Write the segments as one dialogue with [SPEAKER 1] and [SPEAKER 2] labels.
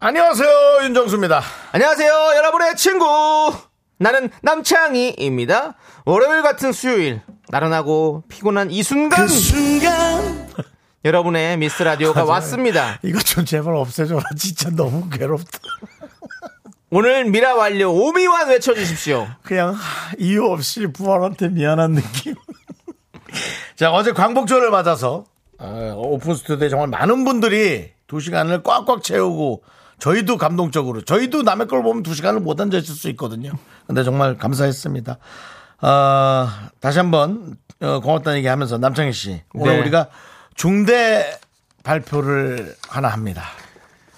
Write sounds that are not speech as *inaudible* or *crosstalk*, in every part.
[SPEAKER 1] 안녕하세요 윤정수입니다.
[SPEAKER 2] 안녕하세요, 여러분의 친구. 나는 남창희입니다. 월요일 같은 수요일, 나른하고 피곤한
[SPEAKER 1] 그
[SPEAKER 2] 이 순간,
[SPEAKER 1] 순간
[SPEAKER 2] 여러분의 미스 라디오가 왔습니다.
[SPEAKER 1] 이거 좀 제발 없애줘라 진짜 너무 괴롭다.
[SPEAKER 2] 오늘 미라 완료 오미완 외쳐주십시오.
[SPEAKER 1] 그냥 하, 이유 없이 부활한테 미안한 느낌. *laughs* 자 어제 광복절을 맞아서 어, 오픈 스튜디오에 정말 많은 분들이 두 시간을 꽉꽉 채우고 저희도 감동적으로 저희도 남의 걸 보면 두 시간을 못 앉아 있을 수 있거든요. 근데 정말 감사했습니다. 어, 다시 한번 어, 고맙다는 얘기하면서 남창희 씨 오늘
[SPEAKER 2] 네.
[SPEAKER 1] 우리가 중대 발표를 하나 합니다.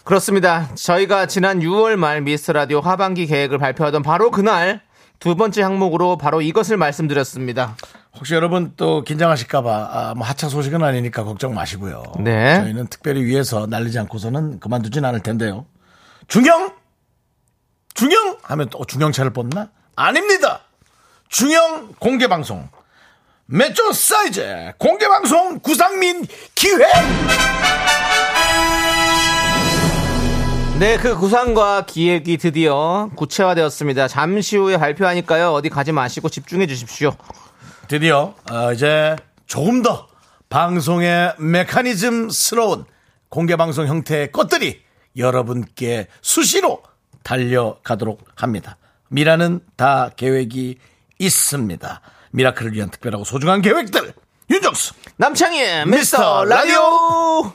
[SPEAKER 2] 그렇습니다. 저희가 지난 6월 말 미스 라디오 하반기 계획을 발표하던 바로 그날, 두 번째 항목으로 바로 이것을 말씀드렸습니다.
[SPEAKER 1] 혹시 여러분 또 긴장하실까봐 아, 뭐 하차 소식은 아니니까 걱정 마시고요.
[SPEAKER 2] 네.
[SPEAKER 1] 저희는 특별히 위해서 날리지 않고서는 그만두진 않을 텐데요. 중형, 중형 하면 또 어, 중형차를 뽑나? 아닙니다. 중형 공개 방송 매조 사이즈 공개 방송 구상민 기획.
[SPEAKER 2] 네, 그 구상과 기획이 드디어 구체화되었습니다. 잠시 후에 발표하니까요, 어디 가지 마시고 집중해 주십시오.
[SPEAKER 1] 드디어 어, 이제 조금 더 방송의 메커니즘스러운 공개 방송 형태의 것들이 여러분께 수시로 달려가도록 합니다. 미라는 다 계획이 있습니다. 미라클을 위한 특별하고 소중한 계획들 윤정수.
[SPEAKER 2] 남창희의
[SPEAKER 1] 미스터
[SPEAKER 2] 미스터 라디오!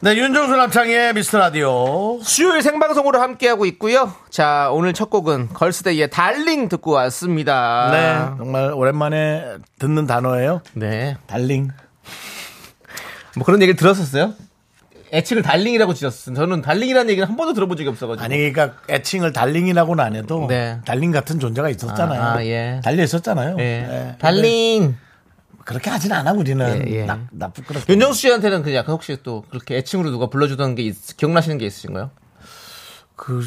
[SPEAKER 1] 네, 윤정수 남창의 미스터 라디오.
[SPEAKER 2] 수요일 생방송으로 함께하고 있고요. 자, 오늘 첫 곡은 걸스데이의 달링 듣고 왔습니다.
[SPEAKER 1] 네, 정말 오랜만에 듣는 단어예요.
[SPEAKER 2] 네.
[SPEAKER 1] 달링.
[SPEAKER 2] 뭐 그런 얘기를 들었었어요? 애칭을 달링이라고 지었어요. 저는 달링이라는 얘기는 한 번도 들어본 적이 없어가지고.
[SPEAKER 1] 아니 그러니까 애칭을 달링이라고는 안 해도
[SPEAKER 2] 네.
[SPEAKER 1] 달링 같은 존재가 있었잖아요.
[SPEAKER 2] 아, 아, 예.
[SPEAKER 1] 달려 있었잖아요.
[SPEAKER 2] 예.
[SPEAKER 1] 예.
[SPEAKER 2] 달링.
[SPEAKER 1] 그렇게 하진 않아 우리는
[SPEAKER 2] 예, 예.
[SPEAKER 1] 나, 나쁠 거라.
[SPEAKER 2] 윤정수 씨한테는 그 약간 혹시 또 그렇게 애칭으로 누가 불러주던 게 있- 기억나시는 게 있으신가요?
[SPEAKER 1] 그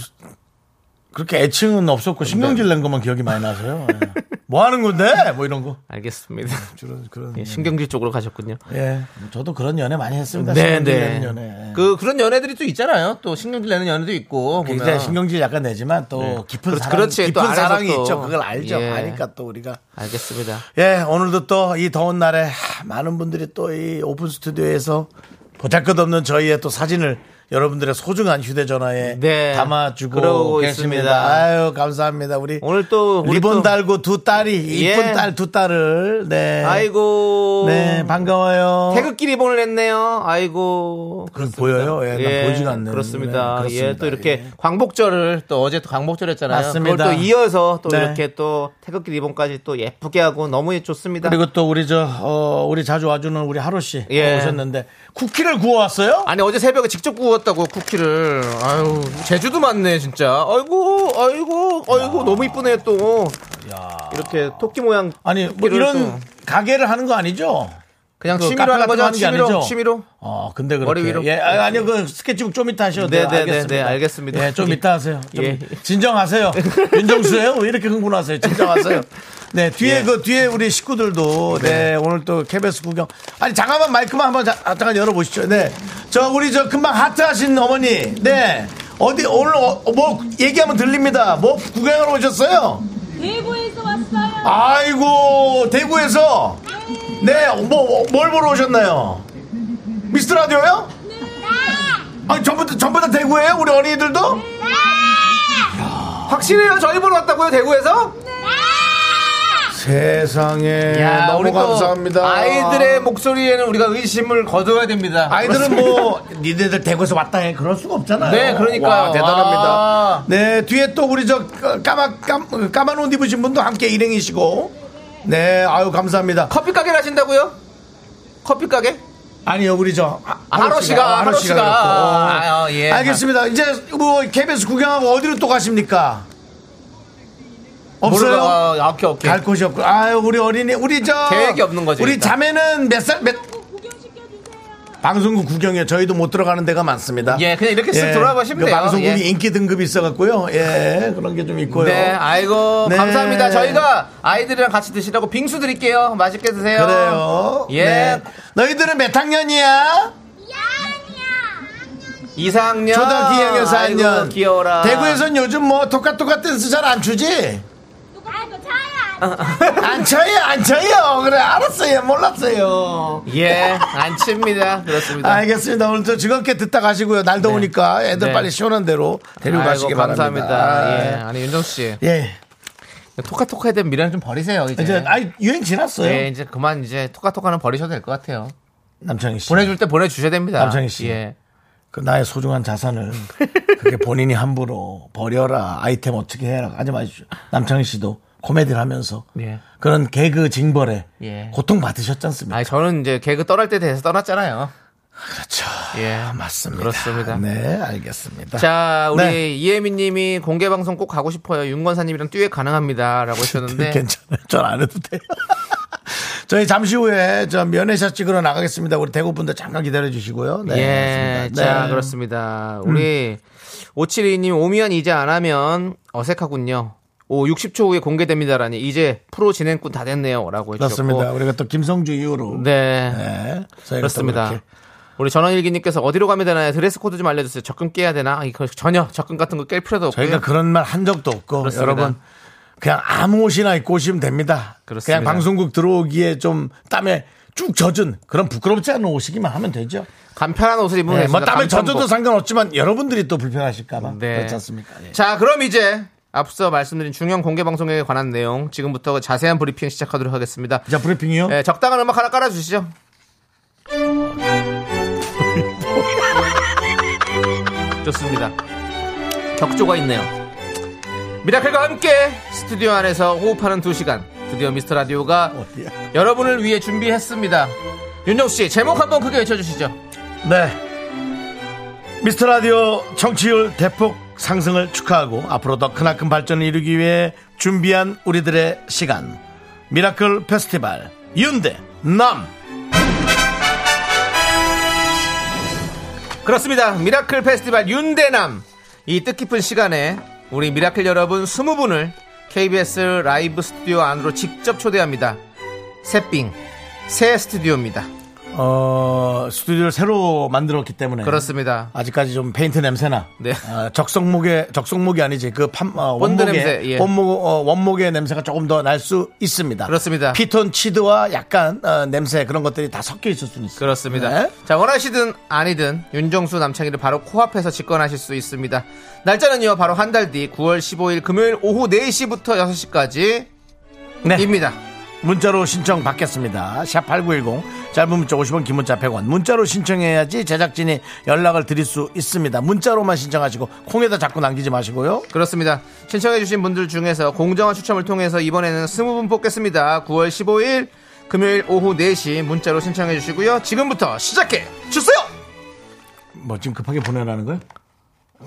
[SPEAKER 1] 그렇게 애칭은 없었고 신경질
[SPEAKER 2] 네.
[SPEAKER 1] 낸 것만 기억이 많이 나서요. 예. 뭐 하는 건데? 뭐 이런 거.
[SPEAKER 2] 알겠습니다. *laughs*
[SPEAKER 1] 주로 그런
[SPEAKER 2] 예, 신경질 쪽으로 가셨군요.
[SPEAKER 1] 예. 저도 그런 연애 많이
[SPEAKER 2] 네,
[SPEAKER 1] 했습니다. 신경질 내는 연애. 예.
[SPEAKER 2] 그 그런 연애들이 또 있잖아요. 또 신경질 내는 연애도 있고. 보면. 네.
[SPEAKER 1] 굉장히 신경질 약간 내지만 또 깊은
[SPEAKER 2] 그렇지,
[SPEAKER 1] 사랑,
[SPEAKER 2] 그렇지. 또
[SPEAKER 1] 깊은
[SPEAKER 2] 알아서
[SPEAKER 1] 사랑이
[SPEAKER 2] 또.
[SPEAKER 1] 있죠. 그걸 알죠.
[SPEAKER 2] 예.
[SPEAKER 1] 아니까 또 우리가
[SPEAKER 2] 알겠습니다.
[SPEAKER 1] 예, 오늘도 또 이 더운 날에 하, 많은 분들이 또 이 오픈 스튜디오에서 보잘것없는 저희의 또 사진을 여러분들의 소중한 휴대전화에
[SPEAKER 2] 네,
[SPEAKER 1] 담아주고
[SPEAKER 2] 그러고
[SPEAKER 1] 계십니다.
[SPEAKER 2] 있습니다.
[SPEAKER 1] 아유 감사합니다. 우리
[SPEAKER 2] 오늘 또 우리
[SPEAKER 1] 리본
[SPEAKER 2] 또-
[SPEAKER 1] 달고 두 딸이
[SPEAKER 2] 예.
[SPEAKER 1] 이쁜 딸 두 딸을 네,
[SPEAKER 2] 아이고.
[SPEAKER 1] 네 반가워요.
[SPEAKER 2] 태극기 리본을 했네요. 아이고.
[SPEAKER 1] 그건 보여요. 예, 난 보지가 않네요.
[SPEAKER 2] 그렇습니다.
[SPEAKER 1] 네, 그렇습니다.
[SPEAKER 2] 예, 또 이렇게
[SPEAKER 1] 예.
[SPEAKER 2] 광복절을 또 어제 또 광복절했잖아요.
[SPEAKER 1] 맞습니다.
[SPEAKER 2] 그걸 또 이어서 또
[SPEAKER 1] 네.
[SPEAKER 2] 이렇게 또 태극기 리본까지 또 예쁘게 하고 너무 좋습니다.
[SPEAKER 1] 그리고 또 우리 저 어, 우리 자주 와주는 우리 하루 씨
[SPEAKER 2] 예.
[SPEAKER 1] 오셨는데 쿠키를 구워왔어요?
[SPEAKER 2] 아니 어제 새벽에 직접 구웠다고 쿠키를. 아유 제주도 많네 진짜. 아이고 아이고 아이고 너무 이쁘네 또. 이렇게 토끼 모양.
[SPEAKER 1] 아니 뭐
[SPEAKER 2] 쿠키를
[SPEAKER 1] 이런
[SPEAKER 2] 또
[SPEAKER 1] 가게를 하는 거 아니죠?
[SPEAKER 2] 그냥
[SPEAKER 1] 그
[SPEAKER 2] 취미로
[SPEAKER 1] 카페
[SPEAKER 2] 하는
[SPEAKER 1] 같은 거
[SPEAKER 2] 거죠.
[SPEAKER 1] 하는 게
[SPEAKER 2] 취미로
[SPEAKER 1] 아니죠?
[SPEAKER 2] 취미로.
[SPEAKER 1] 어, 근데 그렇게.
[SPEAKER 2] 머리 위로.
[SPEAKER 1] 예, 아, 아니요, 그 스케치북 좀 이따 하셔도 돼요.
[SPEAKER 2] 네, 네, 네,
[SPEAKER 1] 알겠습니다.
[SPEAKER 2] 네, 알겠습니다.
[SPEAKER 1] 예, 좀 이따
[SPEAKER 2] *laughs*
[SPEAKER 1] 하세요. 좀
[SPEAKER 2] 예. *laughs*
[SPEAKER 1] 진정하세요. 윤정수예요? 왜 이렇게 흥분하세요? 진정하세요. 네, 뒤에
[SPEAKER 2] 예.
[SPEAKER 1] 그 뒤에 우리 식구들도 네, 오늘 또 KBS 구경. 아니 잠깐만 마이크만 한번 자- 아, 잠깐 열어보시죠. 네, 저 우리 저 금방 하트 하신 어머니. 네, 어디 오늘 어, 뭐 얘기하면 들립니다. 뭐 구경하러 오셨어요?
[SPEAKER 3] 대구에서 왔어요.
[SPEAKER 1] 아이고 대구에서 네 뭐 뭘 보러 오셨나요? 미스 라디오요? 네. 아 전부 다 전부 다 대구예요? 우리 어린이들도?
[SPEAKER 2] 확실해요. 저희 보러 왔다고요 대구에서?
[SPEAKER 1] 세상에
[SPEAKER 2] 야,
[SPEAKER 1] 네, 너무
[SPEAKER 2] 우리 또
[SPEAKER 1] 감사합니다.
[SPEAKER 2] 아이들의 목소리에는 우리가 의심을 거둬야 됩니다.
[SPEAKER 1] 아이들은 뭐 니네들 대구에서 왔다 해 그럴 수가 없잖아요.
[SPEAKER 2] 네, 그러니까요.
[SPEAKER 1] 와, 대단합니다.
[SPEAKER 2] 아.
[SPEAKER 1] 네 뒤에 또 우리 저 까마 까, 까만 옷 입으신 분도 함께 일행이시고 네 아유 감사합니다.
[SPEAKER 2] 커피 가게를 하신다고요? 커피 가게?
[SPEAKER 1] 아니요, 우리 저 하-
[SPEAKER 2] 하루 씨가, 하루 씨가.
[SPEAKER 1] 그렇고.
[SPEAKER 2] 아, 어, 예.
[SPEAKER 1] 알겠습니다. 이제 뭐 KBS 구경하고 어디로 또 가십니까? 없어요.
[SPEAKER 2] 모르다- 아, 오케이, 오케이.
[SPEAKER 1] 갈 곳이 없고. 아유, 우리 어린이, 우리 저.
[SPEAKER 2] 계획이 없는 거지,
[SPEAKER 1] 우리
[SPEAKER 2] 일단.
[SPEAKER 1] 자매는 몇 살, 몇.
[SPEAKER 3] 구경시켜주세요.
[SPEAKER 1] 방송국 구경이요. 저희도 못 들어가는 데가 많습니다.
[SPEAKER 2] 예, 그냥 이렇게 쓱 돌아보시면
[SPEAKER 1] 그
[SPEAKER 2] 돼요.
[SPEAKER 1] 방송국이
[SPEAKER 2] 예.
[SPEAKER 1] 인기 등급이 있어갖고요. 예, 그런 게 좀 있고요.
[SPEAKER 2] 네, 아이고
[SPEAKER 1] 네.
[SPEAKER 2] 감사합니다. 저희가 아이들이랑 같이 드시라고 빙수 드릴게요. 맛있게 드세요.
[SPEAKER 1] 그래요.
[SPEAKER 2] 예,
[SPEAKER 1] 네. 너희들은 몇 학년이야?
[SPEAKER 2] 이상년
[SPEAKER 1] 초등학교 2학년 4학년.
[SPEAKER 2] 귀여라.
[SPEAKER 1] 대구에선 요즘 뭐 똑같똑같 댄스 잘 안 추지?
[SPEAKER 3] 누가 차야?
[SPEAKER 1] 안 쳐요, 안 쳐요. 그래, 알았어요. 몰랐어요.
[SPEAKER 2] 예, 안 칩니다. 그렇습니다.
[SPEAKER 1] 알겠습니다. 오늘 도 즐겁게 듣다 가시고요. 날 더우니까 애들
[SPEAKER 2] 네.
[SPEAKER 1] 빨리 시원한 데로
[SPEAKER 2] 아이고,
[SPEAKER 1] 데려가시기 바랍니다.
[SPEAKER 2] 감사합니다. 예, 아니 윤정 씨,
[SPEAKER 1] 예. 예.
[SPEAKER 2] 토카토카에 대한 미련은 좀 버리세요 이제.
[SPEAKER 1] 이제, 아 유행 지났어요.
[SPEAKER 2] 예, 이제 그만 이제 토카토카는 버리셔도 될 것 같아요.
[SPEAKER 1] 남창희 씨.
[SPEAKER 2] 보내줄 때 보내주셔야 됩니다.
[SPEAKER 1] 남창희 씨.
[SPEAKER 2] 예.
[SPEAKER 1] 그 나의 소중한 자산을 그게 본인이 함부로 버려라 아이템 어떻게 해라 하지 마십시오. 남창희 씨도 코미디를 하면서
[SPEAKER 2] 예.
[SPEAKER 1] 그런 개그 징벌에
[SPEAKER 2] 예.
[SPEAKER 1] 고통 받으셨지 않습니까?
[SPEAKER 2] 아니 저는 이제 개그 떠날 때 대해서 떠났잖아요.
[SPEAKER 1] 그렇죠.
[SPEAKER 2] 예,
[SPEAKER 1] 맞습니다.
[SPEAKER 2] 그렇습니다.
[SPEAKER 1] 네, 알겠습니다.
[SPEAKER 2] 자, 우리
[SPEAKER 1] 네.
[SPEAKER 2] 이혜민 님이 공개 방송 꼭 가고 싶어요. 윤건사님이랑 듀엣 가능합니다라고 하셨는데
[SPEAKER 1] 괜찮아요. 전 안 해도 돼요. *laughs* 저희 잠시 후에 저 면회샷 찍으러 나가겠습니다. 우리 대구 분들 잠깐 기다려 주시고요. 네,
[SPEAKER 2] 예,
[SPEAKER 1] 알겠습니다.
[SPEAKER 2] 자
[SPEAKER 1] 네.
[SPEAKER 2] 그렇습니다. 우리 5722님 오미연 이제 안 하면 어색하군요. 오 60초 후에 공개됩니다라니 이제 프로 진행꾼 다 됐네요라고 해주셨고
[SPEAKER 1] 그렇습니다. 우리가 또 김성주 이후로
[SPEAKER 2] 네,
[SPEAKER 1] 네, 저희가 또
[SPEAKER 2] 그렇습니다.
[SPEAKER 1] 그렇게
[SPEAKER 2] 우리 전원일기님께서 어디로 가면 되나요? 드레스 코드 좀 알려주세요. 적금 깨야 되나? 아, 이거 전혀 적금 같은 거 깰 필요도 없고요.
[SPEAKER 1] 저희가 그런 말 한 적도 없고
[SPEAKER 2] 네. 그렇습니다.
[SPEAKER 1] 여러분 그냥 아무 옷이나 입고 오시면 됩니다.
[SPEAKER 2] 그렇습니다.
[SPEAKER 1] 그냥 방송국 들어오기에 좀 땀에 쭉 젖은 그런 부끄럽지 않은 옷이기만 하면 되죠.
[SPEAKER 2] 간편한 옷을 입으면
[SPEAKER 1] 네, 뭐
[SPEAKER 2] 됩니다.
[SPEAKER 1] 땀에
[SPEAKER 2] 간편복.
[SPEAKER 1] 젖어도 상관없지만 여러분들이 또 불편하실까봐
[SPEAKER 2] 네.
[SPEAKER 1] 그렇지 않습니까? 예.
[SPEAKER 2] 자, 그럼 이제 앞서 말씀드린 중요한 공개 방송에 관한 내용 지금부터 그 자세한 브리핑 시작하도록 하겠습니다.
[SPEAKER 1] 자 브리핑이요.
[SPEAKER 2] 예, 적당한 음악 하나
[SPEAKER 1] *laughs*
[SPEAKER 2] 깔아주시죠. 좋습니다. 격조가 있네요. 미라클과 함께 스튜디오 안에서 호흡하는 두 시간. 드디어 미스터 라디오가
[SPEAKER 1] 어디야?
[SPEAKER 2] 여러분을 위해 준비했습니다. 윤정 씨 제목 한번 크게 외쳐주시죠.
[SPEAKER 1] 네. 미스터 라디오 청취율 대폭 상승을 축하하고 앞으로 더 크나큰 발전을 이루기 위해 준비한 우리들의 시간. 미라클 페스티벌 윤대 남.
[SPEAKER 2] 그렇습니다. 미라클 페스티벌 윤대남. 이 뜻깊은 시간에 우리 미라클 여러분 20분을 KBS 라이브 스튜디오 안으로 직접 초대합니다. 새삥, 새 스튜디오입니다.
[SPEAKER 1] 네. 어, 스튜디오를 새로 만들었기 때문에
[SPEAKER 2] 그렇습니다.
[SPEAKER 1] 아직까지 좀 페인트 냄새나
[SPEAKER 2] 네.
[SPEAKER 1] 어, 적성목의 적성목이 아니지 그 판, 어,
[SPEAKER 2] 본드
[SPEAKER 1] 원목의
[SPEAKER 2] 냄새, 예.
[SPEAKER 1] 원목, 어, 원목의 냄새가 조금 더 날 수 있습니다.
[SPEAKER 2] 그렇습니다.
[SPEAKER 1] 피톤치드와 약간 어, 냄새 그런 것들이 다 섞여 있을 수는 있어요.
[SPEAKER 2] 그렇습니다.
[SPEAKER 1] 네.
[SPEAKER 2] 자, 원하시든 아니든 윤정수 남창희를 바로 코앞에서 직관하실 수 있습니다. 날짜는요, 바로 한 달 뒤 9월 15일 금요일 오후 4시부터 6시까지
[SPEAKER 1] 네.
[SPEAKER 2] 입니다.
[SPEAKER 1] 문자로 신청 받겠습니다. 샵 8910 짧은 문자 50원 긴 문자 100원 문자로 신청해야지 제작진이 연락을 드릴 수 있습니다. 문자로만 신청하시고 콩에다 자꾸 남기지 마시고요.
[SPEAKER 2] 그렇습니다. 신청해주신 분들 중에서 공정한 추첨을 통해서 이번에는 20분 뽑겠습니다. 9월 15일 금요일 오후 4시 문자로 신청해주시고요. 지금부터 시작해 주세요!
[SPEAKER 1] 뭐 지금 급하게 보내라는 거예요?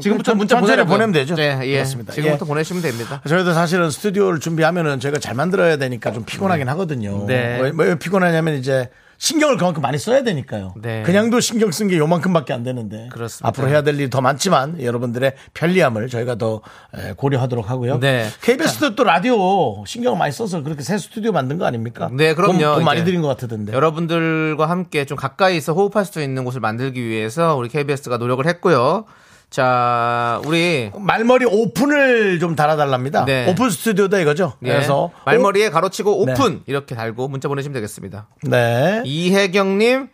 [SPEAKER 2] 지금부터
[SPEAKER 1] 문자 보내라고요. 보내면 되죠?
[SPEAKER 2] 네, 예.
[SPEAKER 1] 그렇습니다.
[SPEAKER 2] 지금부터
[SPEAKER 1] 예.
[SPEAKER 2] 보내시면 됩니다.
[SPEAKER 1] 저희도 사실은 스튜디오를 준비하면은 저희가 잘 만들어야 되니까 좀 피곤하긴 하거든요.
[SPEAKER 2] 네.
[SPEAKER 1] 왜, 왜 피곤하냐면 이제 신경을 그만큼 많이 써야 되니까요.
[SPEAKER 2] 네.
[SPEAKER 1] 그냥도 신경 쓴 게 요만큼밖에 안 되는데
[SPEAKER 2] 그렇습니다.
[SPEAKER 1] 앞으로 해야 될 일이 더 많지만 여러분들의 편리함을 저희가 더 에, 고려하도록 하고요.
[SPEAKER 2] 네.
[SPEAKER 1] KBS도 또 라디오 신경을 많이 써서 그렇게 새 스튜디오 만든 거 아닙니까?
[SPEAKER 2] 네, 그럼요.
[SPEAKER 1] 돈, 돈 많이
[SPEAKER 2] 이제
[SPEAKER 1] 들인 것 같던데.
[SPEAKER 2] 네. 여러분들과 함께 좀 가까이서 호흡할 수 있는 곳을 만들기 위해서 우리 KBS가 노력을 했고요. 자, 우리 예.
[SPEAKER 1] 말머리 오픈을 좀 달아달랍니다.
[SPEAKER 2] 네.
[SPEAKER 1] 오픈 스튜디오다 이거죠.
[SPEAKER 2] 예,
[SPEAKER 1] 그래서
[SPEAKER 2] 말머리에 가로치고
[SPEAKER 1] 네.
[SPEAKER 2] 오픈 이렇게 달고 문자 보내시면 되겠습니다.
[SPEAKER 1] 오- 네.
[SPEAKER 2] 이혜경님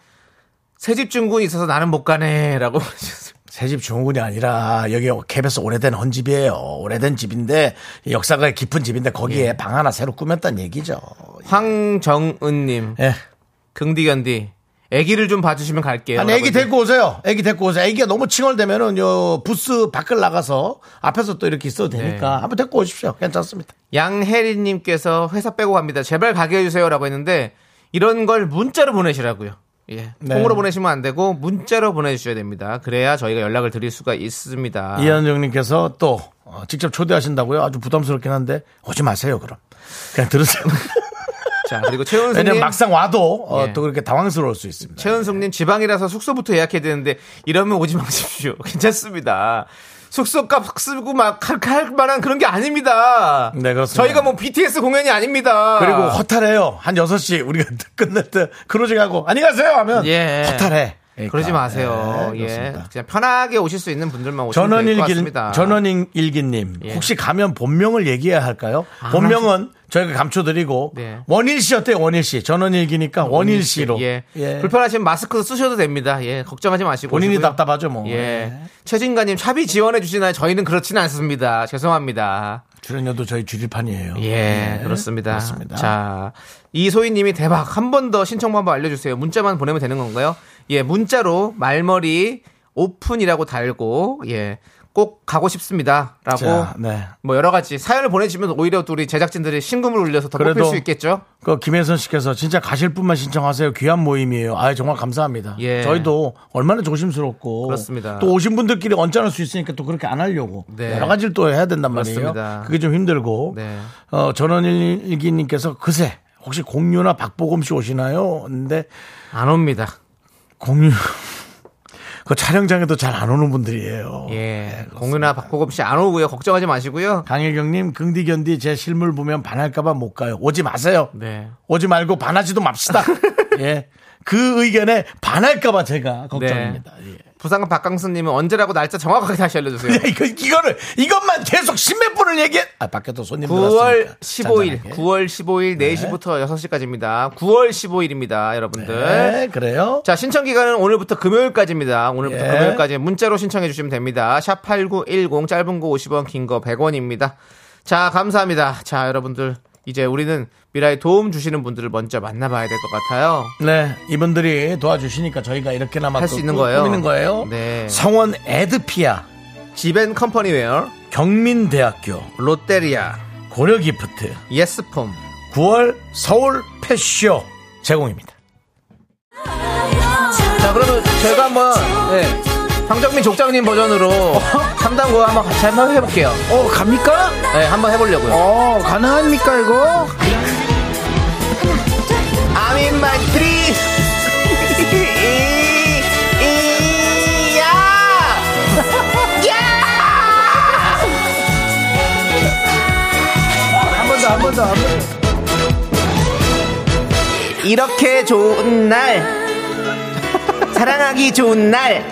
[SPEAKER 2] 새집 증군이 있어서 나는 못 가네라고 *laughs* 하셨어요.
[SPEAKER 1] 새집 중후군이 아니라 여기 캡에서 오래된 헌집이에요. 오래된 집인데 역사가 깊은 집인데 거기에 방 하나 새로 꾸몄다는 얘기죠.
[SPEAKER 2] 황정은님
[SPEAKER 1] 예.
[SPEAKER 2] 긍디견디 아기를 좀 봐주시면 갈게요.
[SPEAKER 1] 아니 애기
[SPEAKER 2] 라고
[SPEAKER 1] 데리고 오세요. 애기 데리고 오세요. 애기가 너무 칭얼대면은 요 부스 밖을 나가서 앞에서 또 이렇게 있어도 되니까 한번 데리고 오십시오. 괜찮습니다.
[SPEAKER 2] 양혜리님께서 회사 빼고 갑니다. 제발 가게 해주세요라고 했는데 이런 걸 문자로 보내시라고요. 예.
[SPEAKER 1] 네.
[SPEAKER 2] 통으로 보내시면 안 되고 문자로 보내주셔야 됩니다. 그래야 저희가 연락을 드릴 수가 있습니다.
[SPEAKER 1] 아. 이현정님께서 또 어, 직접 초대하신다고요? 아주 부담스럽긴 한데 오지 마세요 그럼 그냥 *laughs* 들으세요.
[SPEAKER 2] 자 그리고 최은숙님
[SPEAKER 1] 왜냐면 막상 와도 어,
[SPEAKER 2] 예.
[SPEAKER 1] 또 그렇게 당황스러울 수 있습니다.
[SPEAKER 2] 최은숙님 지방이라서 숙소부터 예약해야 되는데 이러면 오지 마십시오. *laughs* 괜찮습니다. 숙소값 쓰고 막 할 만한 그런 게 아닙니다.
[SPEAKER 1] 네, 그렇습니다.
[SPEAKER 2] 저희가 뭐 BTS 공연이 아닙니다.
[SPEAKER 1] 그리고 허탈해요. 한 6시 우리가 *laughs* 끝날 때 크루징하고 안녕히 가세요 하면
[SPEAKER 2] 예.
[SPEAKER 1] 허탈해. 그러니까.
[SPEAKER 2] 그러지 마세요.
[SPEAKER 1] 네,
[SPEAKER 2] 예,
[SPEAKER 1] 그렇습니다.
[SPEAKER 2] 그냥 편하게 오실 수 있는 분들만 오시면 될것
[SPEAKER 1] 전원일기
[SPEAKER 2] 같습니다.
[SPEAKER 1] 전원일기님
[SPEAKER 2] 예. 아,
[SPEAKER 1] 혹시 가면 본명을 얘기해야 할까요? 본명은 저희가 감춰드리고
[SPEAKER 2] 네.
[SPEAKER 1] 원일 씨 어때요? 원일 씨 전원일기니까 원일 씨로
[SPEAKER 2] 예.
[SPEAKER 1] 예.
[SPEAKER 2] 불편하시면 마스크도 쓰셔도 됩니다. 예. 걱정하지 마시고.
[SPEAKER 1] 본인이
[SPEAKER 2] 오시고요.
[SPEAKER 1] 답답하죠 뭐
[SPEAKER 2] 예. 최진가님, 샵이 지원해 주시나요? 저희는 그렇지는 않습니다. 죄송합니다.
[SPEAKER 1] 출연료도 저희 주류판이에요.
[SPEAKER 2] 예,
[SPEAKER 1] 네,
[SPEAKER 2] 그렇습니다.
[SPEAKER 1] 그렇습니다.
[SPEAKER 2] 자, 이소희님이 대박. 한 번 더 신청 방법 알려주세요. 문자만 보내면 되는 건가요? 예, 문자로 말머리 오픈이라고 달고, 예, 꼭 가고 싶습니다. 라고.
[SPEAKER 1] 자, 네.
[SPEAKER 2] 뭐 여러 가지 사연을 보내주시면 오히려 또 우리 제작진들이 신금을 울려서 더 뽑힐
[SPEAKER 1] 그래도-
[SPEAKER 2] 수 있겠죠?
[SPEAKER 1] 그 김혜선 씨께서 진짜 가실 분만 신청하세요. 귀한 모임이에요. 아 정말 감사합니다.
[SPEAKER 2] 예.
[SPEAKER 1] 저희도 얼마나 조심스럽고
[SPEAKER 2] 그렇습니다.
[SPEAKER 1] 또 오신 분들끼리 언짢을 수 있으니까 또 그렇게 안 하려고
[SPEAKER 2] 네.
[SPEAKER 1] 여러 가지를 또 해야 된단 말이에요.
[SPEAKER 2] 그렇습니다.
[SPEAKER 1] 그게 좀 힘들고
[SPEAKER 2] 네.
[SPEAKER 1] 어, 전원일기님께서 그새 혹시 공유나 박보검 씨 오시나요? 근데
[SPEAKER 2] 안 옵니다.
[SPEAKER 1] 공유 *laughs* 그 촬영장에도 잘 안 오는 분들이에요.
[SPEAKER 2] 예. 공유나 박보검 씨 안 오고요. 걱정하지 마시고요.
[SPEAKER 1] 강혜경님 긍디견디 제 실물 보면 반할까봐 못 가요. 오지 마세요.
[SPEAKER 2] 네.
[SPEAKER 1] 오지 말고 반하지도 *laughs* 맙시다. 예. 그 의견에 반할까봐 제가 걱정입니다. 예. *laughs*
[SPEAKER 2] 부산 박강수님은 언제라고 날짜 정확하게 다시 알려주세요. *laughs*
[SPEAKER 1] 이거, 이거를, 이것만 계속 십몇 분을 얘기해. 아, 밖에 또 손님들
[SPEAKER 2] 9월
[SPEAKER 1] 왔으니까.
[SPEAKER 2] 15일,
[SPEAKER 1] 잔잔하게.
[SPEAKER 2] 9월 15일 4시부터 6시까지입니다. 9월 15일입니다, 여러분들.
[SPEAKER 1] 네, 그래요.
[SPEAKER 2] 자, 신청 기간은 오늘부터 금요일까지입니다. 오늘부터
[SPEAKER 1] 예.
[SPEAKER 2] 금요일까지 문자로 신청해 주시면 됩니다. 샵8910 짧은 거 50원, 긴 거 100원입니다. 자, 감사합니다. 자, 여러분들 이제 우리는 미라에 도움 주시는 분들을 먼저 만나봐야 될 것 같아요.
[SPEAKER 1] 네, 이분들이 도와주시니까 저희가 이렇게나마
[SPEAKER 2] 할수
[SPEAKER 1] 또
[SPEAKER 2] 있는
[SPEAKER 1] 꾸-
[SPEAKER 2] 거예요.
[SPEAKER 1] 꾸미는 거예요.
[SPEAKER 2] 네.
[SPEAKER 1] 성원 에드피아,
[SPEAKER 2] 지벤 컴퍼니웨어,
[SPEAKER 1] 경민대학교,
[SPEAKER 2] 롯데리아,
[SPEAKER 1] 고려기프트,
[SPEAKER 2] 예스폼,
[SPEAKER 1] 9월 서울 패쇼 제공입니다.
[SPEAKER 2] 자 그러면 저희가 한번 예, 황정민 족장님 버전으로 3단고 한번 같이 한번 해볼게요
[SPEAKER 1] 어, 갑니까?
[SPEAKER 2] 네 한번 해보려고요
[SPEAKER 1] 어, 가능합니까, 이거?
[SPEAKER 2] I'm in my tree 이- 이- 야!
[SPEAKER 1] 한 번 더, 한 번 더, 한 번 더.
[SPEAKER 2] 이렇게 좋은 날 사랑하기 좋은 날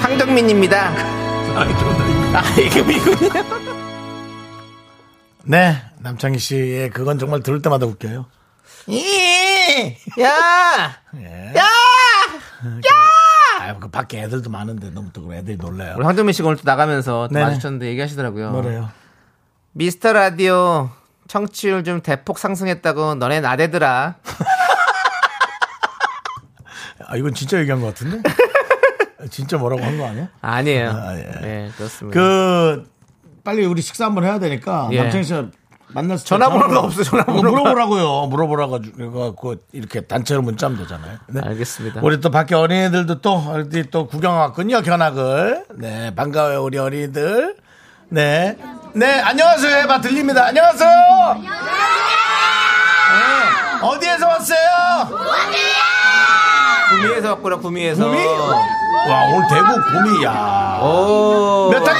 [SPEAKER 2] 황정민입니다 아,
[SPEAKER 1] 네, 남창희 씨의 그건 정말 들을 때마다 웃겨요.
[SPEAKER 2] 야! 야!
[SPEAKER 1] 아, 그 밖에 애들도 많은데 너무 또 그래 애들이 놀래요.
[SPEAKER 2] 우리 황정민 씨가 오늘 또 나가면서 또
[SPEAKER 1] 네네.
[SPEAKER 2] 마주쳤는데 얘기하시더라고요
[SPEAKER 1] 뭐래요?
[SPEAKER 2] 미스터 라디오 청취율 좀 대폭 상승했다고 너네 나대더라.
[SPEAKER 1] 아, 이건 진짜 얘기한 것 같은데? 진짜 뭐라고 한 거 아니야?
[SPEAKER 2] 아니에요.
[SPEAKER 1] 아, 예.
[SPEAKER 2] 네, 그렇습니다.
[SPEAKER 1] 그 빨리 우리 식사 한번 해야 되니까
[SPEAKER 2] 예.
[SPEAKER 1] 남창희 씨가 만나서
[SPEAKER 2] 전화번호가
[SPEAKER 1] 전화번호-
[SPEAKER 2] 없어요, 전화번호가.
[SPEAKER 1] 그거 물어보라고요. 물어보라고 해갖고 이렇게 단체로 문자하면 되잖아요. 네.
[SPEAKER 2] 알겠습니다.
[SPEAKER 1] 우리 또 밖에 어린이들도 또 어디 또 구경 왔군요 견학을. 네 반가워요 우리 어린이들. 네. 네 안녕하세요 해봐 들립니다. 안녕하세요. 네, 어디에서 왔어요?
[SPEAKER 2] 구미에서 왔구나 구미에서.
[SPEAKER 1] 구미? 와 오늘 대구
[SPEAKER 2] 어.
[SPEAKER 1] 구미야.
[SPEAKER 2] 오.
[SPEAKER 1] 몇 학?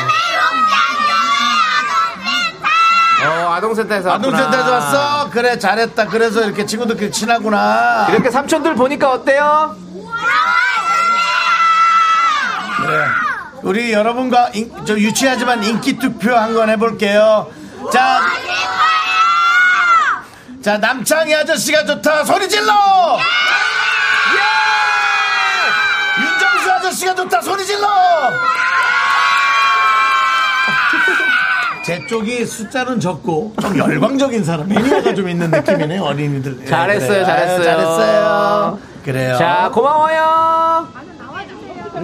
[SPEAKER 2] 어, 아동센터에서 왔구나.
[SPEAKER 1] 아동센터에서 왔어. 그래 잘했다. 그래서 이렇게 친구들끼리 친하구나.
[SPEAKER 2] 이렇게 삼촌들 보니까 어때요?
[SPEAKER 1] 그래. 우리 여러분과 인, 좀 유치하지만 인기 투표 한 건 해볼게요. 자. 자, 남창희 아저씨가 좋다. 소리 질러! 예! 윤정수 아저씨가 좋다. 소리 질러! 제 쪽이 숫자는 적고 좀 열광적인 사람 매니아가 좀 있는 느낌이네 요 어린이들 예,
[SPEAKER 2] 잘했어요,
[SPEAKER 1] 그래요. 아유,
[SPEAKER 2] 잘했어요.
[SPEAKER 1] 잘했어요 그래요
[SPEAKER 2] 자, 고마워요.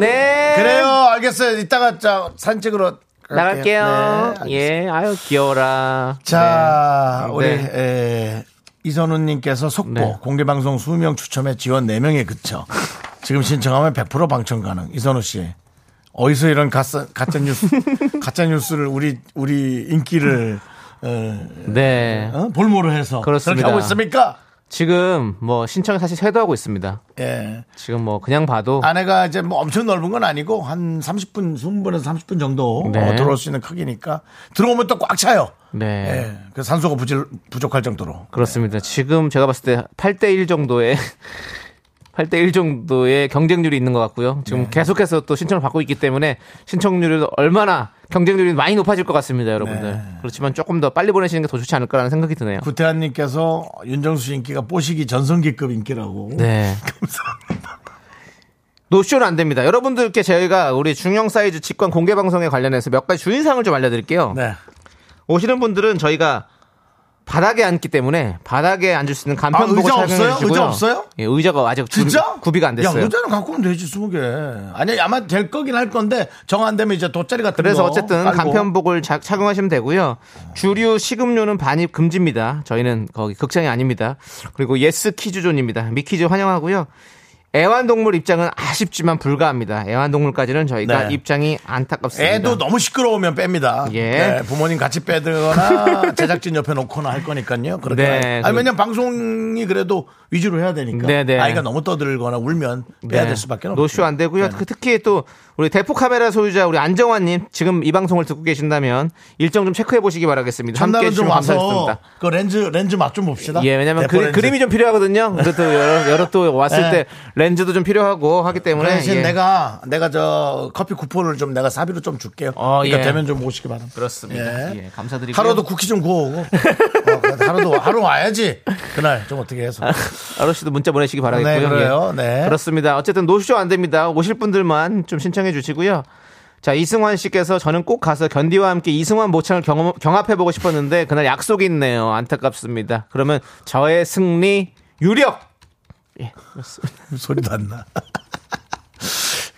[SPEAKER 2] 네.
[SPEAKER 1] 그래요. 알겠어요. 이따가 자 산책으로 갈게요.
[SPEAKER 2] 나갈게요.
[SPEAKER 1] 네, 알겠습니다.
[SPEAKER 2] 예, 아유 귀여워라.
[SPEAKER 1] 자,
[SPEAKER 2] 네.
[SPEAKER 1] 우리
[SPEAKER 2] 네.
[SPEAKER 1] 에, 이선우님께서 속보
[SPEAKER 2] 네.
[SPEAKER 1] 공개방송 20명 추첨에 지원 4명에 그쳐 지금 신청하면 100% 방청 가능 이선우 씨 어디서 이런 가짜, 가짜 뉴스
[SPEAKER 2] *laughs*
[SPEAKER 1] 가짜 뉴스를 우리 우리 인기를 어,
[SPEAKER 2] 네.
[SPEAKER 1] 어? 볼모로 해서
[SPEAKER 2] 그렇습니다.
[SPEAKER 1] 게 하고 있습니까?
[SPEAKER 2] 지금 뭐 신청이 사실 쇄도하고 있습니다.
[SPEAKER 1] 예
[SPEAKER 2] 지금 뭐 그냥 봐도
[SPEAKER 1] 아내가 이제 뭐 엄청 넓은 건 아니고 한 30분 20분에서 30분 정도
[SPEAKER 2] 네.
[SPEAKER 1] 어, 들어올 수 있는 크기니까 들어오면 또 꽉 차요.
[SPEAKER 2] 네.
[SPEAKER 1] 예, 그 산소가 부질, 부족할 정도로
[SPEAKER 2] 그렇습니다. 지금 제가 봤을 때 8대1 정도의 *laughs* 8대1 정도의 경쟁률이 있는 것 같고요. 지금 계속해서 또 신청을 받고 있기 때문에 신청률이 얼마나 경쟁률이 많이 높아질 것 같습니다, 여러분들. 그렇지만 조금 더 빨리 보내시는 게 더 좋지 않을까라는 생각이 드네요.
[SPEAKER 1] 구태환님께서 윤정수 인기가 뽀시기 전성기급 인기라고.
[SPEAKER 2] 네. 노쇼는 안 됩니다. 여러분들께 저희가 우리 중형 사이즈 직관 공개 방송에 관련해서 몇 가지 주의사항을 좀 알려드릴게요.
[SPEAKER 1] 네.
[SPEAKER 2] 오시는 분들은 저희가 바닥에 앉기 때문에 바닥에 앉을 수 있는
[SPEAKER 1] 아,
[SPEAKER 2] 간편복을
[SPEAKER 1] 의자
[SPEAKER 2] 착용해
[SPEAKER 1] 없어요?
[SPEAKER 2] 주시고요.
[SPEAKER 1] 의자 없어요?
[SPEAKER 2] 예, 의자가 아직 구비-
[SPEAKER 1] 진짜?
[SPEAKER 2] 구비가 안 됐어요.
[SPEAKER 1] 야, 의자는 갖고 오면 되지, 20개. 아니, 아마 될 거긴 할 건데, 정 안 되면 이제 돗자리 같은
[SPEAKER 2] 그래서
[SPEAKER 1] 거
[SPEAKER 2] 어쨌든
[SPEAKER 1] 깔고.
[SPEAKER 2] 간편복을 자- 착용하시면 되고요. 주류 식음료는 반입 금지입니다. 저희는 거기 극장이 아닙니다. 그리고 예스 키즈존입니다. 미키즈 환영하고요. 애완동물 입장은 아쉽지만 불가합니다. 애완동물까지는 저희가
[SPEAKER 1] 네.
[SPEAKER 2] 입장이 안타깝습니다.
[SPEAKER 1] 애도 너무 시끄러우면 뺍니다.
[SPEAKER 2] 예.
[SPEAKER 1] 네, 부모님 같이
[SPEAKER 2] *laughs*
[SPEAKER 1] 빼드거나 제작진 옆에 놓거나 할 거니까요. 그렇게.
[SPEAKER 2] 네,
[SPEAKER 1] 네.
[SPEAKER 2] 그리고-
[SPEAKER 1] 아니, 왜냐면 방송이 그래도 위주로 해야 되니까.
[SPEAKER 2] 네, 네.
[SPEAKER 1] 아이가 너무 떠들거나 울면 빼야 될 수밖에 없죠.
[SPEAKER 2] 노쇼 안 되고요.
[SPEAKER 1] 네.
[SPEAKER 2] 그 특히 또 우리 대포 카메라 소유자 우리 안정환님 지금 이 방송을 듣고 계신다면 일정 좀 체크해 보시기 바라겠습니다. 함께
[SPEAKER 1] 전날은 좀
[SPEAKER 2] 해주시면
[SPEAKER 1] 와서
[SPEAKER 2] 감사하겠습니다.
[SPEAKER 1] 그 렌즈, 렌즈 맛 좀 봅시다. 네,
[SPEAKER 2] 예, 왜냐면
[SPEAKER 1] 대포
[SPEAKER 2] 그,
[SPEAKER 1] 렌즈.
[SPEAKER 2] 그림이 좀 필요하거든요. 그래도 여러, 여러 또 왔을
[SPEAKER 1] 네.
[SPEAKER 2] 때 렌즈도 좀 필요하고 하기 때문에
[SPEAKER 1] 대신
[SPEAKER 2] 예.
[SPEAKER 1] 내가 내가 저 커피 쿠폰을 좀 내가 사비로 좀 줄게요.
[SPEAKER 2] 어,
[SPEAKER 1] 그러니까
[SPEAKER 2] 예.
[SPEAKER 1] 되면 좀 오시기 바랍니다.
[SPEAKER 2] 그렇습니다. 예, 감사드리고요.
[SPEAKER 1] 하루도 쿠키 좀 구워오고 어, 그래도 하루도 하루 와야지 그날 좀 어떻게 해서
[SPEAKER 2] 아로 씨도 문자 보내시기 바라겠고요. 예.
[SPEAKER 1] 네, 그래요. 네.
[SPEAKER 2] 그렇습니다. 어쨌든 노쇼 안 됩니다. 오실 분들만 좀 신청해 주시고요. 자, 이승환 씨께서 저는 꼭 가서 견디와 함께 이승환 모창을 경험, 경합해보고 싶었는데 그날 약속이 있네요. 안타깝습니다. 그러면 저의 승리 유력!
[SPEAKER 1] *laughs* 소리도 안 나.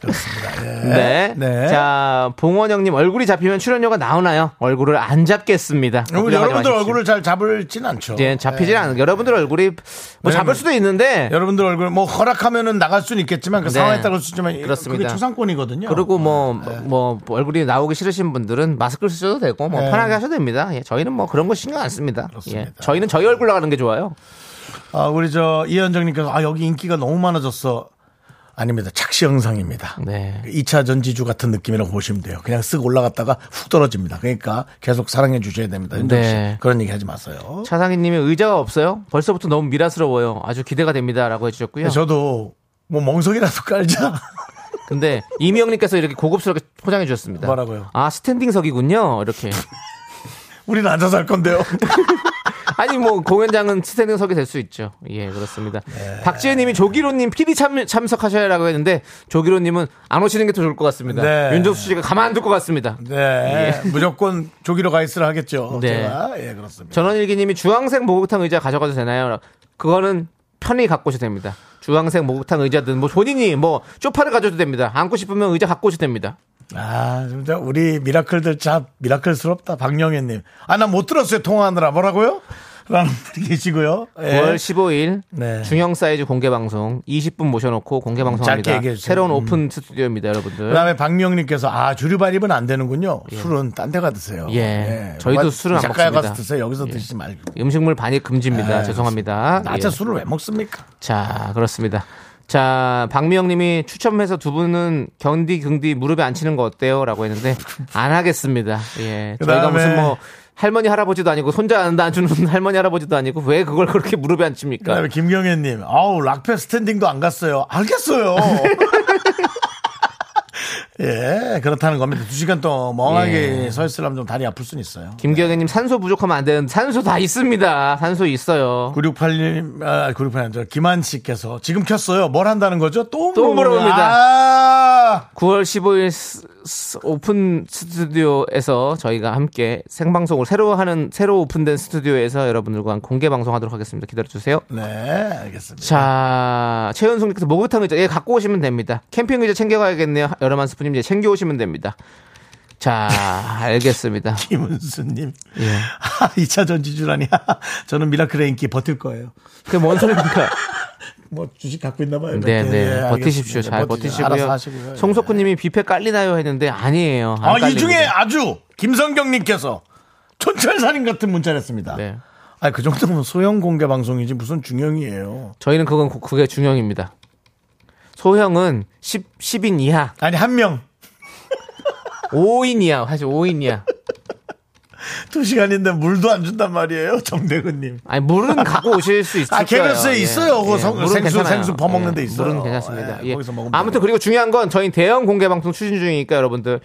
[SPEAKER 1] 그렇습니다. 예.
[SPEAKER 2] 네.
[SPEAKER 1] 네.
[SPEAKER 2] 자, 봉원 형님 얼굴이 잡히면 출연료가 나오나요? 얼굴을 안 잡겠습니다.
[SPEAKER 1] 여러분,
[SPEAKER 2] 걱정하지
[SPEAKER 1] 여러분들
[SPEAKER 2] 마십시오.
[SPEAKER 1] 얼굴을 잘 잡을진 않죠.
[SPEAKER 2] 예, 잡히질 않아요. 여러분들 얼굴이 뭐 잡을
[SPEAKER 1] 왜냐면-
[SPEAKER 2] 수도 있는데
[SPEAKER 1] 여러분들 얼굴 뭐 허락하면은 나갈 수는 있겠지만 그
[SPEAKER 2] 네.
[SPEAKER 1] 상황에 따라 수지만 그게
[SPEAKER 2] 그렇습니다.
[SPEAKER 1] 초상권이거든요.
[SPEAKER 2] 그리고 뭐,
[SPEAKER 1] 네.
[SPEAKER 2] 뭐, 뭐 얼굴이 나오기 싫으신 분들은 마스크를 쓰셔도 되고, 뭐,
[SPEAKER 1] 네.
[SPEAKER 2] 편하게 하셔도 됩니다. 예, 저희는 뭐 그런 거 신경 안 씁니다.
[SPEAKER 1] 그렇습니다.
[SPEAKER 2] 예, 저희는 저희 얼굴 나가는 게 좋아요.
[SPEAKER 1] 아, 우리 저 이현정님께서 아 여기 인기가 너무 많아졌어. 아닙니다. 착시 영상입니다.
[SPEAKER 2] 네.
[SPEAKER 1] 2차 전지주 같은 느낌이라고 보시면 돼요. 그냥 쓱 올라갔다가 훅 떨어집니다. 그러니까 계속 사랑해 주셔야 됩니다. 현정 씨.
[SPEAKER 2] 네.
[SPEAKER 1] 그런 얘기 하지 마세요.
[SPEAKER 2] 차상희 님이 의자가 없어요? 벌써부터 너무 미라스러워요. 아주 기대가 됩니다. 라고 해주셨고요.
[SPEAKER 1] 네, 저도 뭐 멍석이라도 깔자. *laughs*
[SPEAKER 2] 근데 이미영 님께서 이렇게 고급스럽게 포장해 주셨습니다.
[SPEAKER 1] 뭐라고요?
[SPEAKER 2] 아, 스탠딩석이군요. 이렇게.
[SPEAKER 1] 우리는 앉아서 할 건데요.
[SPEAKER 2] 아니, 뭐, 공연장은 스탠딩석이 될 수 있죠. 예, 그렇습니다.
[SPEAKER 1] 네.
[SPEAKER 2] 박지혜 님이 조기로 님 PD 참, 참석하셔야라고 했는데, 조기로 님은 안 오시는 게 더 좋을 것 같습니다.
[SPEAKER 1] 네.
[SPEAKER 2] 윤정수 씨가 가만둘 것 같습니다.
[SPEAKER 1] 네. 무조건 조기로 가 있으라 하겠죠.
[SPEAKER 2] 예. 네.
[SPEAKER 1] 제가. 예, 그렇습니다.
[SPEAKER 2] 전원일기님이 주황색 목욕탕 의자 가져가도 되나요? 그거는 편히 갖고 오셔도 됩니다. 주황색 목욕탕 의자든 뭐 본인이 뭐 쇼파를 가져도 됩니다. 앉고 싶으면 의자 갖고 오셔도 됩니다.
[SPEAKER 1] 아, 진짜 우리 미라클들 참 미라클스럽다. 박영애 님. 아, 나 못 들었어요. 통화하느라. 뭐라고요? 라는 분이 계시고요. 예.
[SPEAKER 2] 9월 15일
[SPEAKER 1] 네.
[SPEAKER 2] 중형 사이즈 공개 방송 20분 모셔놓고 공개
[SPEAKER 1] 짧게
[SPEAKER 2] 방송합니다.
[SPEAKER 1] 얘기해 주세요. 음.
[SPEAKER 2] 새로운 오픈 스튜디오입니다, 여러분들.
[SPEAKER 1] 그다음에 박명님께서 아 주류 발입은 안 되는군요. 술은 딴 데 가 드세요.
[SPEAKER 2] 예. 저희도
[SPEAKER 1] 뭐,
[SPEAKER 2] 술은 안
[SPEAKER 1] 작가에
[SPEAKER 2] 먹습니다.
[SPEAKER 1] 가서 드세요. 여기서 드시지 말고.
[SPEAKER 2] 음식물 반입 금지입니다.
[SPEAKER 1] 아,
[SPEAKER 2] 죄송합니다.
[SPEAKER 1] 낮에
[SPEAKER 2] 예.
[SPEAKER 1] 술을 왜 먹습니까?
[SPEAKER 2] 자, 그렇습니다. 자, 박미영님이 추첨해서 두 분은 견디 긍디 무릎에 앉히는 거 어때요?라고 했는데 안 하겠습니다. 예, 저희가
[SPEAKER 1] 그다음에-
[SPEAKER 2] 무슨 뭐 할머니 할아버지도 아니고 손자 안 앉는 *laughs* 할머니 할아버지도 아니고 왜 그걸 그렇게 무릎에 앉힙니까?
[SPEAKER 1] 그다음에 김경애님, 아우 락페 스탠딩도 안 갔어요.
[SPEAKER 2] *laughs*
[SPEAKER 1] 알겠어요. 예, 그렇다는 겁니다. 두 시간 또 멍하게
[SPEAKER 2] 예.
[SPEAKER 1] 서 있으려면 좀 다리 아플 수는 있어요.
[SPEAKER 2] 김경애님 산소 부족하면 안 되는 데 산소 다 있습니다. 산소 있어요.
[SPEAKER 1] 968님, 아, 968님, 저 김한 씨께서 지금 켰어요. 뭘 한다는 거죠? 또,
[SPEAKER 2] 또
[SPEAKER 1] 물어봅니다. 아,
[SPEAKER 2] 9월 15일 스- 스- 오픈 스튜디오에서 저희가 함께 생방송을 새로 하는 새로 오픈된 스튜디오에서 여러분들과 공개 방송하도록 하겠습니다. 기다려 주세요.
[SPEAKER 1] 네, 알겠습니다.
[SPEAKER 2] 자, 최은숙님께서 목욕탕 예, 의자, 예, 갖고 오시면 됩니다. 캠핑 의자 챙겨가야겠네요. 여름 한 스푼이면 이제 챙겨오시면 됩니다. 자, 알겠습니다.
[SPEAKER 1] *laughs* 김은수님.
[SPEAKER 2] 예.
[SPEAKER 1] 아, 2차 전지주라니. *laughs* 저는 미라클의 인기 버틸 거예요.
[SPEAKER 2] 그 뭔 소리입니까?
[SPEAKER 1] 뭐 주식 갖고 있나 봐요.
[SPEAKER 2] *laughs* 네,
[SPEAKER 1] 몇 개. 예,
[SPEAKER 2] 네. 버티십시오.
[SPEAKER 1] 알겠습니다.
[SPEAKER 2] 잘
[SPEAKER 1] 버티죠.
[SPEAKER 2] 버티시고요.
[SPEAKER 1] 알아서 하시고요. 예.
[SPEAKER 2] 송석구 님이 뷔페 깔리나요? 했는데 아니에요. 안
[SPEAKER 1] 아, 이
[SPEAKER 2] 깔립니다.
[SPEAKER 1] 중에 아주 김성경님께서 촌철살인 같은 문자를 했습니다.
[SPEAKER 2] 네.
[SPEAKER 1] 아니, 그 정도면 소형 공개 방송이지 무슨 중형이에요.
[SPEAKER 2] 저희는 그건 고- 그게 중형입니다. 소형은 10, 10인 이하,
[SPEAKER 1] 아니, 한 명.
[SPEAKER 2] 5인 이하, 사실 5인 이하.
[SPEAKER 1] 두 시간인데 물도 안 준단 말이에요. *laughs* 정대근님.
[SPEAKER 2] 아니 물은 갖고 오실 수 있을
[SPEAKER 1] 아,
[SPEAKER 2] 거예요.
[SPEAKER 1] KBS에
[SPEAKER 2] 예.
[SPEAKER 1] 있어요. 그거 성-
[SPEAKER 2] 물은
[SPEAKER 1] 생수-
[SPEAKER 2] 괜찮아요. 예,
[SPEAKER 1] 생수 퍼먹는 데 있어요.
[SPEAKER 2] 물은 괜찮습니다.
[SPEAKER 1] 예,
[SPEAKER 2] 예.
[SPEAKER 1] 거기서 먹으면
[SPEAKER 2] 아무튼
[SPEAKER 1] 돼요.
[SPEAKER 2] 그리고 중요한 건 저희 대형 공개 방송 추진 중이니까 여러분들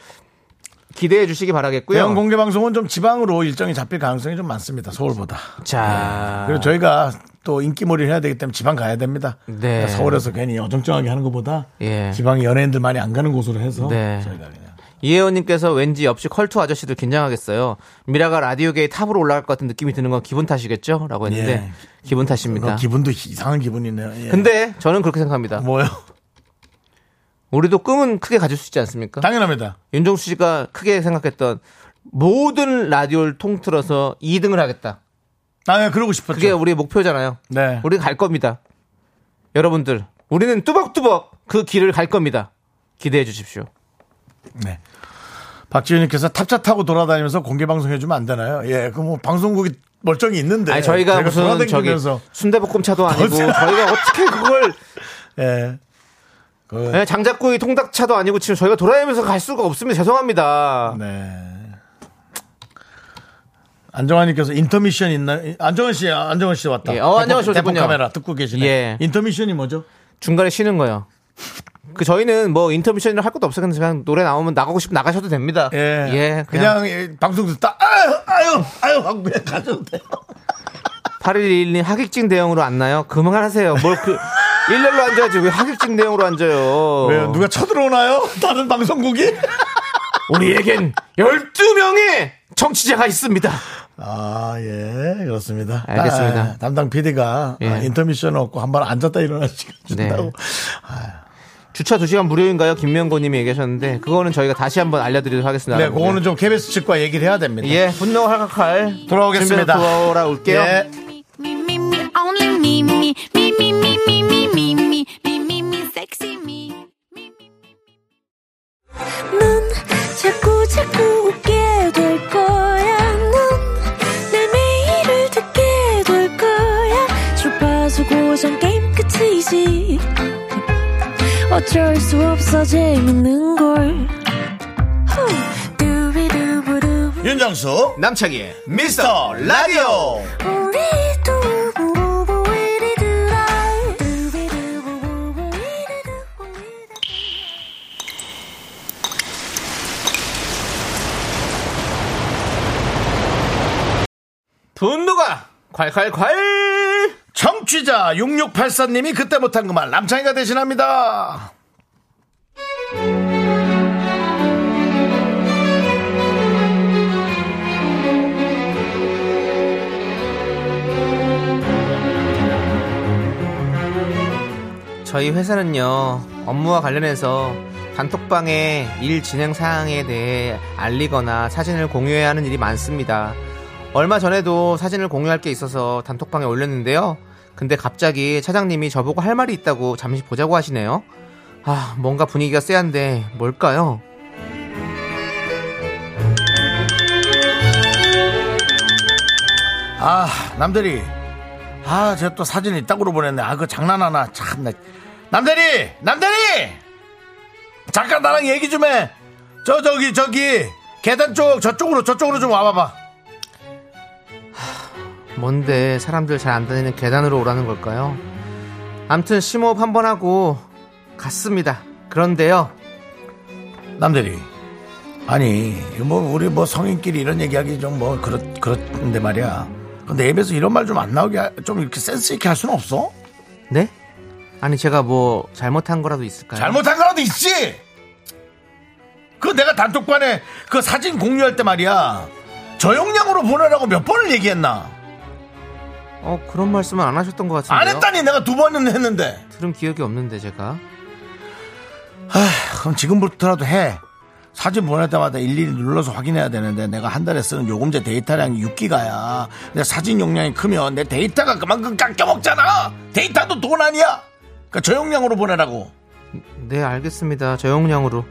[SPEAKER 2] 기대해 주시기 바라겠고요.
[SPEAKER 1] 대형 공개 방송은 좀 지방으로 일정이 잡힐 가능성이 좀 많습니다. 서울보다.
[SPEAKER 2] 자,
[SPEAKER 1] 그리고 저희가 또 인기몰이를 해야 되기 때문에 지방 가야 됩니다. 그러니까
[SPEAKER 2] 네.
[SPEAKER 1] 서울에서 괜히 어정쩡하게 하는 것보다
[SPEAKER 2] 예.
[SPEAKER 1] 지방 연예인들 많이 안 가는 곳으로 해서
[SPEAKER 2] 네.
[SPEAKER 1] 저희가 그냥
[SPEAKER 2] 이혜원님께서 왠지 옆집 컬투 아저씨들 긴장하겠어요. 미라가 라디오계의 탑으로 올라갈 것 같은 느낌이 드는 건 기분 탓이겠죠? 라고 했는데
[SPEAKER 1] 예.
[SPEAKER 2] 기분
[SPEAKER 1] 그거
[SPEAKER 2] 탓입니다.
[SPEAKER 1] 기분도 이상한 기분이네요. 예.
[SPEAKER 2] 근데 저는 그렇게 생각합니다.
[SPEAKER 1] 뭐요? *laughs*
[SPEAKER 2] 우리도 꿈은 크게 가질 수 있지 않습니까?
[SPEAKER 1] 당연합니다.
[SPEAKER 2] 윤종수 씨가 크게 생각했던 모든 라디오를 통틀어서 2등을 하겠다.
[SPEAKER 1] 나는 아, 예, 그러고 싶었죠.
[SPEAKER 2] 그게 우리의 목표잖아요.
[SPEAKER 1] 그렇죠. 네.
[SPEAKER 2] 우리 갈 겁니다. 여러분들, 우리는 뚜벅뚜벅 그 길을 갈 겁니다. 기대해 주십시오.
[SPEAKER 1] 네. 박지윤님께서 탑차 타고 돌아다니면서 공개 방송 해주면 안 되나요? 예, 그 뭐 방송국이 멀쩡히 있는데.
[SPEAKER 2] 아니, 저희가
[SPEAKER 1] 네, 제가
[SPEAKER 2] 무슨 저기
[SPEAKER 1] 돌아다니면서
[SPEAKER 2] 순대볶음차도 아니고
[SPEAKER 1] 벌써-
[SPEAKER 2] *laughs* 저희가 어떻게 그걸
[SPEAKER 1] 예. 그,
[SPEAKER 2] 예, 장작구이 통닭차도 아니고 지금 저희가 돌아다니면서 갈 수가 없습니다. 죄송합니다.
[SPEAKER 1] 네. 안정환님께서 인터미션 있나요? 안정환 씨, 안정환 씨 왔다.
[SPEAKER 2] 예, 어, 안녕하세요.
[SPEAKER 1] 대본
[SPEAKER 2] 오셨군요.
[SPEAKER 1] 카메라 듣고 계시네.
[SPEAKER 2] 예.
[SPEAKER 1] 인터미션이 뭐죠?
[SPEAKER 2] 중간에 쉬는 거요. 그 저희는 뭐 인터미션이라 할 것도 없어요. 그냥- 그냥 노래 나오면 나가고 싶으면 나가셔도 됩니다.
[SPEAKER 1] 예. 그냥,
[SPEAKER 2] 그냥,
[SPEAKER 1] 예, 방송 듣다, 아유, 아유, 아유, 하고 그냥 가셔도 돼요.
[SPEAKER 2] 8121님 하객진 대형으로 안 나요? 그만하세요. 뭘 그 *laughs* 일렬로 앉아야지 왜 하객진 대형으로 앉아요?
[SPEAKER 1] 왜요? 누가 쳐들어오나요? *laughs* 다른 방송국이?
[SPEAKER 2] 우리에겐 12명의 정치자가 있습니다.
[SPEAKER 1] 아, 예, 그렇습니다.
[SPEAKER 2] 알겠습니다.
[SPEAKER 1] 아, 담당 PD가
[SPEAKER 2] 예.
[SPEAKER 1] 인터미션 없고 한 번 앉았다 일어나시겠다고.
[SPEAKER 2] 네. 주차 2시간 무료인가요? 김명고 님이 얘기하셨는데 그거는 저희가 다시 한번 알려드리도록 하겠습니다.
[SPEAKER 1] 네,
[SPEAKER 2] 여러분.
[SPEAKER 1] 그거는 좀 KBS 측과 얘기를 해야 됩니다.
[SPEAKER 2] 예, 분노 활각할
[SPEAKER 1] 돌아오겠습니다.
[SPEAKER 2] 준비해서 돌아올게요.
[SPEAKER 1] 예.
[SPEAKER 4] Me, me, me, only me, me, me, me, me, me, me, me, me, me, me, me, sexy me.
[SPEAKER 5] 넌 자꾸 자꾸 웃게 될 거야. 넌내 매일을 듣게 될 거야. 주파수 고정 게임 끝이지. 어쩔 수 없어 재밌는 걸. 후. 두비두부두부.
[SPEAKER 1] 윤정수,
[SPEAKER 2] 남창희의
[SPEAKER 1] 미스터 라디오.
[SPEAKER 5] 우리 두부부부 우리들아. 두비두부부부 우리들아, 우리들아.
[SPEAKER 2] 분노가 콸콸콸
[SPEAKER 1] 청취자 6684님이 그때 못한 그말 남창희가 대신합니다.
[SPEAKER 2] 저희 회사는요 업무와 관련해서 단톡방에 일 진행 사항에 대해 알리거나 사진을 공유해야 하는 일이 많습니다. 얼마 전에도 사진을 공유할 게 있어서 단톡방에 올렸는데요. 근데 갑자기 차장님이 저보고 할 말이 있다고 잠시 보자고 하시네요. 아, 뭔가 분위기가 쎄한데 뭘까요?
[SPEAKER 1] 아, 남들이. 아, 제가 또 사진 이따구로 보냈네. 아, 그거 장난하나. 참, 나. 남들이! 남들이! 잠깐 나랑 얘기 좀 해. 저, 저기, 저기. 계단 쪽, 저쪽으로, 저쪽으로 좀 와봐봐.
[SPEAKER 2] 뭔데 사람들 잘 안 다니는 계단으로 오라는 걸까요? 암튼 심호흡 한 번 하고 갔습니다. 그런데요.
[SPEAKER 1] 남들이. 아니, 뭐, 우리 뭐 성인끼리 이런 얘기하기 좀 뭐, 그렇, 그렇는데 말이야. 근데 앱에서 이런 말 좀 안 나오게, 하- 좀 이렇게 센스있게 할 수는 없어?
[SPEAKER 2] 네? 아니 제가 뭐 잘못한 거라도
[SPEAKER 1] 네.
[SPEAKER 2] 있을까요?
[SPEAKER 1] 잘못한 거라도 있지. 그 내가 단톡방에 그 사진 공유할 때 말이야. 저용량으로 보내라고 몇 번을 얘기했나?
[SPEAKER 2] 어 그런 말씀은 안 하셨던 것 같은데요.
[SPEAKER 1] 안 했다니 내가 두 번은 했는데.
[SPEAKER 2] 들은 기억이 없는데 제가
[SPEAKER 1] 그럼 지금부터라도 해. 사진 보낼 때마다 일일이 눌러서 확인해야 되는데 내가 한 달에 쓰는 요금제 데이터량이 6기가야. 내 사진 용량이 크면 내 데이터가 그만큼 깎여먹잖아. 데이터도 돈 아니야. 그러니까 저 용량으로 보내라고.
[SPEAKER 2] 네, 알겠습니다. 저 용량으로.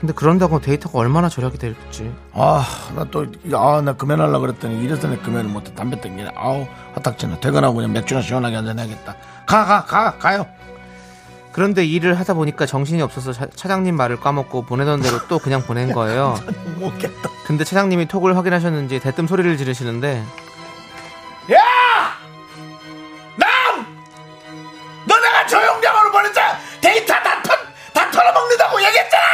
[SPEAKER 2] 근데 그런다고 데이터가 얼마나 절약이 될지.
[SPEAKER 1] 아, 나 또, 아, 나 금연하려고 그랬더니 이래서 내 금연을 못해. 담배 땡기네. 아우, 화딱지나. 퇴근하고 그냥 맥주나 시원하게 한잔해야겠다. 가, 가, 가, 가요.
[SPEAKER 2] 그런데 일을 하다 보니까 정신이 없어서 차, 차장님 말을 까먹고 보내던 대로 또 그냥
[SPEAKER 1] *laughs*
[SPEAKER 2] 보낸 거예요.
[SPEAKER 1] 못겠다.
[SPEAKER 2] 근데 차장님이 톡을 확인하셨는지 대뜸 소리를 지르시는데
[SPEAKER 1] 야! 남! 너 내가 저 용량으로 보냈잖아! 데이터 다 털, 다 털어먹는다고 얘기했잖아!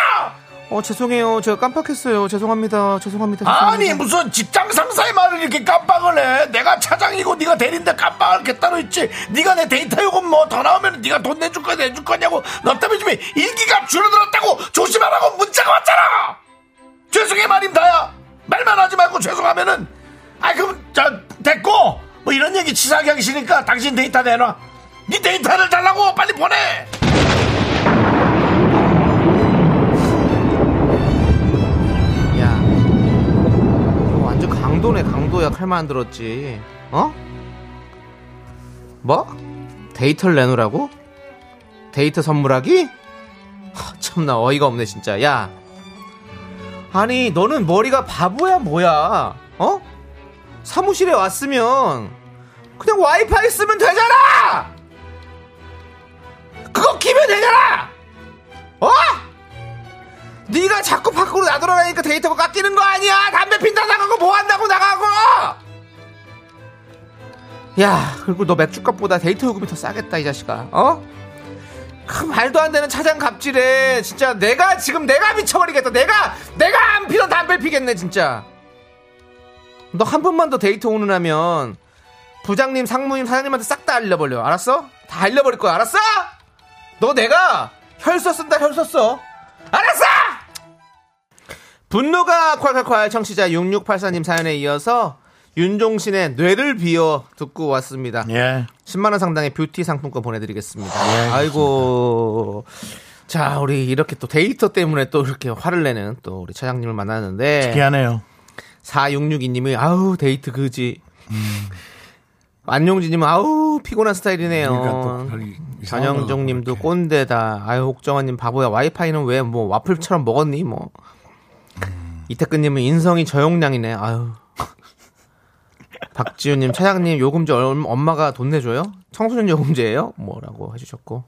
[SPEAKER 2] 어 죄송해요 제가 깜빡했어요 죄송합니다 죄송합니다
[SPEAKER 1] 아니
[SPEAKER 2] 죄송합니다.
[SPEAKER 1] 무슨 직장 상사의 말을 이렇게 깜빡을 해 내가 차장이고 네가 대리인데 깜빡할 게 따로 있지 네가 내 데이터 요금 뭐 더 나오면 네가 돈 내줄 거야 내줄 거냐고 너 때문에 지금 일기가 줄어들었다고 조심하라고 문자가 왔잖아 죄송해 말입니다야 말만 하지 말고 죄송하면은 아 그럼 자 됐고 뭐 이런 얘기 치사하게 하시니까 당신 데이터 내놔 네 데이터를 달라고 빨리 보내
[SPEAKER 2] 야 이거 완전 강도네 강도야 칼만 안 들었지 어? 뭐? 데이터를 내놓으라고? 데이터 선물하기? 하, 참나 어이가 없네 진짜 야 아니 너는 머리가 바보야 뭐야 어? 사무실에 왔으면 그냥 와이파이 쓰면 되잖아 그거 키면 되잖아 어? 네가 자꾸 밖으로 나돌아다니까 데이터가 깎이는 거 아니야 담배 핀다 나가고 뭐 한다고 나가고 야 그리고 너 맥주값보다 데이터 요금이 더 싸겠다 이 자식아 어? 그 말도 안 되는 차장 갑질에 진짜 내가 지금 내가 미쳐버리겠다 내가 내가 안 피던 담배 피겠네 진짜 너 한 번만 더 데이터 오는 하면 부장님 상무님 사장님한테 싹 다 알려버려 알았어? 다 알려버릴 거야 알았어? 너 내가 혈서 쓴다 혈서 써 알았어 분노가 콸콸콸 청취자 6684님 사연에 이어서 윤종신의 뇌를 비워 듣고 왔습니다
[SPEAKER 1] 예
[SPEAKER 2] 10만원 상당의 뷰티 상품권 보내드리겠습니다 아이고 자 우리 이렇게 또 데이터 때문에 또 이렇게 화를 내는 또 우리 차장님을 만났는데
[SPEAKER 1] 미안해요
[SPEAKER 2] 4662님이 아우 데이트 그지 음. 안용진님은 아우 피곤한 스타일이네요
[SPEAKER 1] 그러니까
[SPEAKER 2] 전영종 님도 꼰대다. 아유, 옥정환 님 바보야. 와이파이는 왜 뭐 와플처럼 먹었니? 뭐. 이태근 님은 인성이 저용량이네. 아유. 박지윤 님, 차장님 요금제 얼- 엄마가 돈 내줘요? 청소년 요금제예요? 뭐라고 해주셨고.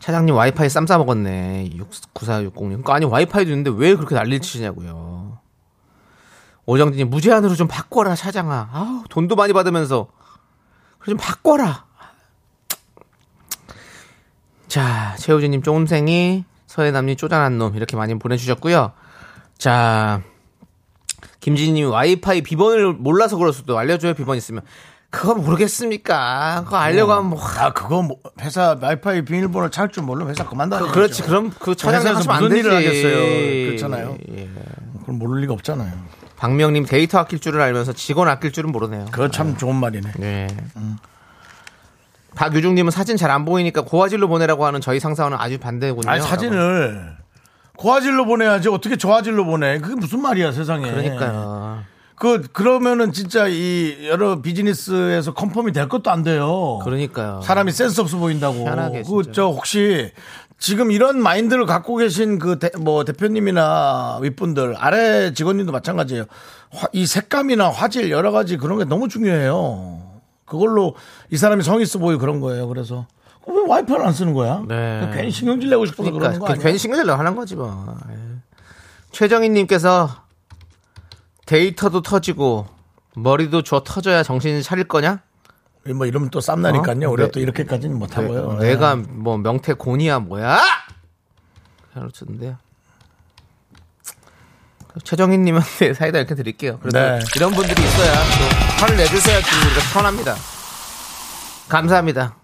[SPEAKER 2] 차장님 와이파이 쌈 싸 먹었네. 9460님. 아니 와이파이도 있는데 왜 그렇게 난리를 치시냐고요. 오정진 님, 무제한으로 좀 바꿔라, 차장아. 아우, 돈도 많이 받으면서. 그래 좀 바꿔라. 자, 최우진님 쫑생이 서해남님 쪼잔한 놈 이렇게 많이 보내주셨고요. 자, 김진님 와이파이 비번을 몰라서 그럴 수도 알려줘요 비번 있으면. 그거 모르겠습니까? 그거 알려고 하면 뭐.
[SPEAKER 1] 아 그거 뭐 회사 와이파이 비밀번호 찾을 줄 모르면 회사 그만다
[SPEAKER 2] 그, 그렇지 그럼 그
[SPEAKER 1] 회사에서
[SPEAKER 2] 차장에서
[SPEAKER 1] 무슨 일을 하겠어요. 그렇잖아요. 그럼 모를 리가 없잖아요
[SPEAKER 2] 박명님 데이터 아낄 줄을 알면서 직원 아낄 줄은 모르네요.
[SPEAKER 1] 그거 참 좋은 말이네
[SPEAKER 2] 네.
[SPEAKER 1] 음.
[SPEAKER 2] 박유중님은 사진 잘 안 보이니까 고화질로 보내라고 하는 저희 상사와는 아주 반대군요.
[SPEAKER 1] 아니 사진을 고화질로 보내야지 어떻게 저화질로 보내 그게 무슨 말이야 세상에
[SPEAKER 2] 그러니까요.
[SPEAKER 1] 그 그러면은 진짜 이 여러 비즈니스에서 컨펌이 될 것도 안 돼요
[SPEAKER 2] 그러니까요.
[SPEAKER 1] 사람이 센스 없어 보인다고
[SPEAKER 2] 희한하게 진짜.
[SPEAKER 1] 그저 혹시 지금 이런 마인드를 갖고 계신 그 뭐 대표님이나 윗분들 아래 직원님도 마찬가지예요 화- 이 색감이나 화질 여러 가지 그런 게 너무 중요해요 그걸로 이 사람이 성의 있어 보이 고 그런 거예요 그래서 왜 와이파이를 안 쓰는 거야
[SPEAKER 2] 네.
[SPEAKER 1] 괜히 신경질 내고 싶어서 그러
[SPEAKER 2] 그러니까
[SPEAKER 1] 는거
[SPEAKER 2] 그
[SPEAKER 1] 아니야
[SPEAKER 2] 괜히 신경 내려 하는 거지 뭐. 예. 최정희님께서 데이터도 터지고 머리도 줘 터져야 정신 차릴 거냐?
[SPEAKER 1] 뭐 이러면 또 쌈나니까요.
[SPEAKER 2] 어?
[SPEAKER 1] 우리가
[SPEAKER 2] 네.
[SPEAKER 1] 또 이렇게까지는 못하고요. 네.
[SPEAKER 2] 내- 내가 뭐 명태 곤이야 뭐야? 그렇던데요. 최정희님한테 *laughs* 사이다 이렇게 드릴게요. 그래도
[SPEAKER 1] 네.
[SPEAKER 2] 이런 분들이 있어야 또 화를 내주셔야지 우리가 편합니다. 감사합니다.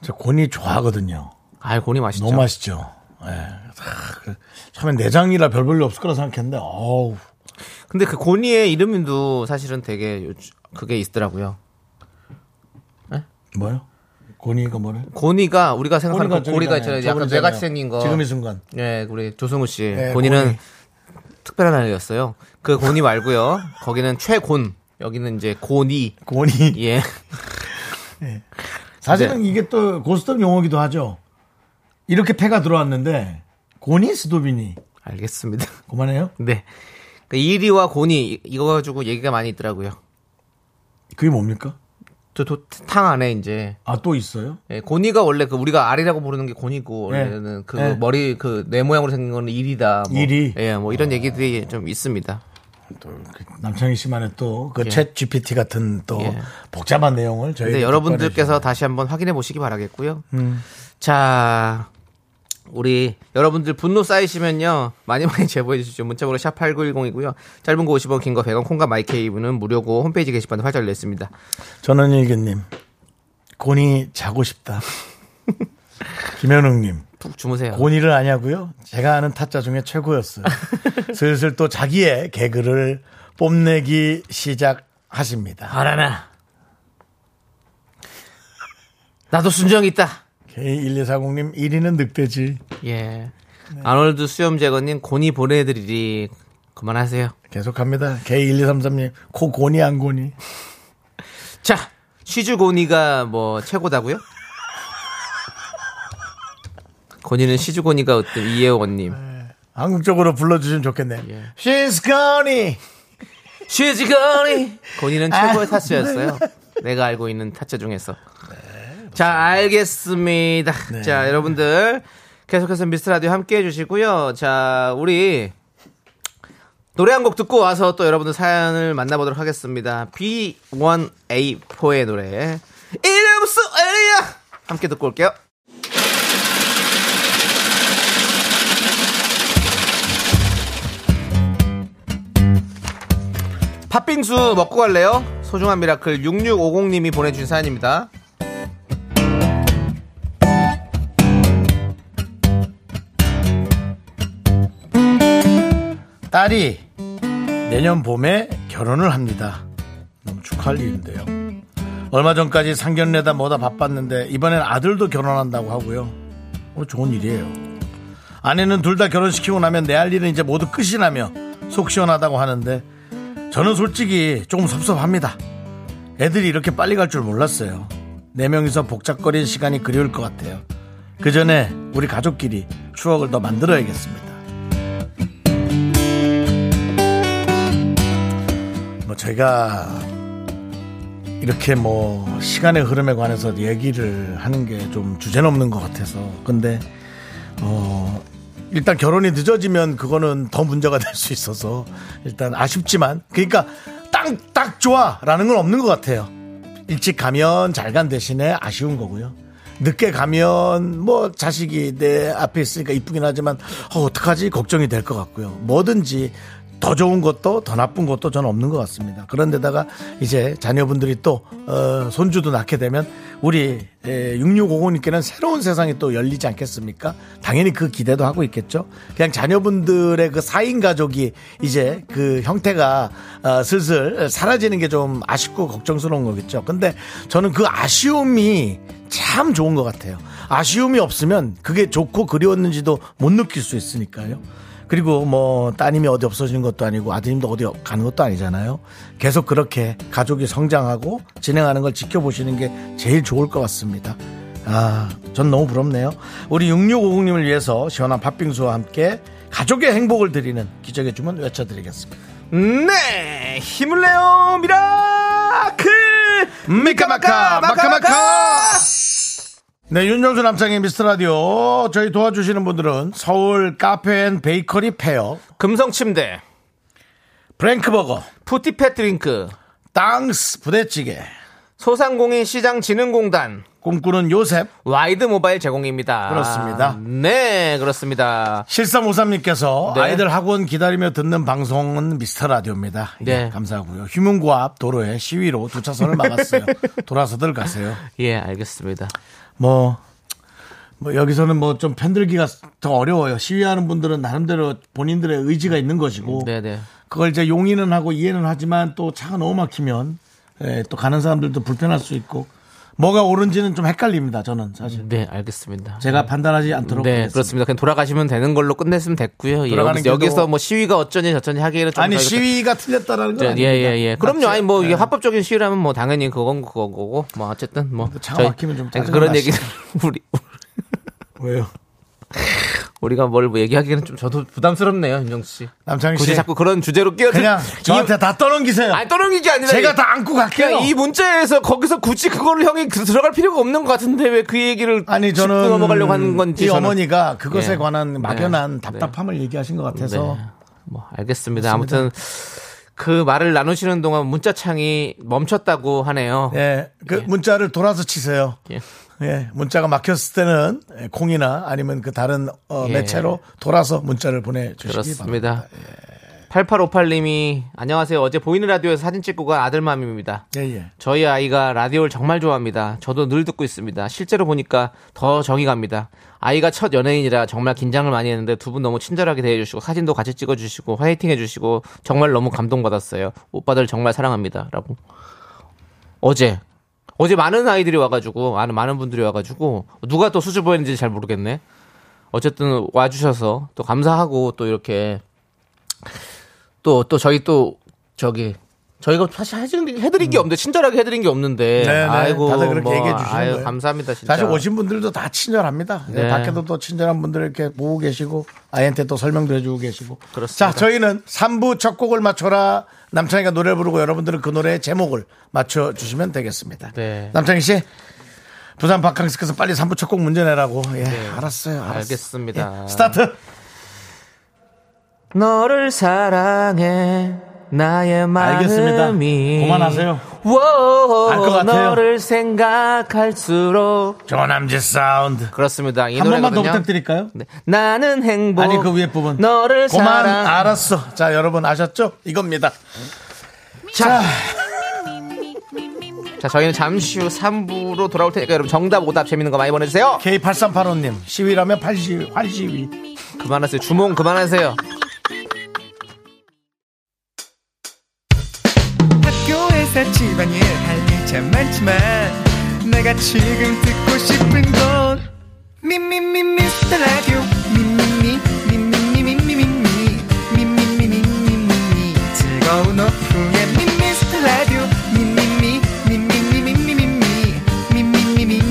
[SPEAKER 1] 저 곤이 좋아하거든요.
[SPEAKER 2] 아, 곤이 맛있죠.
[SPEAKER 1] 너무 맛있죠. 예. 아, 그 처음엔 내장이라 별 볼일 없을 거라 생각했는데, 어우.
[SPEAKER 2] 근데 그 고니의 이름도 사실은 되게 요즘- 그게 있더라고요.
[SPEAKER 1] 뭐요? 권위가 뭐래?
[SPEAKER 2] 고니가 우리가 생각하는
[SPEAKER 1] 권위가
[SPEAKER 2] 그 고리가
[SPEAKER 1] 저기잖아요.
[SPEAKER 2] 있잖아요. 약간
[SPEAKER 1] 저거잖아요.
[SPEAKER 2] 매같이 생긴 거.
[SPEAKER 1] 지금 이 순간.
[SPEAKER 2] 예, 우리 조승우 씨.
[SPEAKER 1] 네,
[SPEAKER 2] 고니는
[SPEAKER 1] 고니.
[SPEAKER 2] 특별한 아이였어요. 그 고니 말고요. 거기는 최곤. 여기는 이제 고니.
[SPEAKER 1] 권위.
[SPEAKER 2] 예. *laughs* 네.
[SPEAKER 1] 사실은 이게 또 고스톱 용어기도 하죠. 이렇게 패가 들어왔는데 권위 스도비니
[SPEAKER 2] 알겠습니다.
[SPEAKER 1] 그만해요.
[SPEAKER 2] 네. 그 이리와 고니 이- 이거 가지고 얘기가 많이 있더라고요.
[SPEAKER 1] 그게 뭡니까?
[SPEAKER 2] 저 도- 탕 안에 이제
[SPEAKER 1] 아 또 있어요?
[SPEAKER 2] 예, 고니가 원래 그 우리가 알이라고 부르는 게 고니고 원래는 그
[SPEAKER 1] 예.
[SPEAKER 2] 머리 그 내 모양으로 생긴 거는 일이다. 뭐.
[SPEAKER 1] 일이?
[SPEAKER 2] 예, 뭐 이런 얘기들이 좀 있습니다.
[SPEAKER 1] 남창희 씨만의 또그
[SPEAKER 2] 예.
[SPEAKER 1] 챗 GPT 같은 또
[SPEAKER 2] 예.
[SPEAKER 1] 복잡한 내용을 저희
[SPEAKER 2] 근데 네, 여러분들께서 다시 한번 확인해 보시기 바라겠고요. 자, 우리 여러분들 분노 쌓이시면요. 많이 많이 *laughs* 제보해 주시죠. 문자번호 샵8910이고요. 짧은 거 50원, 긴 거 100원, 콩과 마이케이브는 무료고 홈페이지 게시판에 활짝 열렸습니다.
[SPEAKER 1] 전원일기님 곤이 자고
[SPEAKER 2] *laughs*
[SPEAKER 1] 싶다. 김현웅님
[SPEAKER 2] 푹 주무세요.
[SPEAKER 1] 곤이를 아냐고요? 제가 아는 타짜 중에 최고였어요. 슬슬 또 자기의 개그를 뽐내기
[SPEAKER 2] 아.
[SPEAKER 1] 시작하십니다.
[SPEAKER 2] 바라나. 나도 순정 있다.
[SPEAKER 1] K1240님 1위는 늑대지.
[SPEAKER 2] 예. 아놀드 수염 제거님 곤이 보내드리리. 그만하세요.
[SPEAKER 1] 계속합니다. K1233님 코 곤이 안 곤이.
[SPEAKER 2] 자, 시즈 고니가 뭐 최고다고요? 고니는 시즈 고니가 어떤 이혜원님.
[SPEAKER 1] 한국적으로 불러주시면 좋겠네요.
[SPEAKER 2] 예.
[SPEAKER 1] She's gone.
[SPEAKER 2] 시즈 고니. 고니는 최고의 타짜였어요. 내가 알고 있는 타짜 중에서. 자, 알겠습니다. 자, 여러분들 계속해서 미스터 라디오 함께 해주시고요. 자, 우리 노래 한 곡 듣고 와서 또 여러분들 사연을 만나보도록 하겠습니다. B1A4의 노래 이름 속 에리야 함께 듣고 올게요. 팥빙수 먹고 갈래요? 소중한 미라클 6650님이 보내주신 사연입니다.
[SPEAKER 1] 딸이 내년 봄에 결혼을 합니다. 너무 축하할 일인데요. 얼마 전까지 상견례다 뭐다 바빴는데 이번엔 아들도 결혼한다고 하고요. 어, 좋은 일이에요. 아내는 둘 다 결혼시키고 나면 내 할 일은 이제 모두 끝이 나며 속 시원하다고 하는데 저는 솔직히 조금 섭섭합니다. 애들이 이렇게 빨리 갈 줄 몰랐어요. 네 명이서 복잡거리는 시간이 그리울 것 같아요. 그 전에 우리 가족끼리 추억을 더 만들어야겠습니다. 뭐 제가 이렇게 뭐 시간의 흐름에 관해서 얘기를 하는 게 좀 주제넘는 것 같아서 근데 어 일단 결혼이 늦어지면 그거는 더 문제가 될 수 있어서 일단 아쉽지만 그러니까 딱 딱 좋아라는 건 없는 것 같아요 일찍 가면 잘 간 대신에 아쉬운 거고요 늦게 가면 뭐 자식이 내 앞에 있으니까 이쁘긴 하지만 어, 어떡하지 걱정이 될 것 같고요 뭐든지 더 좋은 것도 더 나쁜 것도 저는 없는 것 같습니다. 그런데다가 이제 자녀분들이 또 어, 손주도 낳게 되면 우리 6650님께는 새로운 세상이 또 열리지 않겠습니까? 당연히 그 기대도 하고 있겠죠. 그냥 자녀분들의 그 4인 가족이 이제 그 형태가 어, 슬슬 사라지는 게 좀 아쉽고 걱정스러운 거겠죠. 근데 저는 그 아쉬움이 참 좋은 것 같아요. 아쉬움이 없으면 그게 좋고 그리웠는지도 못 느낄 수 있으니까요. 그리고 뭐 따님이 어디 없어지는 것도 아니고 아드님도 어디 가는 것도 아니잖아요. 계속 그렇게 가족이 성장하고 진행하는 걸 지켜보시는 게 제일 좋을 것 같습니다. 아, 전 너무 부럽네요. 우리 6650님을 위해서 시원한 팥빙수와 함께 가족의 행복을 드리는 기적의 주문 외쳐드리겠습니다.
[SPEAKER 2] 네! 힘을 내요! 미라클!
[SPEAKER 1] 미카마카 마카마카 네, 윤정수 남창의 미스터라디오 저희 도와주시는 분들은 서울 카페앤 베이커리 페어
[SPEAKER 2] 금성침대,
[SPEAKER 1] 브랭크버거
[SPEAKER 2] 푸티팻 드링크,
[SPEAKER 1] 땅스 부대찌개
[SPEAKER 2] 소상공인 시장진흥공단,
[SPEAKER 1] 꿈꾸는 요셉
[SPEAKER 2] 와이드 모바일 제공입니다.
[SPEAKER 1] 그렇습니다.
[SPEAKER 2] 네, 그렇습니다.
[SPEAKER 1] 7353님께서
[SPEAKER 2] 네.
[SPEAKER 1] 아이들 학원 기다리며 듣는 방송은 미스터 라디오입니다. 예,
[SPEAKER 2] 네.
[SPEAKER 1] 감사하고요. 휴문고 앞 도로에 시위로 두 차선을
[SPEAKER 2] *laughs*
[SPEAKER 1] 막았어요. 돌아서들 가세요.
[SPEAKER 2] 예, 알겠습니다.
[SPEAKER 1] 뭐, 뭐 여기서는 뭐 좀 편들기가 더 어려워요. 시위하는 분들은 나름대로 본인들의 의지가 있는 것이고
[SPEAKER 2] 네네.
[SPEAKER 1] 그걸 이제 용인은 하고 이해는 하지만 또 차가 너무 막히면 예, 또 가는 사람들도 불편할 수 있고 뭐가 옳은지는 좀 헷갈립니다. 저는 사실
[SPEAKER 2] 네, 알겠습니다.
[SPEAKER 1] 제가 판단하지 않도록
[SPEAKER 2] 네,
[SPEAKER 1] 하겠습니다.
[SPEAKER 2] 그렇습니다. 그냥 돌아가시면 되는 걸로 끝냈으면 됐고요. 예,
[SPEAKER 1] 돌아가는
[SPEAKER 2] 여기서,
[SPEAKER 1] 길도-
[SPEAKER 2] 여기서 뭐 시위가 어쩌니 저쩌니 하기에는 좀
[SPEAKER 1] 아니
[SPEAKER 2] 저희가
[SPEAKER 1] 시위가 틀렸다라는 건
[SPEAKER 2] 예,
[SPEAKER 1] 아닙니다.
[SPEAKER 2] 예, 예. 그럼요.
[SPEAKER 1] 맞죠?
[SPEAKER 2] 아니, 뭐,
[SPEAKER 1] 네.
[SPEAKER 2] 이게 합법적인 시위라면 뭐, 당연히 그건 그건 거고. 뭐, 어쨌든 뭐.
[SPEAKER 1] 차
[SPEAKER 2] 저희-
[SPEAKER 1] 막히면 좀
[SPEAKER 2] 그러니까
[SPEAKER 1] 짜증
[SPEAKER 2] 그런
[SPEAKER 1] 나시죠.
[SPEAKER 2] 얘기는 *laughs* 우리,
[SPEAKER 1] 왜요?
[SPEAKER 2] 우리가 뭘 얘기하기는 좀 저도 부담스럽네요, 윤정수 씨.
[SPEAKER 1] 남창희
[SPEAKER 2] 굳이
[SPEAKER 1] 씨
[SPEAKER 2] 자꾸 그런 주제로 끼어들
[SPEAKER 1] 그냥 저한테 다 떠넘기세요.
[SPEAKER 2] 아니, 떠넘긴 게 아니라.
[SPEAKER 1] 제가
[SPEAKER 2] 이-
[SPEAKER 1] 다 안고 갈게요.
[SPEAKER 2] 그냥 이 문자에서 거기서 굳이 그거를 형이 그- 들어갈 필요가 없는 것 같은데 왜 그 얘기를
[SPEAKER 1] 아니
[SPEAKER 2] 짚고
[SPEAKER 1] 저는
[SPEAKER 2] 넘어가려고 하는 건지
[SPEAKER 1] 이
[SPEAKER 2] 저는-
[SPEAKER 1] 어머니가 그것에
[SPEAKER 2] 예.
[SPEAKER 1] 관한 막연한
[SPEAKER 2] 네.
[SPEAKER 1] 답답함을 얘기하신 것 같아서
[SPEAKER 2] 네. 뭐 알겠습니다. 아무튼 그 말을 나누시는 동안 문자 창이 멈췄다고 하네요.
[SPEAKER 1] 예, 그 문자를 돌아서 치세요.
[SPEAKER 2] 예.
[SPEAKER 1] 예, 문자가 막혔을 때는 콩이나 아니면 그 다른 어,
[SPEAKER 2] 예.
[SPEAKER 1] 매체로 돌아서 문자를 보내주시기 바랍니다. 예.
[SPEAKER 2] 그렇습니다. 8858님이 안녕하세요. 어제 보이는 라디오에서 사진 찍고 간 아들맘입니다.
[SPEAKER 1] 예, 예.
[SPEAKER 2] 저희 아이가 라디오를 정말 좋아합니다. 저도 늘 듣고 있습니다. 실제로 보니까 더 정이 갑니다. 아이가 첫 연예인이라 정말 긴장을 많이 했는데 두 분 너무 친절하게 대해주시고 사진도 같이 찍어주시고 화이팅 해주시고 정말 너무 감동받았어요. 오빠들 정말 사랑합니다. 라고. 어제. 어제 많은 아이들이 와가지고, 많은, 많은 분들이 와가지고, 누가 또 수줍어했는지 잘 모르겠네. 어쨌든 와주셔서 또 감사하고 또 이렇게 또, 또 저희 또, 저기, 저희가 사실 해드린, 해드린 게 없는데, 친절하게 해드린 게 없는데,
[SPEAKER 1] 음. 네, 네.
[SPEAKER 2] 아이고,
[SPEAKER 1] 다들 그렇게
[SPEAKER 2] 뭐,
[SPEAKER 1] 얘기해 주시는
[SPEAKER 2] 아유,
[SPEAKER 1] 거예요.
[SPEAKER 2] 감사합니다, 진짜.
[SPEAKER 1] 사실 오신 분들도 다 친절합니다. 예,
[SPEAKER 2] 네.
[SPEAKER 1] 밖에도 또 친절한 분들 이렇게 보고 계시고 아이한테 또 설명도 해주고 계시고. 자,
[SPEAKER 2] 그렇습니다.
[SPEAKER 1] 저희는 3부 첫 곡을 맞춰라. 남창희가 노래를 부르고 여러분들은 그 노래의 제목을 맞춰주시면 되겠습니다.
[SPEAKER 2] 네.
[SPEAKER 1] 남창희 씨, 부산 바캉스에서 빨리 3부 첫 곡 문제 내라고. 예, 알았어요. 알았어요.
[SPEAKER 2] 네. 알겠습니다.
[SPEAKER 1] 예, 스타트.
[SPEAKER 2] 너를 사랑해 나의 마음이
[SPEAKER 1] 알겠습니다. 그만하세요.
[SPEAKER 2] 워,
[SPEAKER 1] 알것 같아요.
[SPEAKER 2] 너를 생각할수록
[SPEAKER 1] 조남지 사운드.
[SPEAKER 2] 그렇습니다. 이
[SPEAKER 1] 한 번만 더
[SPEAKER 2] 노래거든요.
[SPEAKER 1] 부탁드릴까요?
[SPEAKER 2] 네. 나는 행복.
[SPEAKER 1] 아니 그 위에 부분.
[SPEAKER 2] 너를
[SPEAKER 1] 그만 아.
[SPEAKER 2] 사랑.
[SPEAKER 1] 알았어. 자 여러분 아셨죠? 이겁니다.
[SPEAKER 2] 자. 자, 저희는 잠시 후 3부로 돌아올 테니까 여러분 정답 오답 재밌는 거 많이 보내주세요.
[SPEAKER 1] K8385님 시위라면 80 활시위.
[SPEAKER 2] 그만하세요. 주몽 그만하세요.
[SPEAKER 6] 학교에서 집안일 할 일 참 많지만 내가 지금 듣고 싶은 건 미미미 미스터 라디오 미미미 미미미 미미미 미미미 미미미 즐거운 오후에 미스터 라디오 미미미 미미미 미미미 미미미 미미미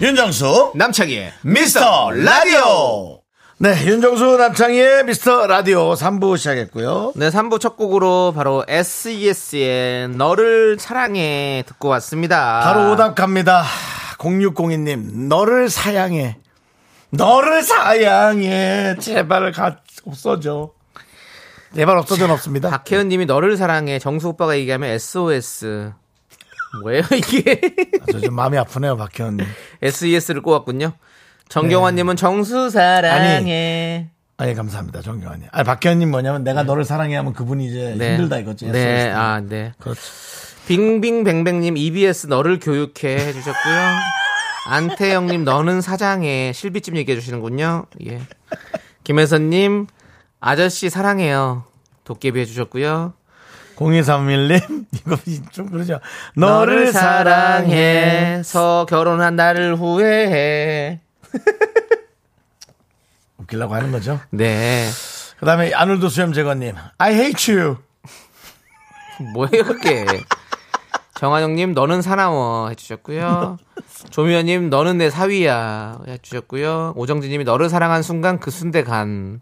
[SPEAKER 1] 윤정수
[SPEAKER 2] 남창희의
[SPEAKER 1] 미스터 라디오. 네 윤정수 남창희의 미스터 라디오 3부 시작했고요.
[SPEAKER 2] 네, 3부 첫 곡으로 바로 SES의 너를 사랑해 듣고 왔습니다.
[SPEAKER 1] 바로 오답 갑니다. 0602님 너를 사양해. 너를 사양해. 제발 가 없어져. 제발 없어져는 없습니다.
[SPEAKER 2] 박혜은 님이 너를 사랑해. 정수 오빠가 얘기하면 SOS. 뭐예요, 이게? *laughs*
[SPEAKER 1] 아, 저 좀 마음이 아프네요 박현님.
[SPEAKER 2] SES를 꼬았군요. 정경환 님은 정수 사랑해.
[SPEAKER 1] 네. 아예 감사합니다 정경환님. 아니 박현님 뭐냐면 내가 너를 사랑해 하면 그분이 이제 힘들다 이거지. E
[SPEAKER 2] 네,
[SPEAKER 1] SOS.
[SPEAKER 2] 아, 네.
[SPEAKER 1] 그렇죠.
[SPEAKER 2] 빙빙뱅뱅님 EBS 너를 교육해 해주셨고요. 안태영님 너는 사장해 실비집 얘기해 주시는군요. 예. 김혜선님 아저씨 사랑해요 도깨비 해주셨고요.
[SPEAKER 1] 0231님 *laughs* 이거 좀 그러죠.
[SPEAKER 2] 너를 사랑해서 결혼한 나를 후회해.
[SPEAKER 1] 웃기려고 하는 거죠.
[SPEAKER 2] 네.
[SPEAKER 1] 그다음에 아놀드 수염 제거님, I hate you.
[SPEAKER 2] 뭐예요 그게? 정한영님 너는 사나워 해주셨고요. 조미연님 너는 내 사위야 해주셨고요. 오정진님이 너를 사랑한 순간 그 순대 간.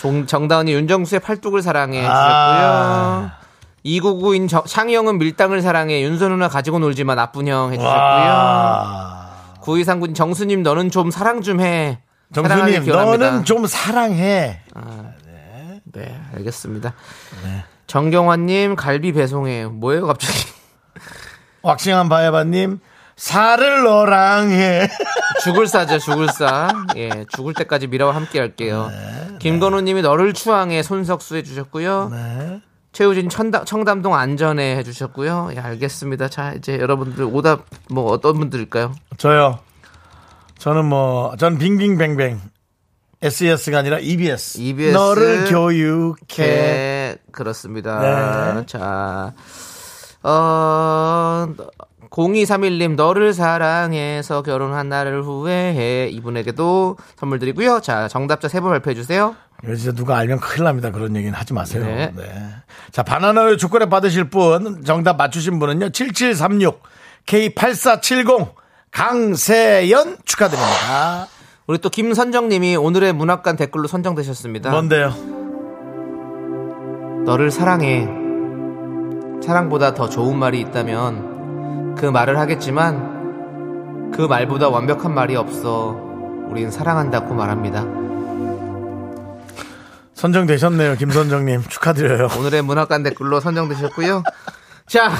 [SPEAKER 2] 종- 정다은이 윤정수의 팔뚝을 사랑해 해주셨고요.
[SPEAKER 1] 아.
[SPEAKER 2] 2992인 정- 창희형은 밀당을 사랑해 윤선우나 가지고 놀지마 나쁜 형 해주셨고요.
[SPEAKER 1] 와.
[SPEAKER 2] 9239님 정수님 너는 좀 사랑 좀해
[SPEAKER 1] 정수님, 너는 좀 사랑해.
[SPEAKER 2] 네, 알겠습니다.
[SPEAKER 1] 네.
[SPEAKER 2] 정경환님 갈비 배송해 뭐예요 갑자기?
[SPEAKER 1] 왁싱한 바야바님, 살을 너랑 해. *laughs*
[SPEAKER 2] 죽을 싸죠, 죽을 싸. 예, 죽을 때까지 미라와 함께 할게요. 김건우님이 너를 추앙해 손석수 해주셨고요. 최우진 청담, 청담동 안전에 해주셨고요. 예, 알겠습니다. 자, 이제 여러분들 오답 뭐 어떤 분들일까요?
[SPEAKER 1] 저요. 저는 뭐, 전 빙빙뱅뱅. SES가 아니라 EBS.
[SPEAKER 2] EBS.
[SPEAKER 1] 너를 교육해.
[SPEAKER 2] 네, 그렇습니다. 자, 어, 0231님, 너를 사랑해서 결혼한 나를 후회해. 이분에게도 선물 드리고요. 자, 정답자 세 분 발표해주세요.
[SPEAKER 1] 이거 진짜 누가 알면 큰일 납니다. 그런 얘기는 하지 마세요.
[SPEAKER 2] 네.
[SPEAKER 1] 네. 자, 바나나를 초콜릿 받으실 분, 정답 맞추신 분은요, 7736, K8470, 강세연 축하드립니다.
[SPEAKER 2] 우리 또 김선정님이 오늘의 문학관 댓글로 선정되셨습니다.
[SPEAKER 1] 뭔데요?
[SPEAKER 2] 너를 사랑해. 사랑보다 더 좋은 말이 있다면 그 말을 하겠지만 그 말보다 완벽한 말이 없어. 우린 사랑한다고 말합니다.
[SPEAKER 1] 선정되셨네요, 김선정님. 축하드려요.
[SPEAKER 2] 오늘의 문학관 댓글로 선정되셨고요. *laughs* 자,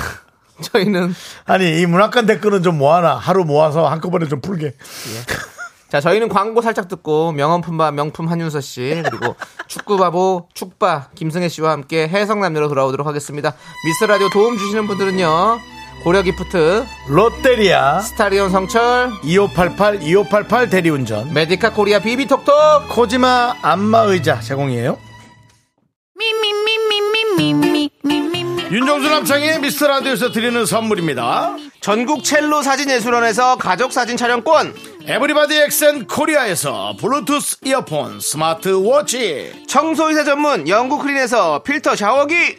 [SPEAKER 2] 저희는
[SPEAKER 1] 아니, 이 문학관 댓글은 좀 모아놔. 하루 모아서 한꺼번에 좀 풀게.
[SPEAKER 2] 자, 저희는 광고 살짝 듣고 명언 품바 명품 한윤서 씨 그리고 축구 바보 축바 김승혜 씨와 함께 해성남녀로 돌아오도록 하겠습니다. 미스 라디오 도움 주시는 분들은요. 고려 기프트,
[SPEAKER 1] 롯데리아
[SPEAKER 2] 스타리온 성철,
[SPEAKER 1] 2588 2588 대리운전
[SPEAKER 2] 메디카 코리아 비비톡톡
[SPEAKER 1] 코지마 안마의자 제공이에요. 윤정수 남창의 미스터 라디오에서 드리는 선물입니다.
[SPEAKER 2] 전국 첼로 사진 예술원에서 가족 사진 촬영권,
[SPEAKER 1] 에브리바디 엑센 코리아에서 블루투스 이어폰, 스마트워치,
[SPEAKER 2] 청소이사 전문 영국 클린에서 필터 샤워기,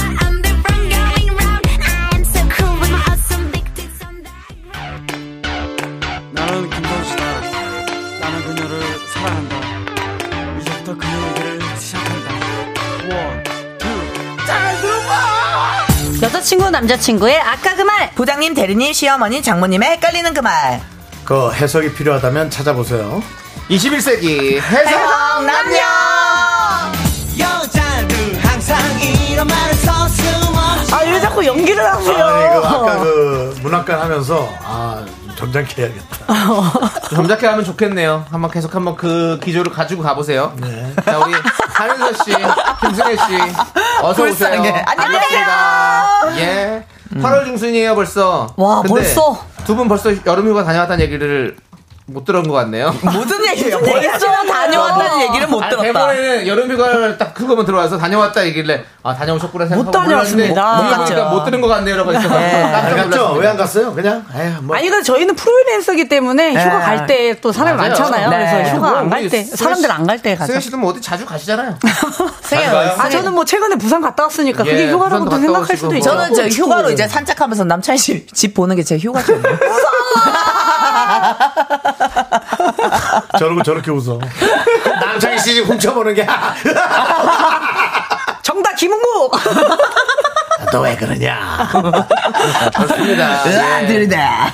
[SPEAKER 5] 나는 김선수다. 나는 그녀를 사랑한다. 이제부터 그녀에게를 시작한다. 원, 투.
[SPEAKER 7] 여자친구 남자친구의 아까 그 말 부장님 대리님 시어머니 장모님의 헷갈리는 그말
[SPEAKER 1] 그 해석이 필요하다면 찾아보세요.
[SPEAKER 2] 21세기 해성 남녀
[SPEAKER 5] 여자들 항상 이런 말을 서슴없이
[SPEAKER 7] 아 왜 자꾸 연기를 하세요
[SPEAKER 1] 그 문학관 하면서 아 점잖게 해야겠다.
[SPEAKER 2] 점잖게 하면 좋겠네요 한번 계속 한번 그 기조를 가지고 가보세요 자 우리 한윤서 씨 김승혜 씨 어서 오세요
[SPEAKER 7] 불쌍해. 안녕히
[SPEAKER 2] 반갑습니다. 예 8월 중순이에요 벌써
[SPEAKER 7] 와, 벌써?
[SPEAKER 2] 두 분 벌써 여름휴가 다녀왔다는 얘기를 못 들은 것 같네요
[SPEAKER 7] 아, 무슨 얘기예요 내가
[SPEAKER 8] 아,
[SPEAKER 7] 다녀왔다는 얘기를 못
[SPEAKER 2] 아니,
[SPEAKER 7] 들었다
[SPEAKER 2] 대본에는 여름휴가를 딱 그거만 들어와서 다녀왔다 얘길래 아 다녀오셨구나 생각
[SPEAKER 7] 다녀왔습니다.
[SPEAKER 2] 못,
[SPEAKER 7] 못
[SPEAKER 2] 들으니까
[SPEAKER 7] 갔죠.
[SPEAKER 2] 그러니까 못 들은 것 같네요라고 했어요
[SPEAKER 1] 안
[SPEAKER 2] 깜짝
[SPEAKER 1] 갔죠? 왜
[SPEAKER 2] 놀랐어요
[SPEAKER 1] 안 갔어요? 그냥 에휴, 뭐
[SPEAKER 8] 아니, 근데 저희는 프리랜서기 때문에 휴가 갈 때 또 사람이
[SPEAKER 2] 맞아요. 뭐,
[SPEAKER 8] 많잖아요.
[SPEAKER 7] 네.
[SPEAKER 8] 그래서 휴가 안
[SPEAKER 2] 우리
[SPEAKER 8] 갈 때,
[SPEAKER 2] 승혜
[SPEAKER 8] 사람들
[SPEAKER 2] 씨-
[SPEAKER 8] 안 갈 때 가죠.
[SPEAKER 2] 승혜 씨도 뭐 어디 자주 가시잖아요
[SPEAKER 7] 네.
[SPEAKER 8] 아, 저는 뭐 최근에 부산 갔다 왔으니까
[SPEAKER 2] 예,
[SPEAKER 8] 그게
[SPEAKER 2] 부산도
[SPEAKER 8] 휴가라고도
[SPEAKER 2] 갔다
[SPEAKER 8] 생각할
[SPEAKER 2] 오시고
[SPEAKER 8] 수도
[SPEAKER 2] 뭐.
[SPEAKER 8] 있죠.
[SPEAKER 7] 저는 저 휴가로 이제 산책하면서 남찬 씨 집 보는 게 제 휴가죠
[SPEAKER 1] 저러고 저렇게 웃어. *laughs* 남창희 씨 지금 훔쳐보는 게.
[SPEAKER 8] *laughs*
[SPEAKER 1] *laughs*
[SPEAKER 8] 정답 김은국!
[SPEAKER 1] 너 왜 그러냐?
[SPEAKER 2] 좋습니다
[SPEAKER 1] 아,
[SPEAKER 7] 네.
[SPEAKER 2] 예.
[SPEAKER 7] 들이다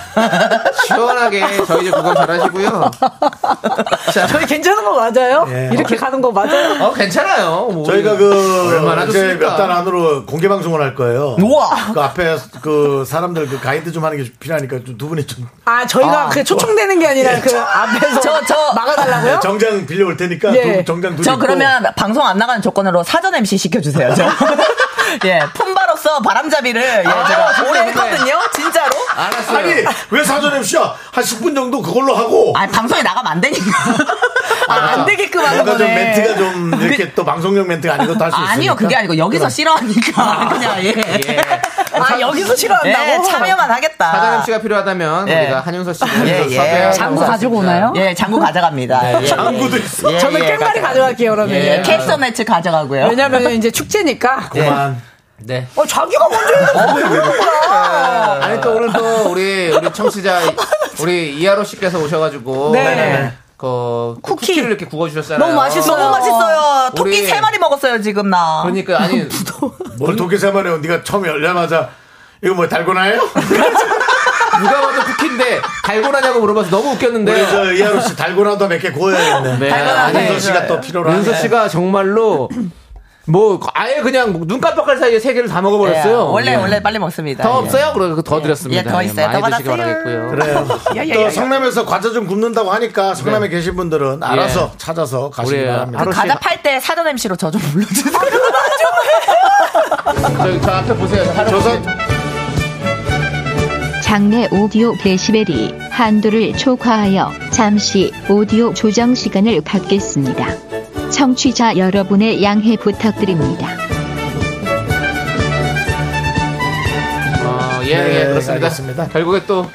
[SPEAKER 2] 시원하게 저희 이제 그거 잘하시고요
[SPEAKER 8] 저희 괜찮은 거 맞아요?
[SPEAKER 1] 예.
[SPEAKER 8] 이렇게 가는 거 맞아요?
[SPEAKER 2] 어 괜찮아요 뭐
[SPEAKER 1] 저희가 그
[SPEAKER 2] 얼마나
[SPEAKER 1] 이제
[SPEAKER 2] 좋습니까?
[SPEAKER 1] 몇 달 안으로 공개 방송을 할 거예요.
[SPEAKER 7] 우와.
[SPEAKER 1] 그 앞에 그 사람들 그 가이드 좀 하는 게 필요하니까 좀 두 분이 좀
[SPEAKER 8] 아, 저희가 그 초청되는 게 아니라 그 앞에서
[SPEAKER 7] 저, 저.
[SPEAKER 8] 막아달라고요?
[SPEAKER 1] 네, 정장 빌려올 테니까
[SPEAKER 8] 예.
[SPEAKER 1] 두- 아, 정장 둘이
[SPEAKER 7] 저
[SPEAKER 1] 입고
[SPEAKER 7] 그러면 방송 안 나가는 조건으로 사전 MC 시켜주세요 저. *laughs* 예 품바로서 바람잡이를 예, 제가 오래 했거든요 진짜로
[SPEAKER 2] 알았어요
[SPEAKER 1] 아, 아니 왜 사전 MC야? 한 10분 정도 그걸로 하고
[SPEAKER 7] 아 방송에 나가면 안 되니까 아, 안 되게끔 하는
[SPEAKER 1] 뭔가 좀
[SPEAKER 7] 거네
[SPEAKER 1] 멘트가 좀 이렇게 또 방송용 멘트가 아니고 할수 아, 있어요.
[SPEAKER 7] 아니요 그게 아니고 여기서 싫어하니까 그냥 예.
[SPEAKER 2] 예.
[SPEAKER 9] 네.
[SPEAKER 8] 아, 여기서 싫어한다고?
[SPEAKER 7] 예, 참여만 하겠다.
[SPEAKER 2] 사장님 씨가 필요하다면
[SPEAKER 7] 예.
[SPEAKER 2] 우리가 한윤서 씨를
[SPEAKER 7] 예, 예.
[SPEAKER 2] 섭외하고
[SPEAKER 8] 장구
[SPEAKER 2] 왔습니다.
[SPEAKER 8] 가지고 오나요?
[SPEAKER 7] 예, 장구
[SPEAKER 1] 네.
[SPEAKER 7] 가져갑니다. 예,
[SPEAKER 1] 장구도 있어.
[SPEAKER 7] 예,
[SPEAKER 8] 저는
[SPEAKER 7] 예,
[SPEAKER 8] 깻말이
[SPEAKER 7] 가져가-
[SPEAKER 8] 가져갈게요, 그러면.
[SPEAKER 7] 예, 캡서 매치 가져가고요.
[SPEAKER 8] 왜냐면 이제 축제니까.
[SPEAKER 1] 그만.
[SPEAKER 2] 네.
[SPEAKER 9] 어, 자기가 먼저 해놓고 그러는 거야.
[SPEAKER 2] 아니 또 오늘 또 우리 우리 청취자 우리 이하로 씨께서 오셔가지고
[SPEAKER 9] 네. 네.
[SPEAKER 2] 그 쿠키. 를 이렇게 구워 주셨잖아요.
[SPEAKER 9] 너무 맛있어요. 너무 맛있어요. 토끼 세 마리 먹었어요 지금 나.
[SPEAKER 2] 그러니까 아니
[SPEAKER 1] 뭘 도끼 세 마리 네가 처음 열자마자 이거 뭐 달고나요?
[SPEAKER 2] 누가 봐도 쿠키인데 달고나냐고 물어봐서 너무
[SPEAKER 1] 우리
[SPEAKER 2] 웃겼는데
[SPEAKER 1] 저 이하로 씨 달고나도 몇 개 구워야겠네.
[SPEAKER 2] 네.
[SPEAKER 1] 달고나
[SPEAKER 2] 아니,
[SPEAKER 1] 윤서 씨가 또 필요로 하네.
[SPEAKER 2] 윤서 씨가 정말로 뭐 아예 그냥 눈 깜빡할 사이에 세 개를 다 먹어버렸어요.
[SPEAKER 9] 예, 원래
[SPEAKER 2] 예.
[SPEAKER 9] 원래 빨리 먹습니다.
[SPEAKER 2] 더
[SPEAKER 9] 예.
[SPEAKER 2] 없어요? 그고더 드렸습니다.
[SPEAKER 9] 예, 더 있어요.
[SPEAKER 2] 많이
[SPEAKER 9] 더
[SPEAKER 2] 드시기
[SPEAKER 9] 받았어요.
[SPEAKER 2] 바라겠고요.
[SPEAKER 1] 그래요.
[SPEAKER 9] 야, 야, 야,
[SPEAKER 1] 또
[SPEAKER 9] 야.
[SPEAKER 1] 성남에서 과자 좀 굽는다고 하니까 성남에 계신 분들은 알아서 찾아서 가시기
[SPEAKER 2] 우리
[SPEAKER 1] 바랍니다.
[SPEAKER 2] 하루
[SPEAKER 9] 과자 팔 때 사전 MC로 저 좀 불러주세요.
[SPEAKER 2] 저, 저 앞에 보세요. 저 하루
[SPEAKER 1] 조선
[SPEAKER 10] 장내 오디오 데시벨이 한도를 초과하여 잠시 오디오 조정 시간을 갖겠습니다. 청취자 여러분의 양해 부탁드립니다.
[SPEAKER 2] 어, 예,
[SPEAKER 1] 네,
[SPEAKER 2] 예, 그렇습니다.
[SPEAKER 1] 알겠습니다.
[SPEAKER 2] 결국에 또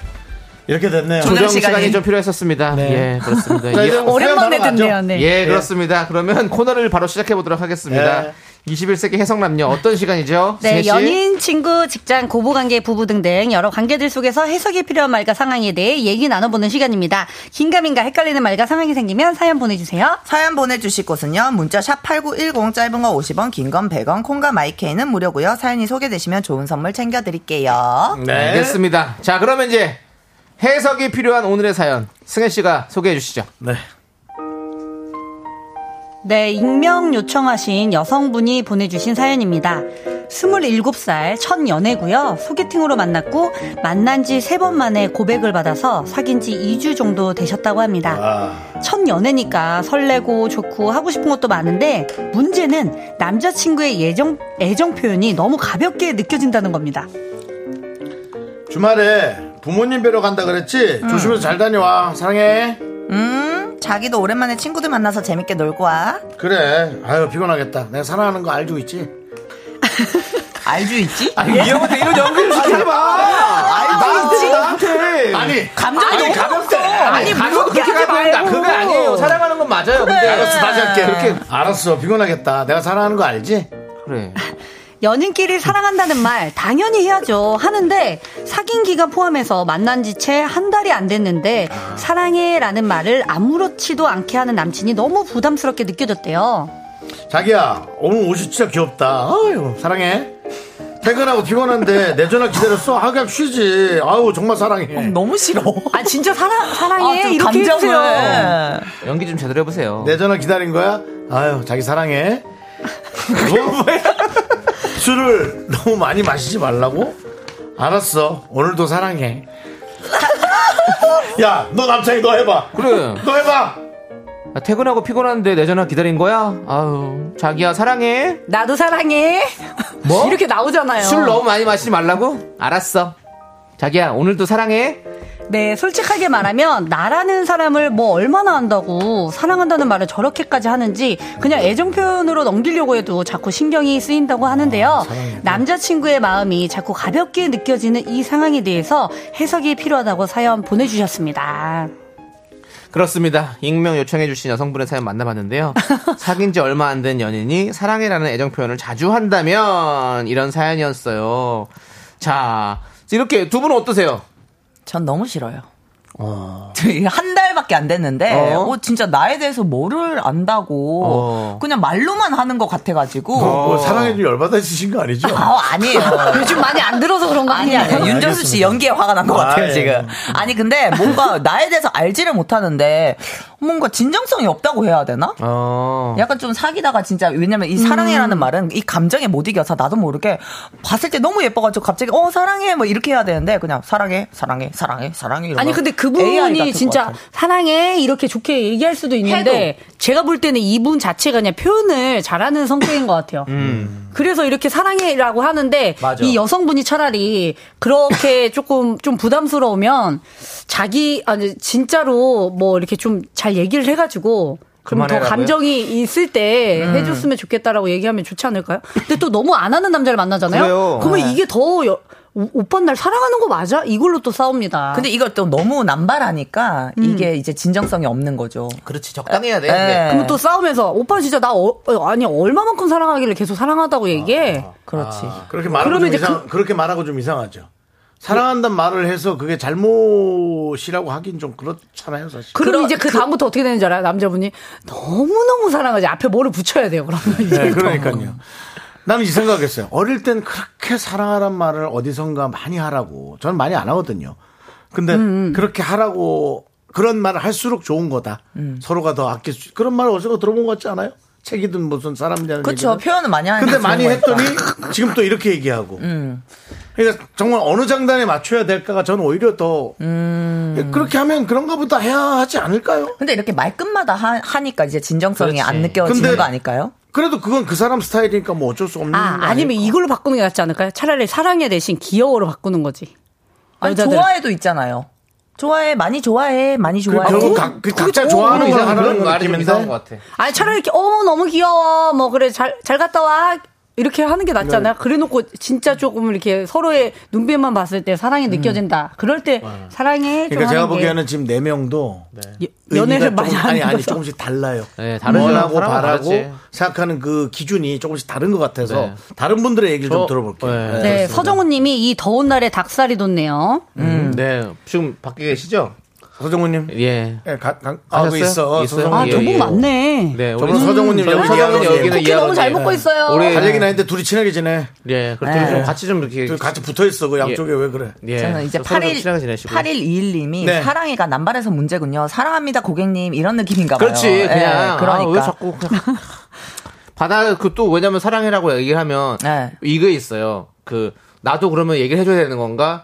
[SPEAKER 1] 이렇게 됐네요.
[SPEAKER 2] 조정
[SPEAKER 9] 시간이-
[SPEAKER 2] 시간이 좀 필요했었습니다. 예, 그렇습니다.
[SPEAKER 1] 자, 이제
[SPEAKER 2] 예,
[SPEAKER 8] 오랜만에
[SPEAKER 1] 바로 가죠.
[SPEAKER 8] 듣네요. 네.
[SPEAKER 2] 예, 그렇습니다. 그러면 코너를 바로 시작해 보도록 하겠습니다.
[SPEAKER 1] 예.
[SPEAKER 2] 21세기 해성남녀 어떤 시간이죠?
[SPEAKER 8] 네,
[SPEAKER 2] 세 씨?
[SPEAKER 8] 연인, 친구, 직장, 고부관계, 부부 등등 여러 관계들 속에서 해석이 필요한 말과 상황에 대해 얘기 나눠보는 시간입니다. 긴가민가 헷갈리는 말과 상황이 생기면 사연 보내주세요.
[SPEAKER 7] *laughs* 사연 보내주실 곳은요. 문자 샵 8910 짧은 거 50원 긴 건 100원 콩과 마이케이는 무료고요. 사연이 소개되시면 좋은 선물 챙겨드릴게요.
[SPEAKER 1] 네.
[SPEAKER 2] 알겠습니다. 자, 그러면 이제 해석이 필요한 오늘의 사연 승혜 씨가 소개해 주시죠.
[SPEAKER 1] 네.
[SPEAKER 8] 네, 익명 요청하신 여성분이 보내주신 사연입니다. 27살 첫 연애고요. 소개팅으로 만났고 만난 지 세 번 만에 고백을 받아서 사귄 지 2주 정도 되셨다고 합니다.
[SPEAKER 1] 아,
[SPEAKER 8] 첫 연애니까 설레고 좋고 하고 싶은 것도 많은데 문제는 남자친구의 예정, 애정 표현이 너무 가볍게 느껴진다는 겁니다.
[SPEAKER 1] 주말에 부모님 뵈러 간다 그랬지? 조심해서 잘 다녀와.
[SPEAKER 9] 네.
[SPEAKER 1] 사랑해.
[SPEAKER 7] 음, 자기도 오랜만에 친구들 만나서 재밌게 놀고 와.
[SPEAKER 1] 그래. 아유, 피곤하겠다. 내가 사랑하는 거 알고 있지?
[SPEAKER 7] 알죠 있지?
[SPEAKER 2] 아니, 이 형한테 이런 연금 시키지 마.
[SPEAKER 1] 나한테, 나한테. 아니.
[SPEAKER 9] 감정이 너무
[SPEAKER 1] 가볍대.
[SPEAKER 2] 아니, 가서 그렇게 가야 된다. 그거 아니에요. 사랑하는 건 맞아요. 근데
[SPEAKER 1] 알았어, 다시 할게.
[SPEAKER 2] 그렇게
[SPEAKER 1] 알았어, 피곤하겠다. 내가 사랑하는 거 알지?
[SPEAKER 2] 그래.
[SPEAKER 8] 연인끼리 사랑한다는 말 당연히 해야죠. 하는데 사귄 기간 포함해서 만난 지 채 한 달이 안 됐는데 사랑해라는 말을 아무렇지도 않게 하는 남친이 너무 부담스럽게 느껴졌대요.
[SPEAKER 1] 자기야, 오늘 옷이 진짜 귀엽다. 아유, 사랑해. 퇴근하고 피곤한데 내 전화 기다렸어. 아, 그냥 쉬지. 아유, 정말 사랑해.
[SPEAKER 9] 너무 싫어.
[SPEAKER 8] 아 진짜 사랑
[SPEAKER 9] 아,
[SPEAKER 8] 사랑해
[SPEAKER 9] 좀
[SPEAKER 8] 예, 이렇게 해주세요.
[SPEAKER 9] 감정을.
[SPEAKER 2] 연기 좀 제대로 해보세요.
[SPEAKER 1] 내 전화 기다린 거야? 아유, 자기 사랑해. *laughs* 뭐, 뭐야? 술을 너무 많이 마시지 말라고? 알았어. 오늘도 사랑해. 야, 너 남창이 너 해봐.
[SPEAKER 2] 그래.
[SPEAKER 1] 너 해봐.
[SPEAKER 2] 아, 퇴근하고 피곤한데 내 전화 기다린 거야? 아유, 자기야, 사랑해.
[SPEAKER 8] 나도 사랑해.
[SPEAKER 2] 뭐?
[SPEAKER 8] 이렇게 나오잖아요.
[SPEAKER 2] 술 너무 많이 마시지 말라고? 알았어. 자기야, 오늘도 사랑해.
[SPEAKER 8] 네, 솔직하게 말하면 나라는 사람을 뭐 얼마나 한다고 사랑한다는 말을 저렇게까지 하는지 그냥 애정 표현으로 넘기려고 해도 자꾸 신경이 쓰인다고 하는데요. 남자친구의 마음이 자꾸 가볍게 느껴지는 이 상황에 대해서 해석이 필요하다고 사연 보내주셨습니다.
[SPEAKER 2] 그렇습니다. 익명 요청해주신 여성분의 사연
[SPEAKER 8] *laughs*
[SPEAKER 2] 만나봤는데요. 사귄 지 얼마 안 된 연인이 사랑해라는 애정 표현을 자주 한다면 이런 사연이었어요. 자, 이렇게 두 분은 어떠세요?
[SPEAKER 7] 전 너무 싫어요.
[SPEAKER 9] 한 달밖에 안 됐는데,
[SPEAKER 2] 어.
[SPEAKER 9] 어, 진짜 나에 대해서 뭐를 안다고,
[SPEAKER 2] 어.
[SPEAKER 9] 그냥 말로만 하는 것 같아가지고.
[SPEAKER 1] 뭐, 뭐 사랑해 좀 열받아 있으신 거 아니죠?
[SPEAKER 9] 아, *laughs* 아니에요.
[SPEAKER 8] 요즘 많이 안 들어서 그런 거
[SPEAKER 9] 아니,
[SPEAKER 8] 아니야?
[SPEAKER 9] 아니, 윤정수 씨 연기에 화가 난 것
[SPEAKER 1] 아,
[SPEAKER 9] 같아요,
[SPEAKER 1] 예.
[SPEAKER 9] 지금. 아니, 근데 뭔가 나에 대해서 알지를 못하는데, 뭔가 진정성이 없다고 해야 되나?
[SPEAKER 2] 어.
[SPEAKER 9] 약간 좀 사귀다가 진짜, 왜냐면 이 사랑해라는 말은 이 감정에 못 이겨서 나도 모르게 봤을 때 너무 예뻐가지고 갑자기, 어, 사랑해, 뭐 이렇게 해야 되는데, 그냥 사랑해, 사랑해, 사랑해, 사랑해. 이러면
[SPEAKER 8] 아니 근데
[SPEAKER 9] AI 같은
[SPEAKER 8] 그분이
[SPEAKER 9] 것
[SPEAKER 8] 진짜
[SPEAKER 9] 같아요.
[SPEAKER 8] 사랑해 이렇게 좋게 얘기할 수도 있는데 제가 볼 때는 이분 자체가 그냥 표현을 잘하는 성격인 것 같아요. 그래서 이렇게 사랑해라고 하는데
[SPEAKER 9] 맞아.
[SPEAKER 8] 이 여성분이 차라리 그렇게 조금 좀 부담스러우면 자기 아니 진짜로 뭐 이렇게 좀 잘 얘기를 해가지고 그럼 더
[SPEAKER 2] 그만해라고요?
[SPEAKER 8] 감정이 있을 때 해줬으면 좋겠다라고 얘기하면 좋지 않을까요? 근데 또 너무 안 하는 남자를 만나잖아요.
[SPEAKER 2] 그래요.
[SPEAKER 8] 그러면 이게 더 여- 오, 오빠 날 사랑하는 거 맞아? 이걸로 또 싸웁니다.
[SPEAKER 7] 근데 이걸 또 너무 남발하니까 이게 이제 진정성이 없는 거죠.
[SPEAKER 2] 그렇지 적당해야 돼.
[SPEAKER 1] 네.
[SPEAKER 8] 그럼 또 싸우면서 오빠 진짜 나 어, 어, 아니 얼마만큼 사랑하길래 계속 사랑하다고 얘기해?
[SPEAKER 1] 아.
[SPEAKER 7] 아. 그렇지.
[SPEAKER 1] 그렇게 말하고 좀
[SPEAKER 8] 그러면 이제
[SPEAKER 1] 이상, 그... 렇게 말하고 좀 이상하죠. 사랑한다는 말을 해서 그게 잘못이라고 하긴 좀 그렇잖아요, 사실.
[SPEAKER 8] 그럼 이제 그 다음부터 어떻게 되는지 알아요? 남자분이 너무 너무 사랑하지 앞에 뭐를 붙여야 돼요. 그러면 이제
[SPEAKER 1] 네,
[SPEAKER 8] 더.
[SPEAKER 1] 그러니까요. 나는 이 생각했어요. 어릴 땐 그렇게 사랑하란 말을 어디선가 많이 하라고. 저는 많이 안 하거든요. 근데 그렇게 하라고 그런 말을 할수록 좋은 거다. 서로가 더 아낄 수 그런 말을 어디서 들어본 것 같지 않아요? 책이든 무슨 사람이든.
[SPEAKER 7] 그렇죠. 표현은 많이 하는
[SPEAKER 1] 근데
[SPEAKER 7] 게 좋은
[SPEAKER 1] 많이
[SPEAKER 7] 거니까.
[SPEAKER 1] 했더니 지금 또 이렇게 얘기하고. 그러니까 정말 어느 장단에 맞춰야 될까가 저는 오히려 더 그렇게 하면 그런가 보다 해야 하지 않을까요?
[SPEAKER 7] 근데 이렇게 말끝마다 하, 니까 이제 진정성이 안 느껴지는
[SPEAKER 1] 근데
[SPEAKER 7] 거 아닐까요?
[SPEAKER 1] 그래도 그건 그 사람 스타일이니까 뭐 어쩔 수 없는
[SPEAKER 8] 아,
[SPEAKER 1] 거
[SPEAKER 8] 아니면 이걸로 바꾸는 게 낫지 않을까요? 차라리 사랑해 대신 귀여워로 바꾸는 거지.
[SPEAKER 7] 아니,
[SPEAKER 8] 여자들은.
[SPEAKER 7] 좋아해도 있잖아요. 좋아해, 많이 좋아해, 많이 좋아해.
[SPEAKER 1] 결국 각- 그 각자 좋아하는 걸 하는
[SPEAKER 2] 그런 말이 좀
[SPEAKER 1] 느낌인데?
[SPEAKER 2] 이상한 것 같아.
[SPEAKER 8] 아니 차라리 이렇게 어머 너무 귀여워 뭐 그래 잘 잘 갔다 와 이렇게 하는 게
[SPEAKER 1] 네.
[SPEAKER 8] 낫잖아요. 그래놓고 진짜 조금 이렇게 서로의 눈빛만 봤을 때 사랑이 느껴진다. 그럴 때 사랑해. 좀
[SPEAKER 1] 음. 그러니까 제가
[SPEAKER 8] 하는 게.
[SPEAKER 1] 보기에는 지금 네 명도
[SPEAKER 8] 예, 연애를
[SPEAKER 1] 의미가
[SPEAKER 8] 많이
[SPEAKER 1] 조금-
[SPEAKER 8] 안
[SPEAKER 1] 아니 아니
[SPEAKER 8] 해봐서.
[SPEAKER 1] 조금씩 달라요. 뭐
[SPEAKER 2] 네, 다르죠.
[SPEAKER 1] 원하고
[SPEAKER 2] 사람은
[SPEAKER 1] 바라고
[SPEAKER 2] 다르지.
[SPEAKER 1] 생각하는 그 기준이 조금씩 다른 것 같아서
[SPEAKER 2] 네.
[SPEAKER 1] 다른 분들의 얘기를
[SPEAKER 2] 저-
[SPEAKER 1] 좀 들어볼게요.
[SPEAKER 2] 네.
[SPEAKER 8] 네, 서정우님이 이 더운 날에 닭살이 돋네요.
[SPEAKER 2] 음, 네. 지금 밖에 계시죠?
[SPEAKER 1] 서정우님.
[SPEAKER 2] 예.
[SPEAKER 1] 예, 가, 가, 아,
[SPEAKER 2] 가셨어요?
[SPEAKER 1] 그 있어.
[SPEAKER 2] 있어요?
[SPEAKER 1] 서정우.
[SPEAKER 8] 아,
[SPEAKER 2] 예,
[SPEAKER 8] 저분
[SPEAKER 2] 예.
[SPEAKER 8] 맞네. 음,
[SPEAKER 2] 네,
[SPEAKER 1] 저분 서정우님 여기
[SPEAKER 2] 서정훈
[SPEAKER 1] 이하로님.
[SPEAKER 2] 여기는
[SPEAKER 8] 쿠키 너무 잘
[SPEAKER 2] 이하로님.
[SPEAKER 8] 먹고 있어요.
[SPEAKER 2] 올해-
[SPEAKER 1] 갈 얘기나 했는데 둘이 친하게 지내.
[SPEAKER 2] 예, 그렇죠.
[SPEAKER 1] 네.
[SPEAKER 2] 좀 같이 좀 이렇게
[SPEAKER 1] 둘 같이 붙어 있어. 그 양쪽에 왜 그래?
[SPEAKER 2] 예.
[SPEAKER 7] 저는 이제
[SPEAKER 2] 서로 좀
[SPEAKER 7] 8일,
[SPEAKER 2] 친하게 지내시고.
[SPEAKER 7] 8121님이
[SPEAKER 1] 네.
[SPEAKER 7] 사랑이가 남발해서 문제군요. 사랑합니다, 고객님. 이런 느낌인가 봐요.
[SPEAKER 2] 그렇지,
[SPEAKER 7] 예,
[SPEAKER 2] 그냥.
[SPEAKER 7] 그러니까.
[SPEAKER 2] 아, 왜 자꾸. 그냥. *laughs* 받아, 그 또 왜냐면 사랑해라고 얘기를 하면,
[SPEAKER 7] 네.
[SPEAKER 2] 이거 있어요. 그, 나도 그러면 얘기를 해줘야 되는 건가?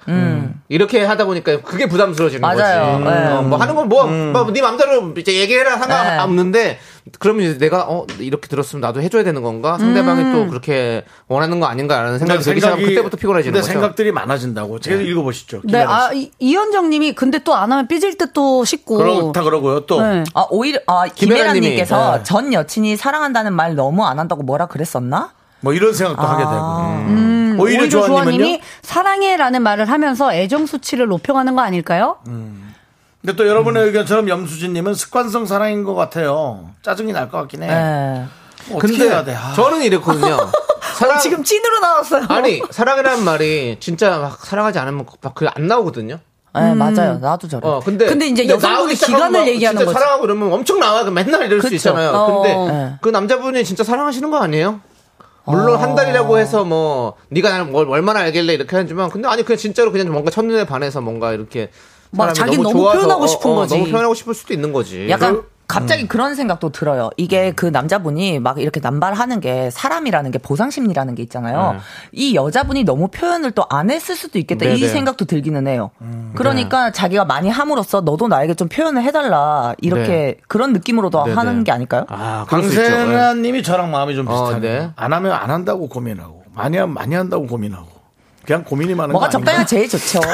[SPEAKER 2] 이렇게 하다 보니까 그게 부담스러워지는
[SPEAKER 7] 음. 맞아요.
[SPEAKER 2] 거지.
[SPEAKER 7] 네.
[SPEAKER 2] 어, 뭐 하는 건 뭐,
[SPEAKER 1] 음.
[SPEAKER 2] 뭐, 네 맘대로 이제 얘기해라
[SPEAKER 7] 네.
[SPEAKER 2] 상관없는데, 그러면 이제 내가, 어, 이렇게 들었으면 나도 해줘야 되는 건가? 상대방이
[SPEAKER 7] 음.
[SPEAKER 2] 또 그렇게 원하는 거 아닌가라는 그러니까 생각이 들기 시작하면 그때부터 피곤해지는
[SPEAKER 1] 근데
[SPEAKER 2] 거죠.
[SPEAKER 1] 생각들이 많아진다고. 제가 읽어보시죠.
[SPEAKER 8] 네,
[SPEAKER 1] 김혜란 씨.
[SPEAKER 8] 아, 이- 이현정님이 근데 또 안 하면 삐질 듯 또 싶고.
[SPEAKER 1] 그렇다 그러고요. 또
[SPEAKER 8] 네.
[SPEAKER 7] 아, 오히려, 아,
[SPEAKER 2] 김혜란님이,
[SPEAKER 7] 김혜란님께서
[SPEAKER 2] 예.
[SPEAKER 7] 전 여친이 사랑한다는 말 너무 안 한다고 뭐라 그랬었나?
[SPEAKER 1] 뭐 이런 생각도 하게 되고. 오히려,
[SPEAKER 8] 아, 음. 오히려
[SPEAKER 1] 조아님은요.
[SPEAKER 8] 조아님이 사랑해라는 말을 하면서 애정 수치를 높여가는 거 아닐까요?
[SPEAKER 1] 근데 또 여러분의 의견처럼 염수진님은 습관성 사랑인 것 같아요. 짜증이 날 것 같긴 해.
[SPEAKER 7] 예.
[SPEAKER 1] 뭐 어떻게 해야 돼? 아. *laughs*
[SPEAKER 2] 저는 이랬거든요. 사랑,
[SPEAKER 7] 지금 찐으로 나왔어요.
[SPEAKER 2] 아니, 사랑이라는 말이 진짜 막 사랑하지 않으면 막그안 나오거든요.
[SPEAKER 7] 예, 맞아요. 나도
[SPEAKER 2] 음.
[SPEAKER 7] 저래.
[SPEAKER 2] 어, 근데,
[SPEAKER 8] 근데 이제 여성분이
[SPEAKER 2] 나오기 시작하면
[SPEAKER 8] 기간을
[SPEAKER 2] 막
[SPEAKER 8] 얘기하는
[SPEAKER 2] 진짜
[SPEAKER 8] 거지.
[SPEAKER 2] 사랑하고 그러면 엄청 나와. 그 맨날 이럴 수
[SPEAKER 7] 그쵸.
[SPEAKER 2] 있잖아요.
[SPEAKER 8] 어.
[SPEAKER 2] 근데
[SPEAKER 7] 네.
[SPEAKER 2] 그 남자분이 진짜 사랑하시는 거 아니에요? 물론
[SPEAKER 8] 어.
[SPEAKER 2] 한 달이라고 해서 뭐 네가 나를 뭘- 얼마나 알길래 이렇게 하지만 근데 아니 그냥 진짜로 그냥 뭔가 첫눈에 반해서 뭔가 이렇게
[SPEAKER 8] 막
[SPEAKER 2] 사람이
[SPEAKER 8] 자기 너무
[SPEAKER 2] 좋아서
[SPEAKER 8] 표현하고
[SPEAKER 2] 어,
[SPEAKER 8] 싶은
[SPEAKER 2] 어,
[SPEAKER 8] 거지.
[SPEAKER 2] 너무 표현하고 싶을 수도 있는 거지.
[SPEAKER 7] 약간 갑자기 그런 생각도 들어요. 이게 그 남자분이 막 이렇게 남발하는 게 사람이라는 게 보상심리라는 게 있잖아요. 이 여자분이 너무 표현을 또 안 했을 수도 있겠다. 이
[SPEAKER 2] 네네.
[SPEAKER 7] 생각도 들기는 해요. 그러니까 자기가 많이 함으로써 너도 나에게 좀 표현을 해달라. 이렇게
[SPEAKER 2] 네.
[SPEAKER 7] 그런 느낌으로도
[SPEAKER 2] 네네.
[SPEAKER 7] 하는 게 아닐까요?
[SPEAKER 2] 아, 그럴 수 있죠. 네.
[SPEAKER 1] 강세라님이 저랑 마음이 좀
[SPEAKER 2] 어,
[SPEAKER 1] 비슷하네요.
[SPEAKER 2] 네.
[SPEAKER 1] 안 하면 안 한다고 고민하고 많이 하면 많이 한다고 고민하고 그냥 고민이 많은
[SPEAKER 7] 뭐가
[SPEAKER 1] 거
[SPEAKER 7] 적당히
[SPEAKER 1] 아닌가?
[SPEAKER 7] 제일 좋죠. *laughs*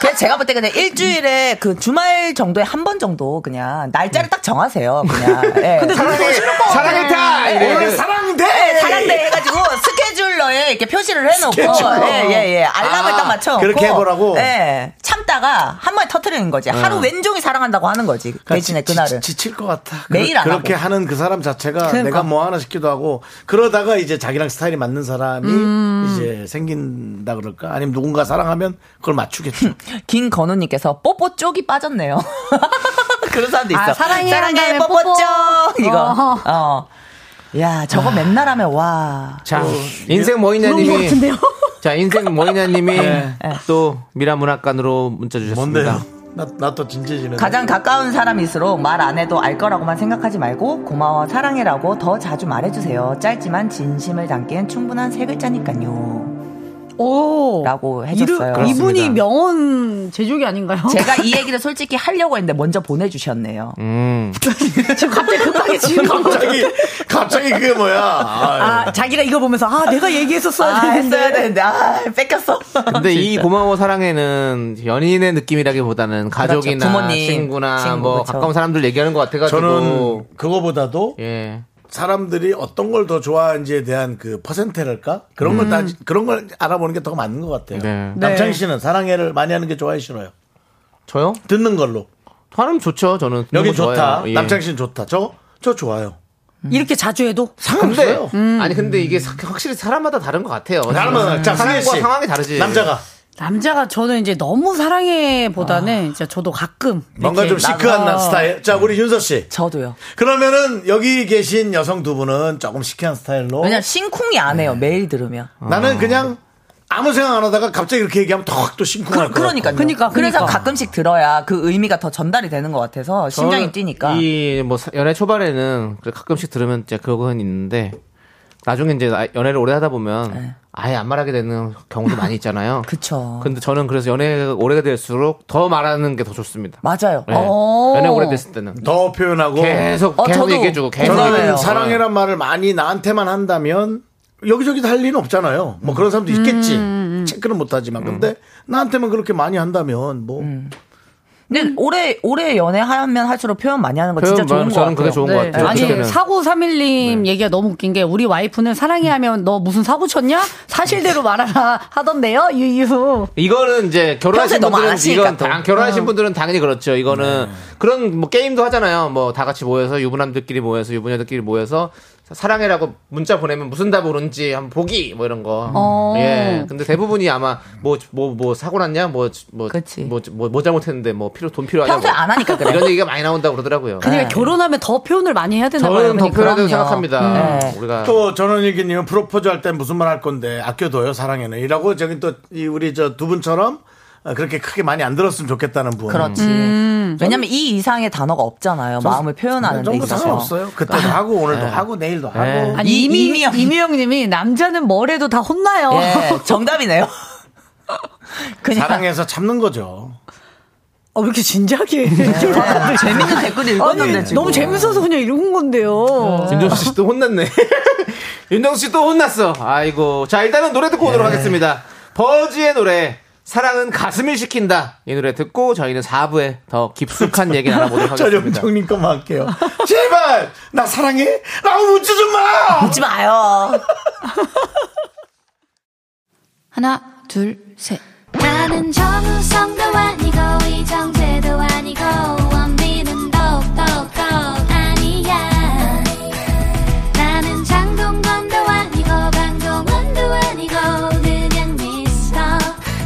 [SPEAKER 7] 그냥 제가 볼 때 그냥 일주일에 그 주말 정도에 한 번 정도 그냥 날짜를 딱 정하세요. 그냥. 예.
[SPEAKER 2] 사랑해, 사랑해 타! 이래.
[SPEAKER 7] 사랑대! 사랑대 예, 해가지고 스케줄러에 이렇게 표시를 해놓고,
[SPEAKER 1] 예. 스케줄러.
[SPEAKER 7] 예, 예, 예. 알람을
[SPEAKER 2] 아,
[SPEAKER 7] 딱 맞춰놓고.
[SPEAKER 1] 그렇게 해보라고? 아.
[SPEAKER 7] 예. 참다가 한 번에 터트리는 거지. 하루 왼종일 사랑한다고 하는 거지.
[SPEAKER 1] 그러니까
[SPEAKER 7] 대신에
[SPEAKER 1] 지-
[SPEAKER 7] 그날은.
[SPEAKER 1] 지, 칠것 같아.
[SPEAKER 7] 매일 안
[SPEAKER 1] 그렇게 하는 그 사람 자체가
[SPEAKER 7] 그러니까.
[SPEAKER 1] 내가 뭐 하나 싶기도 하고 그러다가 이제 자기랑 스타일이 맞는 사람이
[SPEAKER 7] 음.
[SPEAKER 1] 이제 생긴다 그럴까? 아니면 누군가 사랑하면 그걸 맞추겠죠.
[SPEAKER 7] 김건우님께서 뽀뽀 쪽이 빠졌네요. *laughs* 그런 사람도 있어.
[SPEAKER 8] 아, 사랑해,
[SPEAKER 7] 사랑해,
[SPEAKER 8] 한다음에
[SPEAKER 7] 뽀뽀
[SPEAKER 8] 뽀뽀.
[SPEAKER 7] 쪽! 이거.
[SPEAKER 8] 어허.
[SPEAKER 7] 어. 야, 저거 맨날 하면, 와.
[SPEAKER 2] 자, 어. 인생
[SPEAKER 8] 그런 것
[SPEAKER 2] 뭐이냐님이
[SPEAKER 8] 같은데요? 네.
[SPEAKER 2] 자, 인생 뭐이냐님이 또 미라 문학관으로 문자 주셨습니다.
[SPEAKER 1] 뭔데요? 나나 또 진지해지네.
[SPEAKER 7] 가장 가까운 사람일수록 말 안 해도 알 거라고만 생각하지 말고 고마워 사랑해라고 더 자주 말해주세요. 짧지만 진심을 담기엔 충분한 세 글자니까요.
[SPEAKER 8] *laughs* 오.
[SPEAKER 7] 라고 해줬어요.
[SPEAKER 8] 이르, 이분이 명언 제조기 아닌가요?
[SPEAKER 7] 제가 이 얘기를 솔직히 하려고 했는데 먼저 보내주셨네요.
[SPEAKER 2] 음.
[SPEAKER 8] 지금 갑자기 *laughs* 급하게 지은 건 거죠.
[SPEAKER 1] 갑자기 갑자기 그게 뭐야? 아,
[SPEAKER 8] 아, 자기가 이거 보면서 아, 내가 얘기했었어야
[SPEAKER 7] 아,
[SPEAKER 8] 되는데.
[SPEAKER 7] 했어야 되는데, 아, 뺏겼어.
[SPEAKER 2] 근데 이 고마워 사랑에는 연인의 느낌이라기보다는 가족이나
[SPEAKER 7] 그렇죠. 부모님,
[SPEAKER 2] 친구나
[SPEAKER 7] 친구, 그렇죠.
[SPEAKER 2] 뭐
[SPEAKER 7] 그쵸.
[SPEAKER 2] 가까운 사람들 얘기하는 것 같아가지고
[SPEAKER 1] 저는 그거보다도
[SPEAKER 2] 예
[SPEAKER 1] 사람들이 어떤 걸 더 좋아하는지에 대한 그 퍼센테랄까 그런 걸
[SPEAKER 2] 음.
[SPEAKER 1] 따지 그런 걸 알아보는 게 더 맞는 것 같아요.
[SPEAKER 2] 네.
[SPEAKER 1] 남창희 씨는 사랑해를 많이 하는 게 좋아요, 싫어요?
[SPEAKER 2] 저요?
[SPEAKER 1] 듣는 걸로.
[SPEAKER 2] 하면 좋죠. 저는 듣는
[SPEAKER 1] 여기
[SPEAKER 2] 거 좋아해요.
[SPEAKER 1] 좋다.
[SPEAKER 2] 예.
[SPEAKER 1] 남창희 씨는 좋다. 저 저 좋아요.
[SPEAKER 8] 이렇게 자주 해도
[SPEAKER 2] 근데
[SPEAKER 7] 음.
[SPEAKER 2] 아니 근데 이게 사- 확실히 사람마다 다른 것 같아요.
[SPEAKER 1] 사람마다. 자, 승희
[SPEAKER 2] 음. 상황과
[SPEAKER 1] 씨.
[SPEAKER 2] 상황이 다르지.
[SPEAKER 1] 남자가.
[SPEAKER 8] 남자가 저는 이제 너무 사랑해보다는 진짜 저도 가끔
[SPEAKER 1] 뭔가 좀
[SPEAKER 8] 이렇게
[SPEAKER 1] 시크한
[SPEAKER 8] 나가-
[SPEAKER 1] 나 스타일. 자, 우리 윤서 씨.
[SPEAKER 7] 저도요.
[SPEAKER 1] 그러면은 여기 계신 여성 두 분은 조금 시크한 스타일로.
[SPEAKER 7] 왜냐 심쿵이 안
[SPEAKER 1] 네.
[SPEAKER 7] 해요. 매일 들으면.
[SPEAKER 1] 나는 그냥 아무 생각 안 하다가 갑자기 이렇게 얘기하면 턱 또 심쿵할 거
[SPEAKER 7] 그러니까요. 그래서 가끔씩 들어야 그 의미가 더 전달이 되는 것 같아서 심장이
[SPEAKER 2] 저는
[SPEAKER 7] 뛰니까.
[SPEAKER 2] 이, 뭐, 사- 연애 초반에는 그래, 가끔씩 들으면 이제 그건 있는데, 나중에 이제 나- 연애를 오래 하다 보면 아예 안 말하게 되는 경우도 많이 있잖아요.
[SPEAKER 7] 네. 그쵸.
[SPEAKER 2] 근데 저는 그래서 연애가 오래가 될수록 더 말하는 게 더 좋습니다.
[SPEAKER 7] 맞아요. 어.
[SPEAKER 2] 네.
[SPEAKER 7] 오.
[SPEAKER 2] 연애 오래됐을 때는.
[SPEAKER 1] 더 표현하고.
[SPEAKER 2] 계속,
[SPEAKER 7] 어,
[SPEAKER 2] 계속 얘기해주고, 계속
[SPEAKER 1] 저는
[SPEAKER 2] 얘기해주고.
[SPEAKER 1] 사랑해란 말을 많이 나한테만 한다면 여기저기 할 일은 없잖아요. 뭐 그런
[SPEAKER 7] 음,
[SPEAKER 1] 사람도 있겠지. 체크는 못하지만. 근데 나한테만 그렇게 많이 한다면 뭐.
[SPEAKER 7] 음. 근데 올해 올해 연애하면 할수록 표현 많이 하는 거 어, 진짜
[SPEAKER 1] 표현
[SPEAKER 7] 좋은
[SPEAKER 1] 많이-
[SPEAKER 7] 거
[SPEAKER 1] 저는
[SPEAKER 7] 같아요.
[SPEAKER 1] 그게 좋은 것
[SPEAKER 2] 네,
[SPEAKER 1] 같아요.
[SPEAKER 8] 아니
[SPEAKER 1] 그때는.
[SPEAKER 8] 4931님 얘기가 너무 웃긴 게 우리 와이프는 사랑해 하면 너 무슨 사고 쳤냐? 사실대로 말하라 *laughs* 하던데요. 유유.
[SPEAKER 2] 이거는 이제
[SPEAKER 8] 평소에
[SPEAKER 2] 결혼하신
[SPEAKER 8] 너무 안
[SPEAKER 2] 분들은
[SPEAKER 8] 하시니까
[SPEAKER 2] 이건
[SPEAKER 8] 또.
[SPEAKER 2] 당, 결혼하신
[SPEAKER 8] 어.
[SPEAKER 2] 분들은 당연히 그렇죠. 이거는 그런 뭐 게임도 하잖아요. 뭐 다 같이 모여서 유부남들끼리 모여서 유부녀들끼리 모여서 사- 사랑해라고 문자 보내면 무슨 답 오는지 한번 보기 뭐 이런 거.
[SPEAKER 8] 어.
[SPEAKER 2] 예. 근데 대부분이 아마 뭐 뭐 뭐 사고 났냐 뭐뭐뭐뭐 뭐, 뭐 잘못했는데 뭐 필요 돈 필요하냐.
[SPEAKER 8] 평소에 안 하니까 그래요.
[SPEAKER 2] *laughs* 이런 얘기가 많이 나온다고 그러더라고요.
[SPEAKER 7] 네.
[SPEAKER 8] 그러니까 결혼하면 더 표현을 많이 해야 된다고
[SPEAKER 2] 저는 더 표현해야 된다고 생각합니다. 우리가
[SPEAKER 1] 또 저는 얘기님 프로포즈 할 땐 무슨 말 할 건데 아껴둬요 사랑에는 이라고 저기 또 이 우리 저 두 분처럼 어, 그렇게 크게 많이 안 들었으면 좋겠다는 분.
[SPEAKER 7] 그렇지. 왜냐면 이 이상의 단어가 없잖아요. 마음을 표현하는 데
[SPEAKER 1] 그 정도
[SPEAKER 7] 있어서.
[SPEAKER 1] 상관없어요. 그때도 하고 오늘도
[SPEAKER 7] 네.
[SPEAKER 1] 하고 내일도
[SPEAKER 7] 네.
[SPEAKER 1] 하고.
[SPEAKER 8] 아니
[SPEAKER 7] 이-
[SPEAKER 8] 이미
[SPEAKER 7] 이미영.
[SPEAKER 8] 이미영 님이 남자는 뭘 해도 다 혼나요.
[SPEAKER 7] 예, 정답이네요. *laughs*
[SPEAKER 1] 사랑해서 참는 거죠.
[SPEAKER 8] *laughs* 어, 왜 이렇게 진지하게
[SPEAKER 7] 재밌는 댓글
[SPEAKER 1] 읽었는데, 지금.
[SPEAKER 8] 네. 너무 재밌어서 그냥 읽은 건데요.
[SPEAKER 2] 윤정수 씨 또 혼났네. *laughs* 윤정수 씨 또 혼났어. 아이고. 자, 일단은 노래 듣고 오도록 하겠습니다. 버즈의 노래. 사랑은 가슴을 시킨다. 이 노래 듣고 저희는 4부에 더 깊숙한
[SPEAKER 1] *laughs*
[SPEAKER 2] 얘기 나눠보도록 하겠습니다.
[SPEAKER 1] 전영정님 것만 할게요. 제발 나 사랑해. 라고 묻지 좀 마.
[SPEAKER 7] 묻지 마요.
[SPEAKER 11] 하나, 둘, 셋.
[SPEAKER 5] 나는 정우성도 아니고 이정재도 아니고 원빈은 더욱더 아니야 나는 장동건도 아니고 강동원도 아니고 그냥 미스터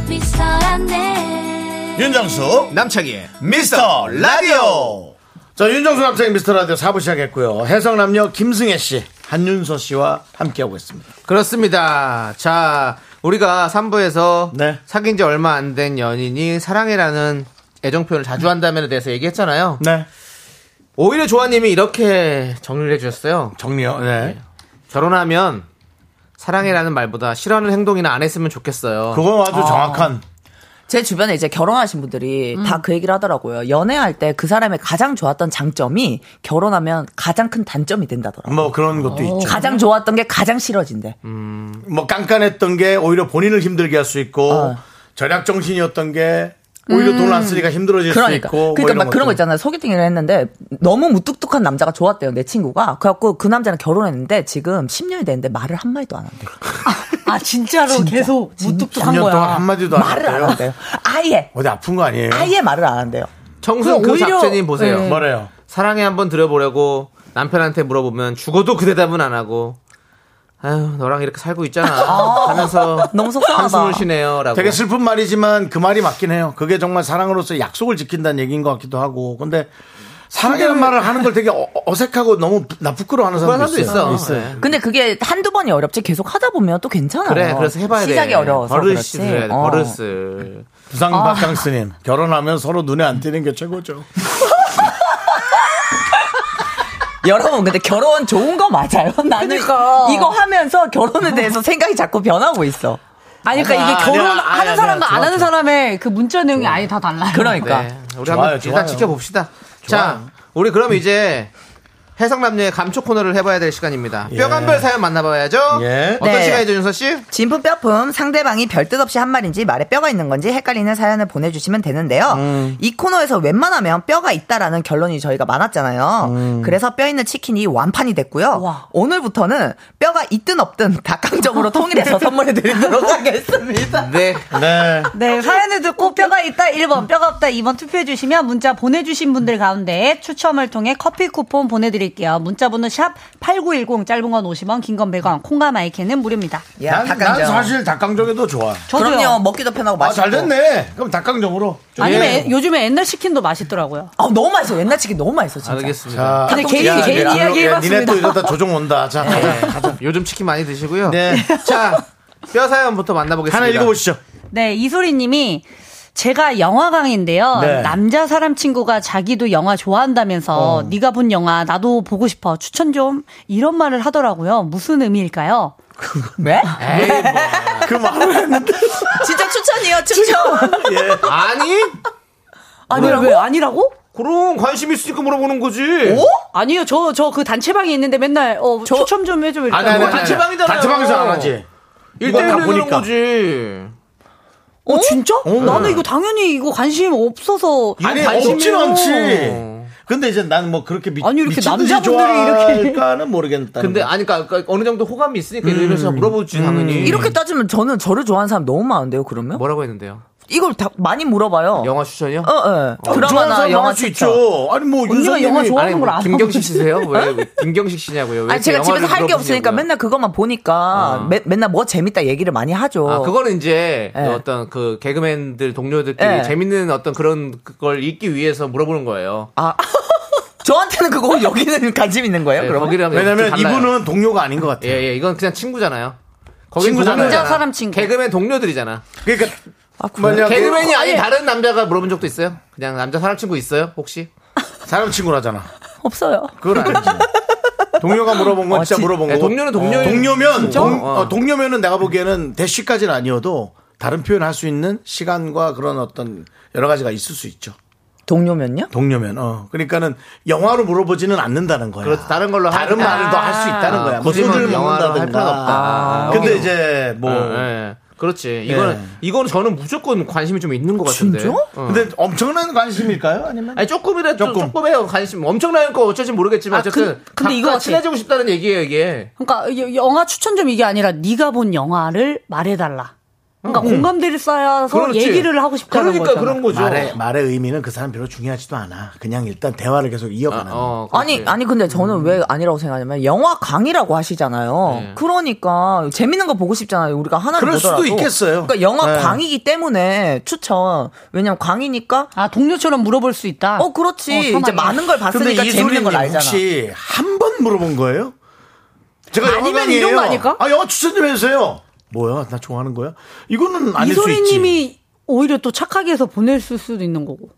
[SPEAKER 5] 미스터란데
[SPEAKER 1] 윤정수 남창희의 미스터 라디오 자 윤정수 남창희 미스터 라디오 4부 시작했고요 해성남녀 김승혜 씨 한윤서 씨와 함께하고 있습니다
[SPEAKER 2] 그렇습니다. 자, 우리가 3부에서 사귄 지 얼마 안 된 연인이 사랑해라는 애정 표현을 자주 한다면에 대해서 얘기했잖아요.
[SPEAKER 1] 네.
[SPEAKER 2] 오히려 조아님이 이렇게 정리를 해주셨어요.
[SPEAKER 1] 정리요? 네.
[SPEAKER 2] 결혼하면 사랑해라는 말보다 싫어하는 행동이나 안 했으면 좋겠어요.
[SPEAKER 7] 아. 제 주변에 이제 결혼하신 분들이
[SPEAKER 8] 음.
[SPEAKER 7] 다 그 얘기를 하더라고요. 연애할 때 그 사람의 가장 좋았던 장점이 결혼하면 가장 큰 단점이 된다더라고요.
[SPEAKER 1] 뭐 그런 것도
[SPEAKER 8] 어,
[SPEAKER 1] 있죠
[SPEAKER 7] 가장 좋았던 게 가장 싫어진대.
[SPEAKER 1] 뭐 깐깐했던 게 오히려 본인을 힘들게 할 수 있고 절약 정신이었던 게 오히려
[SPEAKER 7] 음.
[SPEAKER 1] 돈을 안 쓰니까 힘들어질
[SPEAKER 7] 그러니까.
[SPEAKER 1] 수 있고
[SPEAKER 7] 그러니까 막 그런 거
[SPEAKER 1] 뭐 것들.
[SPEAKER 7] 있잖아요. 소개팅을 했는데 너무 무뚝뚝한 남자가 좋았대요. 내 친구가. 그래갖고 그 남자랑 결혼했는데 지금 10년이 됐는데 말을 한마디도 안 한대요.
[SPEAKER 8] 아 진짜로 계속 무뚝뚝한
[SPEAKER 1] 10년
[SPEAKER 8] 거야.
[SPEAKER 1] 동안 한마디도 안
[SPEAKER 7] 말을 안
[SPEAKER 1] 했대요. 네.
[SPEAKER 7] 한대요. 아예.
[SPEAKER 1] 어디 아픈 거 아니에요?
[SPEAKER 7] 아예 말을 안 한대요.
[SPEAKER 2] 청순 그
[SPEAKER 7] 오히려-
[SPEAKER 2] 작전님 보세요.
[SPEAKER 7] 네.
[SPEAKER 1] 뭐래요?
[SPEAKER 2] 사랑해 한번 들어보려고 남편한테 물어보면 죽어도 그 대답은 안 하고 아유 너랑 이렇게 살고
[SPEAKER 7] *laughs*
[SPEAKER 2] 있잖아
[SPEAKER 1] 아.
[SPEAKER 2] 하면서
[SPEAKER 1] 너무 속상하다.
[SPEAKER 2] 한숨을 쉬네요라고.
[SPEAKER 1] 되게 슬픈 말이지만 그 말이 맞긴 해요. 그게 정말 사랑으로서 약속을 지킨다는 얘기인 것 같기도 하고. 근데 사랑이라는 말을 하는 걸 되게 어- 어색하고 너무 부- 나 부끄러워하는 사람도,
[SPEAKER 2] 부끄러운 사람도 있어.
[SPEAKER 1] 있어요. 네.
[SPEAKER 7] 근데 그게 한두 번이 어렵지 계속 하다 보면 또 괜찮아요.
[SPEAKER 2] 그래 그래서 해봐야 돼.
[SPEAKER 7] 어, 시작이 어려워서
[SPEAKER 2] 버릇이
[SPEAKER 7] 그렇지.
[SPEAKER 2] 들어야 돼.
[SPEAKER 7] 어.
[SPEAKER 2] 버릇을.
[SPEAKER 1] 부상
[SPEAKER 7] 아.
[SPEAKER 1] 박강스님 결혼하면 서로 눈에 안 띄는 게 최고죠.
[SPEAKER 7] 여러분 근데 결혼 좋은 거 맞아요? *laughs* 나는
[SPEAKER 8] 그러니까.
[SPEAKER 7] 이거 하면서 결혼에 대해서 생각이 자꾸 변하고 있어.
[SPEAKER 8] 아니 그러니까
[SPEAKER 2] 네.
[SPEAKER 8] 이게 결혼하는 사람과 안 하는 사람의 그 문자 내용이 아예
[SPEAKER 7] 그러니까.
[SPEAKER 8] 다 달라요.
[SPEAKER 2] 네, 우리 한번 일단 지켜봅시다. 자 우리 그럼 이제 해성남녀의 감초 코너를 해봐야 될 시간입니다.
[SPEAKER 1] 예.
[SPEAKER 2] 뼈간별 사연 만나봐야죠. 어떤
[SPEAKER 7] 네.
[SPEAKER 2] 시간이죠, 윤서 씨?
[SPEAKER 7] 진품 뼈품 상대방이 별뜻 없이 한 말인지 말에 뼈가 있는 건지 헷갈리는 사연을 보내주시면 되는데요.
[SPEAKER 1] 음.
[SPEAKER 7] 이 코너에서 웬만하면 뼈가 있다라는 결론이 저희가 많았잖아요.
[SPEAKER 1] 음.
[SPEAKER 7] 그래서 뼈 있는 치킨이 완판이 됐고요. 오늘부터는 뼈가 있든 없든 닭강정으로
[SPEAKER 1] *laughs*
[SPEAKER 7] 통일해서 선물해드리도록 하겠습니다.
[SPEAKER 2] 네.
[SPEAKER 1] 네.
[SPEAKER 8] 네, 사연을 듣고 뼈가 있다 1번, 뼈가 없다 2번 투표해주시면 문자 보내주신 분들 가운데 추첨을 통해 커피 쿠폰 보내드릴게요. 문자번호 샵8910, 짧은 건 50원, 긴 건 100원, 콩과 마이크는 무료입니다.
[SPEAKER 1] 난, 난 사실 닭강정이 더 좋아.
[SPEAKER 8] 저도요. 그럼요, 먹기도
[SPEAKER 7] 편하고
[SPEAKER 1] 아, 잘 됐네. 그럼 닭강정으로.
[SPEAKER 7] 네.
[SPEAKER 1] 좀
[SPEAKER 8] 아니면
[SPEAKER 1] 예.
[SPEAKER 8] 애- 요즘에 옛날 치킨도 맛있더라고요.
[SPEAKER 7] 아, 너무 맛있어. 옛날 치킨 너무 맛있어, 진짜.
[SPEAKER 1] 알겠습니다.
[SPEAKER 8] 근데 개인- 개인 이야기 해봤습니다. 네.
[SPEAKER 1] 니네 또 이러다 조종 온다. 자, 가자.
[SPEAKER 2] 네, 요즘 치킨 많이 드시고요.
[SPEAKER 7] 네.
[SPEAKER 2] 자, 뼈 사연부터 만나보겠습니다.
[SPEAKER 1] 하나 읽어보시죠.
[SPEAKER 8] 네, 이소리님이 제가 영화광인데요.
[SPEAKER 2] 네.
[SPEAKER 8] 남자 사람 친구가 자기도 영화
[SPEAKER 7] 어.
[SPEAKER 8] 좋아한다면서 네가 본 영화 나도 보고 싶어 추천 좀 이런 말을 하더라고요. 무슨 의미일까요?
[SPEAKER 7] 왜?
[SPEAKER 1] 그 말을
[SPEAKER 7] 했는데. 진짜 추천이요, 추천.
[SPEAKER 2] 아니?
[SPEAKER 8] 아니 왜 아니라고?
[SPEAKER 2] 그럼 관심 있으니까 물어보는 거지.
[SPEAKER 8] 아니요, 저 저 그 단체방에 있는데 맨날 어, 추첨 좀 해줘. 이렇게
[SPEAKER 2] 아니, 네, 아니,
[SPEAKER 8] 하고.
[SPEAKER 2] 아니, 단체방이잖아요.
[SPEAKER 1] 단체방에서 안 하지.
[SPEAKER 2] 일대일로
[SPEAKER 1] 이건 다
[SPEAKER 2] 해보는
[SPEAKER 1] 보니까.
[SPEAKER 2] 거지.
[SPEAKER 8] 어, 진짜?
[SPEAKER 1] 어.
[SPEAKER 8] 나는 이거 당연히 이거 관심 없어서
[SPEAKER 1] 아니
[SPEAKER 8] 관심이
[SPEAKER 1] 없진
[SPEAKER 8] 없어.
[SPEAKER 1] 않지. 근데 이제 난 뭐 그렇게 미,
[SPEAKER 8] 아니, 이렇게
[SPEAKER 1] 미친 듯이
[SPEAKER 8] 남자분들이 이렇게.
[SPEAKER 1] 좋아할까는 모르겠다.
[SPEAKER 2] 근데 아니 그러니까 그러니까 어느 정도 호감이 있으니까 이래서 물어보지 당연히.
[SPEAKER 7] 음, 이렇게 따지면 저는 저를 좋아하는 사람 너무 많은데요, 그러면?
[SPEAKER 2] 뭐라고 했는데요?
[SPEAKER 7] 이걸 다 많이 물어봐요.
[SPEAKER 2] 영화 추천이요?
[SPEAKER 7] 어, 어. 드라마나 영화 추천.
[SPEAKER 8] 뭐
[SPEAKER 2] 뭐 김경식 씨세요? 왜 김경식 씨냐고요? 왜
[SPEAKER 7] 아니 제가
[SPEAKER 2] 이렇게
[SPEAKER 7] 집에서
[SPEAKER 2] 영화를
[SPEAKER 7] 할 게 없으니까
[SPEAKER 2] 물어보시냐고요?
[SPEAKER 7] 맨날 그것만 보니까 매- 맨날 뭐 재밌다 얘기를 많이 하죠.
[SPEAKER 2] 아, 그거는 이제
[SPEAKER 7] 뭐 예.
[SPEAKER 2] 어떤 그 개그맨들 동료들끼리
[SPEAKER 7] 예.
[SPEAKER 2] 재밌는 어떤 그런 걸 읽기 위해서 물어보는 거예요.
[SPEAKER 7] 아. 저한테는 그거고 *laughs* 여기는 관심 있는
[SPEAKER 2] 네,
[SPEAKER 7] 거예요? 그러면?
[SPEAKER 1] 왜냐면 이분은 동료가 아닌 것 같아요.
[SPEAKER 2] 예, 예. 이건 그냥 친구잖아요.
[SPEAKER 1] 친구잖아요. 남자
[SPEAKER 8] 사람 친구.
[SPEAKER 2] 개그맨 동료들이잖아.
[SPEAKER 1] 그러니까
[SPEAKER 7] 그래요?
[SPEAKER 2] 개그맨이
[SPEAKER 7] 그거-
[SPEAKER 2] 아닌
[SPEAKER 7] 아니.
[SPEAKER 2] 다른 남자가 물어본 적도 있어요? 그냥 남자 사람 친구 있어요? 혹시?
[SPEAKER 1] 사람 친구라잖아.
[SPEAKER 7] 없어요.
[SPEAKER 1] 그건 아니지. 동료가 물어본 건
[SPEAKER 2] 어,
[SPEAKER 1] 진짜
[SPEAKER 2] 진-
[SPEAKER 1] 물어본
[SPEAKER 2] 예,
[SPEAKER 1] 거고.
[SPEAKER 2] 동료는 동료예요.
[SPEAKER 1] 동료면
[SPEAKER 2] 진짜?
[SPEAKER 1] 동,
[SPEAKER 2] 어.
[SPEAKER 1] 료면은 내가 보기에는 대쉬까지는 아니어도 다른 표현할 수 있는 시간과 그런 어떤 여러 가지가 있을 수 있죠.
[SPEAKER 7] 동료면요?
[SPEAKER 1] 동료면 어 그러니까는 영화로 물어보지는 않는다는 거야.
[SPEAKER 2] 그렇죠. 다른 걸로 할-
[SPEAKER 1] 다른 말을 더 할 수 있다는
[SPEAKER 2] 아,
[SPEAKER 1] 거야. 뭐
[SPEAKER 2] 굳이 뭐
[SPEAKER 1] 술을
[SPEAKER 2] 영화로 할 필요는
[SPEAKER 1] 먹는다든가.
[SPEAKER 2] 없다. 아,
[SPEAKER 1] 근데
[SPEAKER 8] 그렇죠.
[SPEAKER 2] 오케이.
[SPEAKER 1] 이제 뭐
[SPEAKER 8] 어,
[SPEAKER 2] 예, 예. 그렇지. 이거는 이거는 저는 무조건 관심이 좀 있는 것 같은데. 어.
[SPEAKER 1] 진짜? 근데 엄청난 관심일까요? 아니면
[SPEAKER 2] 아니 조금이라도 조금. 조금해요 관심 엄청난 거 어쩔지 모르겠지만
[SPEAKER 8] 아,
[SPEAKER 2] 어쨌든
[SPEAKER 8] 근- 근데 이거
[SPEAKER 2] 각자
[SPEAKER 8] 같아.
[SPEAKER 2] 친해지고 싶다는 얘기예요 이게
[SPEAKER 8] 그러니까 여- 영화 추천 좀 이게 아니라 네가 본 영화를 말해달라. 그러니까
[SPEAKER 1] 음.
[SPEAKER 8] 공감대를 쌓아서 얘기를 하고 싶다는
[SPEAKER 2] 그러니까
[SPEAKER 8] 거죠.
[SPEAKER 1] 말의, 말의 의미는 그 사람 별로 중요하지도 않아. 그냥 일단 대화를 계속 이어가는.
[SPEAKER 7] 뭐 아니 아니 근데 저는 왜 아니라고 생각하냐면 영화 강의라고 하시잖아요. 그러니까 재밌는 거 보고 싶잖아요. 우리가 하나를
[SPEAKER 1] 그럴 수도
[SPEAKER 7] 보더라도.
[SPEAKER 1] 있겠어요.
[SPEAKER 7] 그러니까 영화
[SPEAKER 1] 네.
[SPEAKER 7] 강의이기 때문에 추천. 왜냐면 강의니까
[SPEAKER 8] 아 동료처럼 물어볼 수 있다.
[SPEAKER 7] 어 그렇지.
[SPEAKER 8] 어,
[SPEAKER 7] 이제
[SPEAKER 8] 편하게.
[SPEAKER 7] 많은 걸 봤으니까
[SPEAKER 1] 근데
[SPEAKER 7] 재밌는 걸
[SPEAKER 1] 이소리님
[SPEAKER 7] 알잖아.
[SPEAKER 1] 혹시 한 번 물어본 거예요? 제가 영화
[SPEAKER 8] 아니면
[SPEAKER 1] 강의예요.
[SPEAKER 8] 이런 거 아닐까?
[SPEAKER 1] 아 영화 추천 좀 해주세요. 뭐야 나 좋아하는 거야? 이거는 아닐 수 있지.
[SPEAKER 8] 이소리님이 오히려 또 착하게 해서 보낼 수도 있는 거고.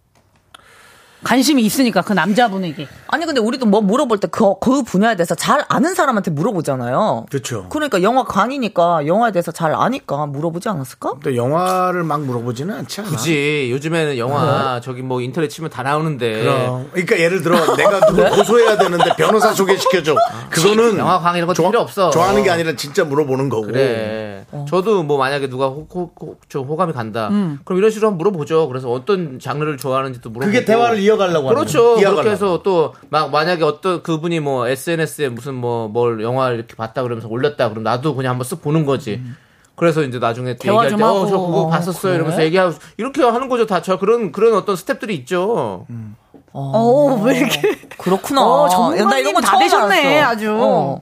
[SPEAKER 8] 관심이 있으니까 그 남자분에게.
[SPEAKER 7] 아니 근데 우리도 뭐 물어볼 때 그 그 분야에 대해서 잘 아는 사람한테 물어보잖아요.
[SPEAKER 1] 그렇죠.
[SPEAKER 7] 그러니까 영화 강의니까 영화에 대해서 잘 아니까 물어보지 않았을까?
[SPEAKER 1] 근데 영화를 막 물어보지는 않지 않아.
[SPEAKER 2] 굳이 요즘에는 영화 저기 뭐 인터넷 치면 다 나오는데
[SPEAKER 1] 그럼. 그러니까 예를 들어 내가
[SPEAKER 2] *laughs* 네?
[SPEAKER 1] 누굴 고소해야 되는데 변호사 소개시켜줘.
[SPEAKER 2] 아,
[SPEAKER 1] 그거는
[SPEAKER 2] 영화 강의 이런 거 필요 없어
[SPEAKER 1] 좋아하는 게 아니라 진짜 물어보는 거고.
[SPEAKER 2] 그래 저도 뭐 만약에 누가 호, 호, 호, 저 호감이 간다
[SPEAKER 1] 음.
[SPEAKER 2] 그럼 이런 식으로 한번 물어보죠 그래서 어떤 장르를 좋아하는지도 물어보고
[SPEAKER 1] 그게 대화를 이어가려고 뭐 하는
[SPEAKER 2] 뭐 그렇죠
[SPEAKER 1] 거예요.
[SPEAKER 2] 그렇게
[SPEAKER 1] 이어가려고.
[SPEAKER 2] 해서 또 막 만약에 어떤 그분이 뭐 SNS에 무슨 뭐 뭘 영화 이렇게 봤다 그러면서 올렸다 그럼 나도 그냥 한번 쓱 보는 거지
[SPEAKER 1] 음.
[SPEAKER 2] 그래서 이제 나중에 또
[SPEAKER 8] 대화
[SPEAKER 2] 얘기할
[SPEAKER 8] 좀
[SPEAKER 2] 때,
[SPEAKER 8] 하고.
[SPEAKER 2] 어, 저 그거 봤었어요.
[SPEAKER 8] 그래?
[SPEAKER 2] 이러면서 얘기하고, 이렇게 하는 거죠. 다 저 그런, 그런 어떤 스텝들이 있죠.
[SPEAKER 1] 음,
[SPEAKER 8] 어, 왜 이렇게.
[SPEAKER 7] 그렇구나.
[SPEAKER 8] 어, 전문가님
[SPEAKER 7] 나 이런 거
[SPEAKER 8] 다
[SPEAKER 7] 처음
[SPEAKER 8] 되셨네,
[SPEAKER 7] 알았어.
[SPEAKER 8] 아주.
[SPEAKER 7] 어.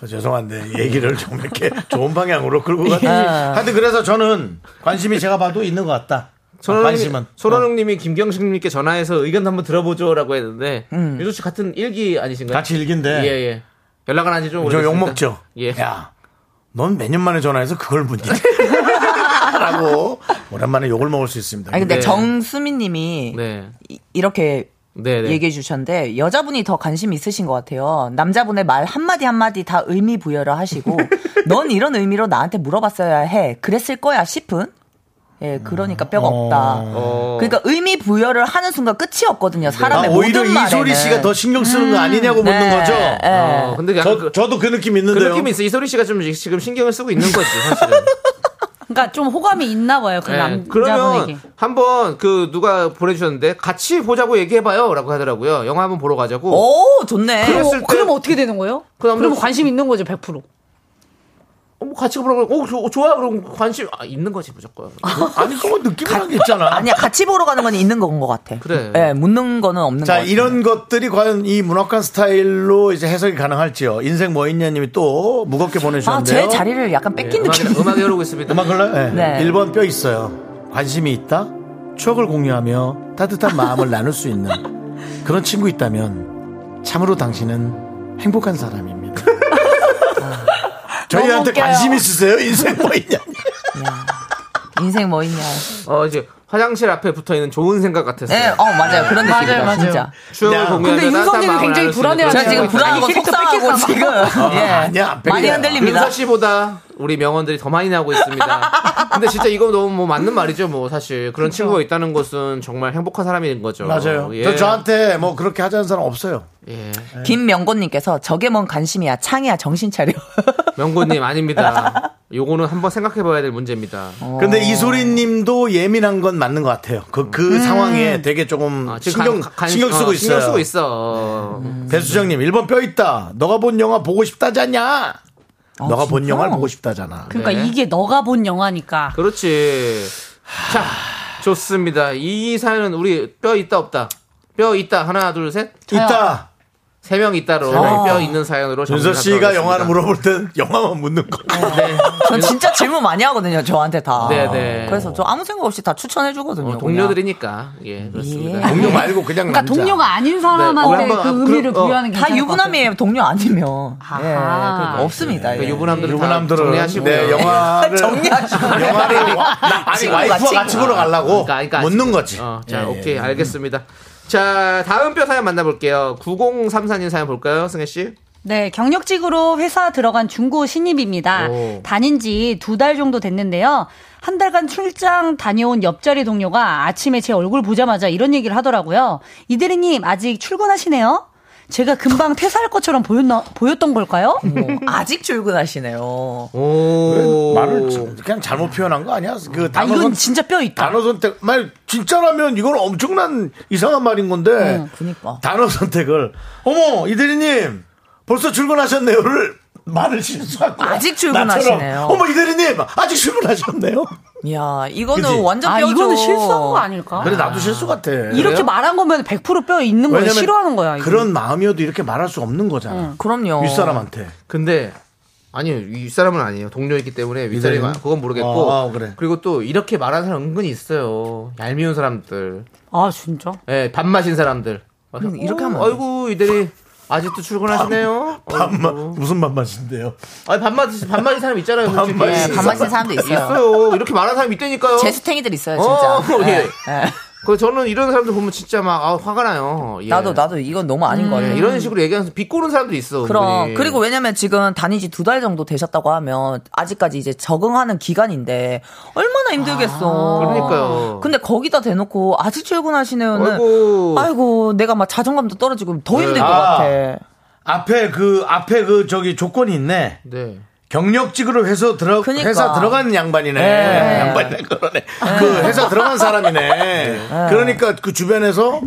[SPEAKER 1] 그 죄송한데 얘기를 좀 이렇게 *laughs* 좋은 방향으로 끌고
[SPEAKER 2] *laughs*
[SPEAKER 1] 가는.
[SPEAKER 2] 예.
[SPEAKER 1] 하여튼 그래서 저는 관심이 제가 봐도 있는 것 같다. 관심은. 어.
[SPEAKER 2] 손원웅님이 김경식님께 전화해서 의견 한번 들어보죠라고 했는데
[SPEAKER 1] 음.
[SPEAKER 2] 유조 씨 같은 일기 아니신가요?
[SPEAKER 1] 같이 일기인데.
[SPEAKER 2] 예예. 연락은 안지 좀.
[SPEAKER 1] 저
[SPEAKER 2] 오래됐습니다.
[SPEAKER 1] 욕먹죠.
[SPEAKER 2] 예.
[SPEAKER 1] 야, 넌 몇 년 만에 전화해서 그걸 묻니? *laughs* 라고 오랜만에 욕을 먹을 수 있습니다.
[SPEAKER 7] 아니 근데 정수민님이
[SPEAKER 1] 네.
[SPEAKER 7] 이- 이렇게
[SPEAKER 2] 네, 네.
[SPEAKER 7] 얘기해 주셨는데 여자분이 더 관심 있으신 것 같아요. 남자분의 말 한마디 한마디 다 의미 부여를 하시고 넌 이런 의미로 나한테 물어봤어야 해. 그랬을 거야 싶은
[SPEAKER 9] 예, 그러니까 뼈가 없다. 그러니까 의미 부여를 하는 순간 끝이 없거든요. 사람의
[SPEAKER 1] 아, 오히려
[SPEAKER 9] 모든 말에는.
[SPEAKER 1] 이소리 씨가 더 신경 쓰는 거 아니냐고 묻는
[SPEAKER 9] 네,
[SPEAKER 1] 거죠.
[SPEAKER 9] 예.
[SPEAKER 1] 어,
[SPEAKER 2] 근데
[SPEAKER 1] 저, 도그 느낌
[SPEAKER 2] 그
[SPEAKER 1] 있는데요.
[SPEAKER 2] 느낌이 있어. 이소리 씨가 좀 지금 신경을 쓰고 있는 거지, 사실은.
[SPEAKER 8] 그러니까 좀 호감이 있나 봐요. 그
[SPEAKER 2] 예.
[SPEAKER 8] 남자분에게.
[SPEAKER 2] 그러면 한번 그 누가 보내주셨는데 같이 보자고 얘기해봐요라고 하더라고요. 영화 한번 보러
[SPEAKER 7] 어?
[SPEAKER 2] 가자고.
[SPEAKER 9] 오 좋네.
[SPEAKER 2] 그랬을
[SPEAKER 8] 그럼, 그럼 어떻게 되는 거예요?
[SPEAKER 2] 그럼
[SPEAKER 8] 그럼 관심 있는 거죠, 100%.
[SPEAKER 2] 어, 뭐 같이 보러 가고 어, 좋- 좋아 그럼 관심 아, 있는 거지 무조건. 아니 그거 느낌이란
[SPEAKER 1] 게 있잖아.
[SPEAKER 7] 아니야 같이 보러 가는 건 있는 건 것 같아.
[SPEAKER 2] 그래.
[SPEAKER 7] 예, 묻는 거는 없는 거
[SPEAKER 1] 자,
[SPEAKER 7] 같아.
[SPEAKER 1] 이런 것들이 과연 이 문학관 스타일로 이제 해석이 가능할지요. 인생 뭐 있냐님이 또 무겁게 보내주셨는데요.
[SPEAKER 7] 아, 제 자리를 약간 뺏긴
[SPEAKER 2] 느낌. 네. 음악이 흐르고 있습니다.
[SPEAKER 1] 음악 흘러요? 네.
[SPEAKER 7] 네.
[SPEAKER 1] 1번 뼈 있어요. 관심이 있다? 추억을 공유하며 따뜻한 마음을 나눌 수 있는 그런 친구 있다면 참으로 당신은 행복한 사람입니다. 아, 저희한테
[SPEAKER 7] 너무 웃겨요.
[SPEAKER 1] 관심 있으세요? 인생 뭐 있냐?
[SPEAKER 7] 인생 뭐 있냐.
[SPEAKER 2] 어 이제 화장실 앞에 붙어 있는 좋은 생각 같았어요.
[SPEAKER 7] 예, 어, 맞아요. 그런
[SPEAKER 2] 맞아요,
[SPEAKER 7] 느낌이다,
[SPEAKER 2] 맞아요.
[SPEAKER 7] 진짜.
[SPEAKER 2] 추억을 공유하면
[SPEAKER 7] 근데 윤선생님
[SPEAKER 2] 따뜻한 마음을
[SPEAKER 7] 굉장히
[SPEAKER 2] 나눌 수 있는 그런
[SPEAKER 7] 불안해하세요.
[SPEAKER 2] 친구가 있다.
[SPEAKER 7] 제가 지금 불안하고
[SPEAKER 2] 네, 아니, 캐릭터
[SPEAKER 7] 속상하고
[SPEAKER 2] 뺏겼나 봐.
[SPEAKER 7] 지금. 예. 많이 흔들립니다.
[SPEAKER 2] 윤서 씨보다 우리 명언들이 더 많이 나오고
[SPEAKER 7] *laughs*
[SPEAKER 2] 있습니다. 근데 진짜 이거 너무 뭐 맞는 말이죠, 뭐 사실
[SPEAKER 7] 그렇죠.
[SPEAKER 2] 그런 친구가 있다는 것은 정말 행복한 사람인 거죠.
[SPEAKER 1] 맞아요.
[SPEAKER 2] 예.
[SPEAKER 1] 저 저한테 뭐 그렇게 하자는 사람 없어요.
[SPEAKER 7] 김명곤님께서 저게 뭔 관심이야. 창이야. 정신 차려. *laughs*
[SPEAKER 2] 명고님 아닙니다. 요거는 한번 생각해봐야 될 문제입니다.
[SPEAKER 1] 근데 이소리님도 예민한 건 맞는 것 같아요. 그, 그
[SPEAKER 2] 음.
[SPEAKER 1] 상황에 되게 조금
[SPEAKER 2] 아, 지금
[SPEAKER 1] 신경,
[SPEAKER 2] 간- 간-
[SPEAKER 1] 신경 쓰고
[SPEAKER 2] 어,
[SPEAKER 1] 있어요. 네. 음.
[SPEAKER 2] 신경 쓰고 있어.
[SPEAKER 1] 배수정님, 1번 뼈 있다. 너가 본 영화 보고 싶다잖냐? 너가 본
[SPEAKER 8] 진짜?
[SPEAKER 1] 영화를 보고 싶다잖아.
[SPEAKER 8] 그러니까 이게 너가 본 영화니까.
[SPEAKER 2] 그렇지. 자, 좋습니다. 이 사연은 우리 뼈 있다 없다. 뼈 있다 하나 둘 셋.
[SPEAKER 8] 저요.
[SPEAKER 1] 있다.
[SPEAKER 2] 세 명 있다로
[SPEAKER 1] 세명 있다.
[SPEAKER 2] 뼈 있는 사연으로
[SPEAKER 1] 어. 윤서 씨가 영화를 물어볼 땐 *laughs* 영화만 묻는 거.
[SPEAKER 7] 전 진짜 질문 많이 하거든요. 저한테 다.
[SPEAKER 2] 네, 네.
[SPEAKER 7] 그래서 저 아무 생각 없이 다 추천해 주거든요.
[SPEAKER 2] 동료들이니까 예 그렇습니다.
[SPEAKER 7] 예. 동료
[SPEAKER 1] 말고 그냥
[SPEAKER 8] 그러니까 동료가 아닌 사람한테 그 의미를 부여하는 게 괜찮을 것
[SPEAKER 7] 다
[SPEAKER 8] 같아요.
[SPEAKER 7] 유부남이에요. 동료 아니면 예,
[SPEAKER 8] 아하.
[SPEAKER 7] 그 없습니다.
[SPEAKER 2] 네,
[SPEAKER 7] 예.
[SPEAKER 2] 그러니까
[SPEAKER 7] *laughs*
[SPEAKER 2] 유부남들은
[SPEAKER 1] 유부남들은
[SPEAKER 2] 정리하시고요.
[SPEAKER 1] 네, 영화를
[SPEAKER 7] 정리하시고.
[SPEAKER 1] 영화를 와- 나- 아니
[SPEAKER 2] 친구가,
[SPEAKER 1] 와이프와
[SPEAKER 2] 친구가.
[SPEAKER 1] 같이 보러 가려고 묻는 거지.
[SPEAKER 2] 그러니까, 어, 자,
[SPEAKER 1] 예,
[SPEAKER 2] 오케이,
[SPEAKER 1] 예.
[SPEAKER 2] 알겠습니다. 자, 다음 뼈 사연 만나볼게요. 9034님 사연 볼까요, 승혜씨?
[SPEAKER 8] 네, 경력직으로 회사 들어간 중고 신입입니다.
[SPEAKER 2] 오.
[SPEAKER 8] 다닌 지 두 달 정도 됐는데요. 한 달간 출장 다녀온 옆자리 동료가 아침에 제 얼굴 보자마자 이런 얘기를 하더라고요. 이대리님, 아직 출근하시네요? 제가 금방 퇴사할 것처럼 보였나, 보였던 걸까요?
[SPEAKER 7] 음. 아직 출근하시네요.
[SPEAKER 2] 오.
[SPEAKER 1] 말을 참- 그냥 잘못 표현한 거 아니야? 그
[SPEAKER 8] 아,
[SPEAKER 1] 단어
[SPEAKER 8] 이건
[SPEAKER 1] 선-
[SPEAKER 8] 진짜 뼈 있다.
[SPEAKER 1] 단어 선택 말 진짜라면 이건 엄청난 이상한 말인 건데
[SPEAKER 7] 그니까.
[SPEAKER 1] 단어 선택을 어머 이대리님 벌써 출근하셨네요를 말을 실수하고
[SPEAKER 7] 아직 출근하시네요.
[SPEAKER 1] 나처럼, 어머 이대리님 아직 출근하셨네요.
[SPEAKER 7] 이야, 이거는
[SPEAKER 1] 그치?
[SPEAKER 7] 완전
[SPEAKER 8] 아,
[SPEAKER 7] 뼈죠.
[SPEAKER 8] 이거는 실수한 거 아닐까?
[SPEAKER 1] 그래 나도 실수 같아.
[SPEAKER 8] 이렇게 말한 거면 100%뼈 있는 거예요.
[SPEAKER 1] 왜냐면
[SPEAKER 8] 싫어하는 거야. 이거.
[SPEAKER 1] 그런 마음이어도 이렇게 말할 수 없는 거잖아.
[SPEAKER 7] 그럼요.
[SPEAKER 1] 윗사람한테.
[SPEAKER 2] 근데, 아니요, 윗사람은 아니에요. 동료이기 때문에 윗사람이,
[SPEAKER 1] 윗사람이요?
[SPEAKER 2] 그건 모르겠고.
[SPEAKER 1] 어, 어, 그래.
[SPEAKER 2] 리고또 이렇게 말하는 사람 은근히 있어요. 얄미운 사람들.
[SPEAKER 8] 아, 진짜?
[SPEAKER 2] 예, 밥 마신 사람들.
[SPEAKER 7] 음, 이렇게
[SPEAKER 2] 어,
[SPEAKER 7] 하면 안
[SPEAKER 2] 아이고, 이대리. 아직도 출근하시네요. 어,
[SPEAKER 1] 밥맛 무슨 밥맛인데요?
[SPEAKER 2] 아니 반맛 반맛인 사람 있잖아요.
[SPEAKER 1] 밥
[SPEAKER 2] 솔직히.
[SPEAKER 1] 맛이
[SPEAKER 7] 예, 밥 마시는 사람도 있어요.
[SPEAKER 2] 있어요. 이렇게 말하는 사람 있다니까요.
[SPEAKER 7] 재수탱이들 있어요, 진짜.
[SPEAKER 2] 어, 예.
[SPEAKER 7] 예, 예.
[SPEAKER 2] 그 저는 이런 사람들 보면 진짜 막 아, 화가 나요. 예.
[SPEAKER 7] 나도 나도 이건 너무 아닌 거 같아요.
[SPEAKER 2] 예, 이런 식으로 얘기하면서 비꼬는 사람도 있어.
[SPEAKER 7] 그럼
[SPEAKER 2] 은근히.
[SPEAKER 7] 그리고 왜냐면 지금 다니지 두 달 정도 되셨다고 하면 아직까지 이제 적응하는 기간인데 얼마나 힘들겠어.
[SPEAKER 2] 아, 그러니까요.
[SPEAKER 7] 근데 거기다 대놓고 아직 출근하시네요는
[SPEAKER 2] 아이고. 네.
[SPEAKER 7] 아이고, 내가 막 자존감도 떨어지고 더 힘들 것
[SPEAKER 1] 아.
[SPEAKER 7] 같아.
[SPEAKER 1] 앞에 그 앞에 그 저기 조건이 있네.
[SPEAKER 2] 네.
[SPEAKER 1] 경력직으로 회사 들어
[SPEAKER 7] 그니까.
[SPEAKER 1] 회사 들어간 양반이네.
[SPEAKER 7] 네.
[SPEAKER 1] 양반이네 그러네. 그 회사 들어간 사람이네. 그러니까 그 주변에서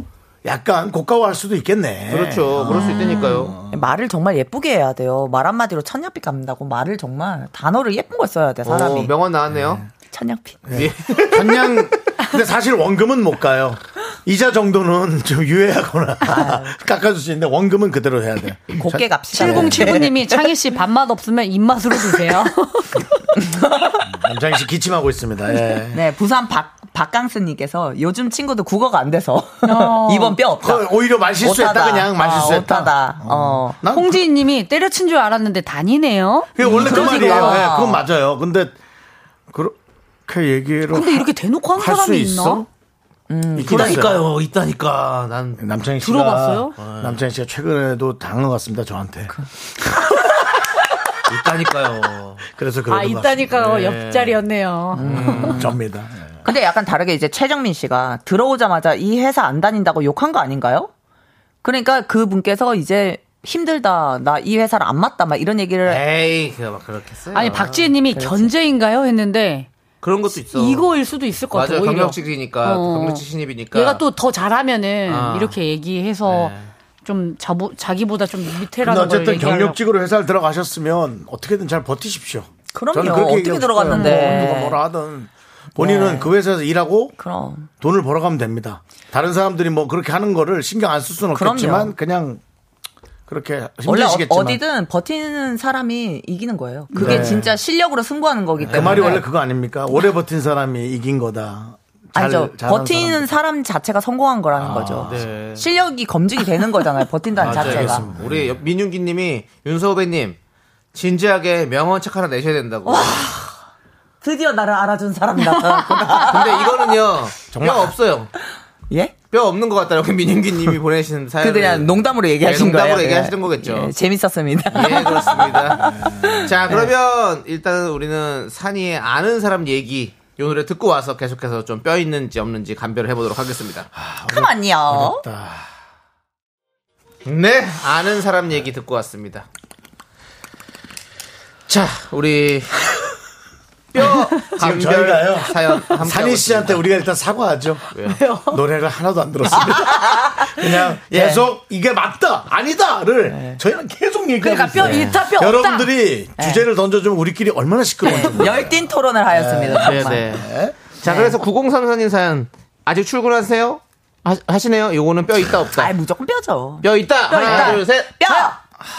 [SPEAKER 1] 약간 고가워할 수도 있겠네.
[SPEAKER 2] 그렇죠. 그럴 수 있다니까요.
[SPEAKER 7] 말을 정말 예쁘게 해야 돼요. 말 한마디로 천냥빛 감는다고 말을 정말 단어를 예쁜 걸 써야 돼 사람이.
[SPEAKER 2] 어, 명언 나왔네요.
[SPEAKER 7] 천냥빛.
[SPEAKER 2] 예.
[SPEAKER 1] 그냥 근데 사실 원금은 못 가요. 이자 정도는 좀 유예하거나 깎아줄 수 있는데 원금은 그대로 해야 돼.
[SPEAKER 7] 네, 곱게 갑시다. 네.
[SPEAKER 8] 7079님이 창희 씨 밥맛 없으면
[SPEAKER 1] *laughs*
[SPEAKER 8] 입맛으로 드세요. *laughs*
[SPEAKER 1] 남창희 씨 기침하고 있습니다. 예.
[SPEAKER 7] 네, 부산 박 박강스님께서 요즘 친구도 국어가 안 돼서 *laughs*
[SPEAKER 8] 어.
[SPEAKER 7] 이번 뼈 없다.
[SPEAKER 1] 어, 오히려 말 실수했다,
[SPEAKER 7] 못하다.
[SPEAKER 1] 그냥 말
[SPEAKER 7] 아,
[SPEAKER 1] 실수했다.
[SPEAKER 7] 못하다. 어.
[SPEAKER 1] 난
[SPEAKER 8] 홍지인님이 때려친 줄 알았는데 다니네요.
[SPEAKER 1] 그게 원래 그 말이에요.
[SPEAKER 7] 그러니까.
[SPEAKER 1] 예, 그건 맞아요. 근데 그렇게 얘기로
[SPEAKER 8] 근데 이렇게 대놓고 한
[SPEAKER 1] 할 수
[SPEAKER 8] 사람이 있나? 음,
[SPEAKER 1] 있어? 있긴 있어요.
[SPEAKER 2] 있다니까요. 있다니까. 난
[SPEAKER 1] 남창희 씨가
[SPEAKER 8] 들어봤어요? 그-
[SPEAKER 1] 남창희 씨가 최근에도 당한 것 같습니다. 저한테.
[SPEAKER 2] 있다니까요.
[SPEAKER 1] 그래서 그런
[SPEAKER 8] 아
[SPEAKER 1] 것
[SPEAKER 8] 있다니까요. 옆자리였네요. 음. *laughs*
[SPEAKER 1] 같습니다. 음, 접니다. 예.
[SPEAKER 7] 근데 약간 다르게 이제 최정민 씨가 들어오자마자 이 회사 안 다닌다고 욕한 거 아닌가요? 그러니까 그 분께서 이제 힘들다, 나 이 회사를 안 맞다, 막 이런 얘기를.
[SPEAKER 1] 네.
[SPEAKER 2] 에이, *laughs* 그거 막 그렇겠어요.
[SPEAKER 8] 아니 박지혜님이 견제인가요 했는데
[SPEAKER 2] 그런 것도 있어.
[SPEAKER 8] 이거일 수도 있을 것 같아요.
[SPEAKER 2] 맞아요.
[SPEAKER 8] 오히려.
[SPEAKER 2] 경력직이니까
[SPEAKER 8] 어.
[SPEAKER 2] 경력직 신입이니까.
[SPEAKER 8] 얘가 또 더 잘하면은
[SPEAKER 2] 아.
[SPEAKER 8] 이렇게 얘기해서 좀 자부, 자기보다 좀
[SPEAKER 1] 네. 근데
[SPEAKER 8] 밑에라는
[SPEAKER 1] 어쨌든
[SPEAKER 8] 걸 얘기하려고.
[SPEAKER 1] 경력직으로 회사를 들어가셨으면 어떻게든 잘 버티십시오.
[SPEAKER 8] 그럼요.
[SPEAKER 1] 저는 그렇게
[SPEAKER 8] 어떻게
[SPEAKER 1] 얘기하고
[SPEAKER 8] 들어갔는데.
[SPEAKER 1] 싶어요. 뭐 누가 뭐라 하든 본인은
[SPEAKER 7] 네.
[SPEAKER 1] 그 회사에서 일하고
[SPEAKER 7] 그럼.
[SPEAKER 1] 돈을 벌어가면 됩니다. 다른 사람들이 뭐 그렇게 하는 거를 신경 안 쓸 수는 없겠지만
[SPEAKER 7] 그럼요.
[SPEAKER 1] 그냥 그렇게
[SPEAKER 7] 원래 어,
[SPEAKER 1] 힘드시겠지만
[SPEAKER 7] 어디든 버티는 사람이 이기는 거예요. 그게
[SPEAKER 1] 네.
[SPEAKER 7] 진짜 실력으로 승부하는 거기
[SPEAKER 1] 그
[SPEAKER 7] 때문에.
[SPEAKER 1] 말이 원래 그거 아닙니까? 오래 버틴 사람이 이긴 거다. 잘, 아,
[SPEAKER 7] 아니죠.
[SPEAKER 1] 잘한
[SPEAKER 7] 버티는 사람 자체가 성공한 거라는 거죠.
[SPEAKER 2] 네.
[SPEAKER 7] 실력이 검증이 되는 거잖아요. 버틴다는
[SPEAKER 1] *laughs*
[SPEAKER 2] 맞아요.
[SPEAKER 7] 자체가.
[SPEAKER 2] 알겠습니다. 우리 옆- 민윤기님이 윤서 후배님 진지하게 명언 책 하나 내셔야 된다고.
[SPEAKER 7] 드디어 나를 알아준 사람이 나타났구나.
[SPEAKER 1] *laughs*
[SPEAKER 2] 근데 이거는요 뼈 없어요.
[SPEAKER 7] 예?
[SPEAKER 2] 뼈 없는 것 같다라고 민윤기님이 보내신 사연.
[SPEAKER 7] 아, 그냥 농담으로 얘기하신
[SPEAKER 2] 네. 농담으로
[SPEAKER 7] 거예요.
[SPEAKER 2] 얘기하시는
[SPEAKER 7] 네.
[SPEAKER 2] 거겠죠.
[SPEAKER 7] 예, 재밌었습니다.
[SPEAKER 2] 예, 그렇습니다. 자,
[SPEAKER 1] 네.
[SPEAKER 2] 그러면 일단은 우리는 산이의 아는 사람 얘기 이 노래 듣고 와서 계속해서 좀 뼈 있는지 없는지 간별을 해보도록 하겠습니다.
[SPEAKER 7] *laughs* 그만요.
[SPEAKER 2] 네, 아는 사람 얘기 듣고 왔습니다. 자,
[SPEAKER 1] *laughs*
[SPEAKER 2] 우리 뼈
[SPEAKER 1] 지금
[SPEAKER 2] 감별
[SPEAKER 1] 저희가요.
[SPEAKER 2] 사연 함께하고 네.
[SPEAKER 1] 산희 씨한테 우리가 일단 사과하죠.
[SPEAKER 2] 왜요?
[SPEAKER 1] *laughs* 노래를 하나도 안
[SPEAKER 7] *laughs*
[SPEAKER 1] 들었습니다. 그냥
[SPEAKER 7] 예.
[SPEAKER 1] 계속 이게 맞다 아니다를 저희는 계속 얘기하고
[SPEAKER 7] 네. 그러니까 뼈
[SPEAKER 1] 있어요.
[SPEAKER 7] 있다, 뼈 없다.
[SPEAKER 1] 여러분들이
[SPEAKER 7] 네.
[SPEAKER 1] 주제를 던져주면 우리끼리 얼마나 시끄러운지
[SPEAKER 7] *laughs*
[SPEAKER 1] 몰라요.
[SPEAKER 7] 열띤 토론을 하였습니다.
[SPEAKER 2] 네,
[SPEAKER 7] 정말.
[SPEAKER 2] 네. 자, 그래서 9034님 사연 아직 출근하세요? 하, 하시네요. 요거는 뼈 있다 없다. 아,
[SPEAKER 7] 무조건 뼈죠.
[SPEAKER 2] 뼈 있다.
[SPEAKER 1] 뼈
[SPEAKER 2] 하나,
[SPEAKER 1] 있다.
[SPEAKER 2] 둘, 셋.
[SPEAKER 7] 뼈!
[SPEAKER 2] 뼈,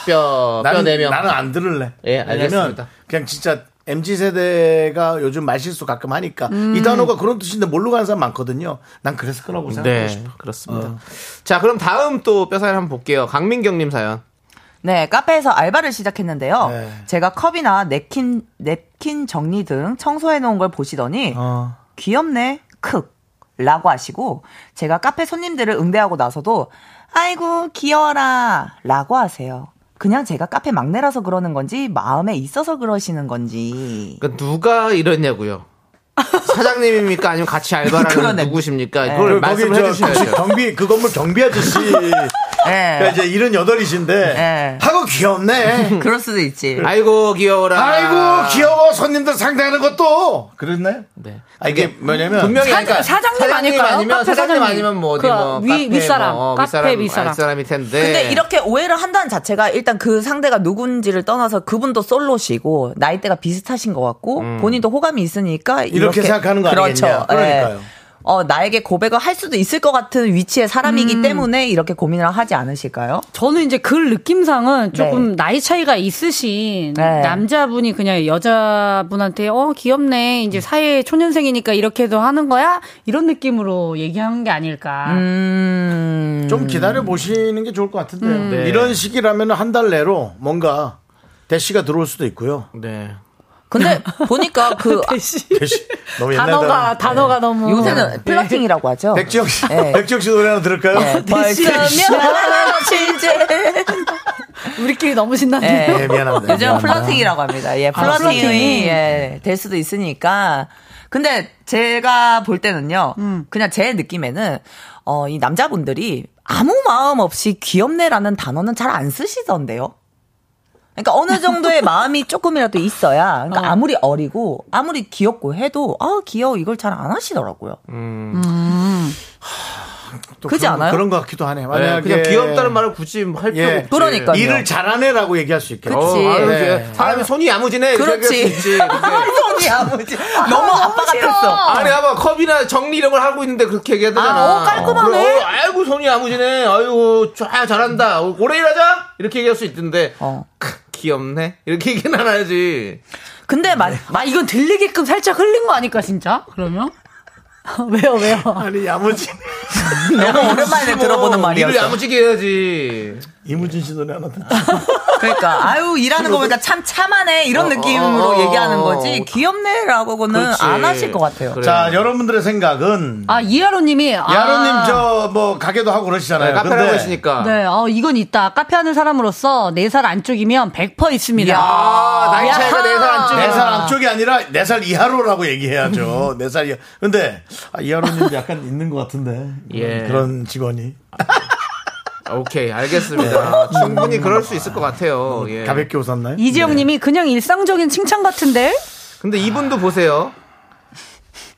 [SPEAKER 2] 뼈
[SPEAKER 1] 나는,
[SPEAKER 2] 네 명.
[SPEAKER 1] 나는 안 들을래.
[SPEAKER 2] 예, 알겠습니다.
[SPEAKER 1] 왜냐면 그냥 진짜 MZ 세대가 요즘 말실수 가끔 하니까
[SPEAKER 7] 음.
[SPEAKER 1] 이 단어가 그런 뜻인데 모르고 하는 사람 많거든요. 난 그래서 끊어고 생각하고
[SPEAKER 2] 네,
[SPEAKER 1] 싶어.
[SPEAKER 2] 그렇습니다. 자, 그럼 다음 또 뼈 사연 한번 볼게요. 강민경님 사연.
[SPEAKER 7] 네, 카페에서 알바를 시작했는데요.
[SPEAKER 2] 네.
[SPEAKER 7] 제가 컵이나 냅킨, 냅킨 정리 등 청소해 놓은 걸 보시더니
[SPEAKER 2] 어.
[SPEAKER 7] 귀엽네, 크 라고 하시고 제가 카페 손님들을 응대하고 나서도 아이고 귀여워라 라고 하세요. 그냥 제가 카페 막내라서 그러는 건지 마음에 있어서
[SPEAKER 2] *laughs*
[SPEAKER 7] 그러시는 건지
[SPEAKER 2] 그러니까 누가 이러냐고요. 사장님입니까? 아니면 같이 알바라는 누구십니까?
[SPEAKER 1] 네. 그리고 거기
[SPEAKER 2] 그걸 말씀을
[SPEAKER 1] 저
[SPEAKER 2] 해주셔야죠.
[SPEAKER 1] 경비 그 건물 경비 아저씨.
[SPEAKER 7] 네.
[SPEAKER 1] 그러니까 이제 일흔 여덟이신데 하고
[SPEAKER 7] *laughs*
[SPEAKER 1] 귀엽네.
[SPEAKER 7] 그럴 수도 있지.
[SPEAKER 2] 아이고 귀여워라.
[SPEAKER 1] 아이고 귀여워 손님들 상대하는 것도 그랬나요?
[SPEAKER 2] 네.
[SPEAKER 1] 아, 이게 뭐냐면
[SPEAKER 2] 분명히
[SPEAKER 8] 사-
[SPEAKER 2] 그러니까
[SPEAKER 8] 사장님 아닐까요?
[SPEAKER 2] 아니면
[SPEAKER 8] 카페
[SPEAKER 2] 사장님
[SPEAKER 8] 사장님.
[SPEAKER 2] 아니면 뭐 어디
[SPEAKER 8] 그
[SPEAKER 2] 뭐
[SPEAKER 8] 위-
[SPEAKER 2] 카페
[SPEAKER 8] 윗사람,
[SPEAKER 2] 뭐,
[SPEAKER 8] 카페
[SPEAKER 2] 윗사람,
[SPEAKER 8] 윗사람.
[SPEAKER 2] 윗사람일 텐데.
[SPEAKER 1] 네.
[SPEAKER 7] 근데 이렇게 오해를 한다는 자체가 일단 그 상대가 누군지를 떠나서 그분도 솔로시고 나이대가 비슷하신 것 같고 본인도 호감이 있으니까
[SPEAKER 1] 음.
[SPEAKER 7] 이렇게,
[SPEAKER 1] 이렇게 생각하는 거
[SPEAKER 7] 그렇죠.
[SPEAKER 1] 아니겠냐. 그러니까요.
[SPEAKER 7] 예. 어, 나에게 고백을 할 수도 있을 것 같은 위치의 사람이기 때문에 이렇게 고민을 하지 않으실까요?
[SPEAKER 8] 저는 이제 그 느낌상은 조금
[SPEAKER 7] 네.
[SPEAKER 8] 나이 차이가 있으신
[SPEAKER 7] 네.
[SPEAKER 8] 남자분이 그냥 여자분한테 어 귀엽네 이제 사회 초년생이니까 이렇게도 하는 거야 이런 느낌으로 얘기한 게 아닐까.
[SPEAKER 1] 음.
[SPEAKER 8] *laughs*
[SPEAKER 7] 음.
[SPEAKER 1] 좀 기다려 보시는 게 좋을 것 같은데요.
[SPEAKER 8] 음. 네.
[SPEAKER 1] 이런 시기라면 한 달 내로 뭔가 대시가 들어올 수도 있고요.
[SPEAKER 2] 네.
[SPEAKER 7] *laughs* 근데 보니까 그
[SPEAKER 1] 대시 너무 옛날
[SPEAKER 8] 단어가
[SPEAKER 1] 단어.
[SPEAKER 8] 단어가 너무
[SPEAKER 7] 요새는
[SPEAKER 8] 네.
[SPEAKER 7] 플러팅이라고 하죠.
[SPEAKER 1] 백지영 씨, 네, *laughs*
[SPEAKER 7] 네.
[SPEAKER 1] 백지영 씨 노래 하나 들을까요?
[SPEAKER 7] 벌써면 *laughs* 진짜
[SPEAKER 8] 우리끼리 너무
[SPEAKER 7] 예.
[SPEAKER 8] 신나네요.
[SPEAKER 1] 네, 미안합니다. 아,
[SPEAKER 7] 요즘
[SPEAKER 1] 미안합니다.
[SPEAKER 7] 플러팅이라고 합니다. 예,
[SPEAKER 8] 플러팅.
[SPEAKER 7] 플러팅이 예, 될 수도 있으니까. 근데 제가 볼 때는요,
[SPEAKER 1] 음.
[SPEAKER 7] 그냥 제 느낌에는 어, 이 남자분들이 아무 마음 없이 귀엽네라는 단어는 잘 안 쓰시던데요. 그러니까 어느
[SPEAKER 1] *laughs*
[SPEAKER 7] 정도의 마음이 조금이라도 있어야 그러니까 아무리 어리고 아무리 귀엽고 해도 아 귀여워 이걸 잘 안 하시더라고요.
[SPEAKER 1] 또
[SPEAKER 7] 그렇지
[SPEAKER 1] 그런-
[SPEAKER 7] 않아요?
[SPEAKER 1] 그런 것 같기도 하네.
[SPEAKER 2] 네,
[SPEAKER 1] 만약에
[SPEAKER 2] 그냥 귀엽다는 말을 굳이 할 필요
[SPEAKER 1] 예.
[SPEAKER 2] 없지.
[SPEAKER 7] 그러니까요.
[SPEAKER 1] 일을 잘하네라고 얘기할 수 있겠죠.
[SPEAKER 2] 어,
[SPEAKER 7] 그치.
[SPEAKER 2] 아유,
[SPEAKER 1] 네.
[SPEAKER 2] 이제 사람이 손이 야무지네. 이렇게
[SPEAKER 7] 그렇지.
[SPEAKER 2] 얘기할 수 있지. 근데
[SPEAKER 7] *laughs* 손이 아버지 너무 아빠 같았어.
[SPEAKER 2] 아니 아마 컵이나 정리 이런 걸 하고 있는데 그렇게 얘기하잖아.
[SPEAKER 7] 아, 어, 깔끔하네.
[SPEAKER 2] 그래, 어, 아이고 손이 아무지네. 아이고 쫙 잘한다. 어, 오래 일하자. 이렇게 얘기할 수 있던데.
[SPEAKER 7] 어.
[SPEAKER 2] 크, 귀엽네. 이렇게 얘기는 안 하지.
[SPEAKER 7] 근데 마,
[SPEAKER 1] 네.
[SPEAKER 8] 아 이건 들리게끔 살짝 흘린 거 아닐까 진짜? 그러면 *laughs* 왜요 왜요?
[SPEAKER 1] 아니 야무지. 네. 뭐
[SPEAKER 7] 너무 오랜만에
[SPEAKER 2] 일을
[SPEAKER 7] 들어보는 말이었어.
[SPEAKER 2] 야무지게 해야지.
[SPEAKER 1] 이무진 씨 노래 하나 듣
[SPEAKER 7] 그러니까 아유 일하는 거 보니까 참 참하네 이런
[SPEAKER 1] 어,
[SPEAKER 7] 느낌으로
[SPEAKER 1] 어, 어,
[SPEAKER 7] 얘기하는
[SPEAKER 1] 어.
[SPEAKER 7] 거지 귀엽네라고는 안 하실 것 같아요.
[SPEAKER 1] 자, 여러분들의 생각은
[SPEAKER 8] 아 이하로님이
[SPEAKER 1] 야로님 저 뭐 가게도 하고 그러시잖아요.
[SPEAKER 2] 네, 카페를 하고 있으니까.
[SPEAKER 8] 네, 어, 이건 있다. 카페 하는 사람으로서 4살 안쪽이면 100% 있습니다.
[SPEAKER 1] 야,
[SPEAKER 2] 나이 아, 차이가
[SPEAKER 8] 야하.
[SPEAKER 2] 4살 안쪽이야.
[SPEAKER 1] 네 살 안쪽이 아니라 네 살 이하로라고
[SPEAKER 7] *laughs*
[SPEAKER 1] 얘기해야죠. 네 살 이하. 근데 아, 이하로님도 약간 있는 것 같은데. 음,
[SPEAKER 2] 예.
[SPEAKER 1] 그런 직원이.
[SPEAKER 2] 오케이, 알겠습니다.
[SPEAKER 1] 네.
[SPEAKER 2] 충분히 그럴 수 있을 것 같아요. 예.
[SPEAKER 1] 음, 가볍게 웃었나요?
[SPEAKER 8] 이지영님이 그냥 일상적인 칭찬 같은데?
[SPEAKER 2] 근데
[SPEAKER 7] 아.
[SPEAKER 2] 이분도 보세요.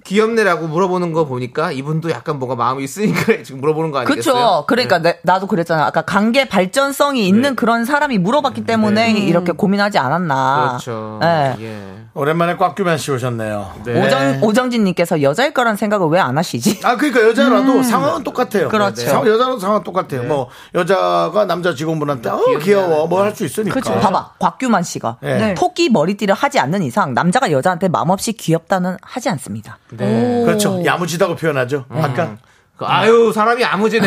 [SPEAKER 2] 귀엽네라고 물어보는 거 보니까 이분도 약간 뭔가 마음이 있으니까 지금 물어보는 거 아니겠어요?
[SPEAKER 7] 그렇죠. 그러니까 내- 나도 그랬잖아. 아까 관계 발전성이 있는 그런 사람이 물어봤기 때문에
[SPEAKER 8] 음.
[SPEAKER 7] 이렇게 고민하지 않았나.
[SPEAKER 2] 그렇죠.
[SPEAKER 7] 예.
[SPEAKER 1] 오랜만에 꽉규만 씨 오셨네요.
[SPEAKER 7] 오정 오정진님께서 여자일 거란 생각을 왜
[SPEAKER 8] *laughs*
[SPEAKER 7] 안 하시지?
[SPEAKER 1] 아 그러니까 여자라도
[SPEAKER 7] 음.
[SPEAKER 1] 상황은 똑같아요.
[SPEAKER 7] 그렇죠.
[SPEAKER 1] 상- 여자라도 상황 은 똑같아요.
[SPEAKER 2] 네.
[SPEAKER 1] 뭐 여자가 남자 직원분한테 어 귀여워 뭐 할 수 있으니까.
[SPEAKER 7] 그렇죠. *laughs* 봐봐, 곽규만 씨가
[SPEAKER 1] 네. 네.
[SPEAKER 7] 토끼 머리띠를 하지 않는 이상 남자가 여자한테 맘 없이 귀엽다는 하지 않습니다.
[SPEAKER 1] 네. 그렇죠. 야무지다고 표현하죠.
[SPEAKER 2] 음.
[SPEAKER 1] 아까
[SPEAKER 2] 그 아유 사람이
[SPEAKER 7] *laughs*
[SPEAKER 2] 야무지네.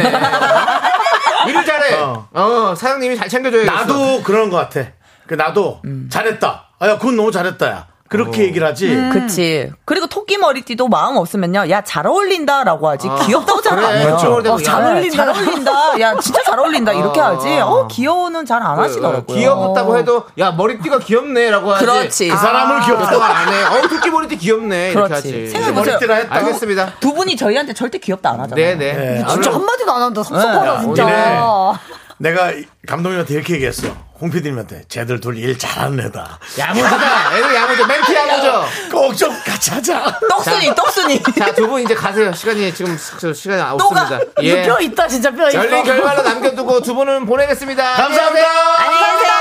[SPEAKER 2] 일을 잘해. 어, 사장님이 잘 챙겨줘야겠어.
[SPEAKER 1] 아, 나도 그런 것 같아. 그 나도 잘했다. 아야 그건 너무 잘했다야. 그렇게 얘기를 하지.
[SPEAKER 7] 그치. 그리고 토끼 머리띠도 마음 없으면요. 야, 잘 어울린다라고 하지.
[SPEAKER 1] 아,
[SPEAKER 7] 귀엽다고 잘
[SPEAKER 1] 그래,
[SPEAKER 7] 안 해요.
[SPEAKER 1] 그쪽으로 되고
[SPEAKER 7] 어, 잘
[SPEAKER 1] 야,
[SPEAKER 7] 어울린다. 잘 어울린다. 야, 진짜 잘 어울린다. 이렇게
[SPEAKER 2] 어.
[SPEAKER 7] 하지. 어, 귀여워는 잘 안 하시더라고요.
[SPEAKER 2] 귀엽다고 해도 야 머리띠가 귀엽네라고 하지. 아,
[SPEAKER 7] 그렇지. 그
[SPEAKER 1] 아.
[SPEAKER 7] 사람을
[SPEAKER 2] 귀엽다고
[SPEAKER 7] 귀엽다고
[SPEAKER 2] 안 해. 어 토끼 머리띠 귀엽네. 이렇게 하지.
[SPEAKER 7] 그렇지. 생각해보세요.
[SPEAKER 2] 알겠습니다.
[SPEAKER 7] 두 분이 저희한테 절대 귀엽다 안 하잖아요.
[SPEAKER 2] 네네.
[SPEAKER 8] 진짜 한마디도 안 한다. 섭섭하다,
[SPEAKER 1] 네.
[SPEAKER 8] 진짜.
[SPEAKER 1] 오늘의 내가 이- 감독님한테 이렇게 얘기했어. 홍 PD님한테 쟤들 둘 일 잘하는 애다.
[SPEAKER 2] 야무지다. 애들 야무져. 멘트 야무져.
[SPEAKER 1] 꼭 좀 같이 하자.
[SPEAKER 2] 자,
[SPEAKER 7] 떡순이. *laughs*
[SPEAKER 2] 자, 두 분 이제 가세요. 시간이 지금 스- 저 시간이 없습니다. 예.
[SPEAKER 8] 뼈 있다, 진짜 뼈 있다.
[SPEAKER 2] 열린 결말로 남겨두고 두 분은 보내겠습니다.
[SPEAKER 1] 감사합니다.
[SPEAKER 2] 안녕히 계세요.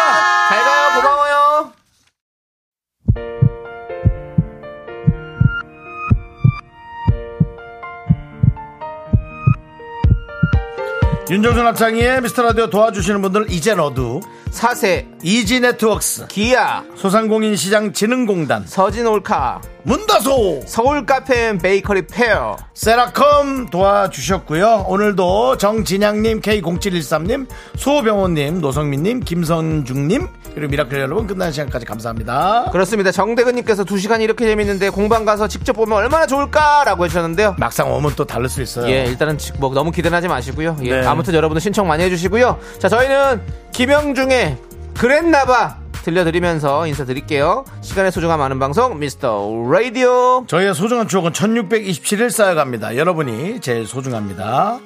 [SPEAKER 2] 잘 가요. 고마워요.
[SPEAKER 1] 윤정수 남창희의 미스터라디오 도와주시는 분들 이젠 어두
[SPEAKER 2] 사세
[SPEAKER 1] 이지네트웍스
[SPEAKER 2] 기아
[SPEAKER 1] 소상공인시장진흥공단
[SPEAKER 2] 서진올카
[SPEAKER 1] 문다소
[SPEAKER 2] 서울카페 베이커리 페어
[SPEAKER 1] 세라컴 도와주셨고요 오늘도 정진양님 K0713님 소병호님 노성민님 김선중님 그리고 미라클 여러분 끝나는 시간까지 감사합니다
[SPEAKER 2] 그렇습니다. 정대근님께서 두 시간 이렇게 재밌는데 공방 가서 직접 보면 얼마나 좋을까라고 해주셨는데요.
[SPEAKER 1] 막상 오면 또 다를 수 있어요
[SPEAKER 2] 예, 일단은 지- 뭐 너무 기대는 하지 마시고요. 예,
[SPEAKER 1] 네.
[SPEAKER 2] 아무튼 여러분들 신청 많이 해주시고요. 자, 저희는 김영중의 그랬나봐 들려드리면서 인사드릴게요. 시간의 소중함 아는 방송 미스터 라디오.
[SPEAKER 1] 저희의 소중한 추억은 1627일 쌓여갑니다 여러분이 제일 소중합니다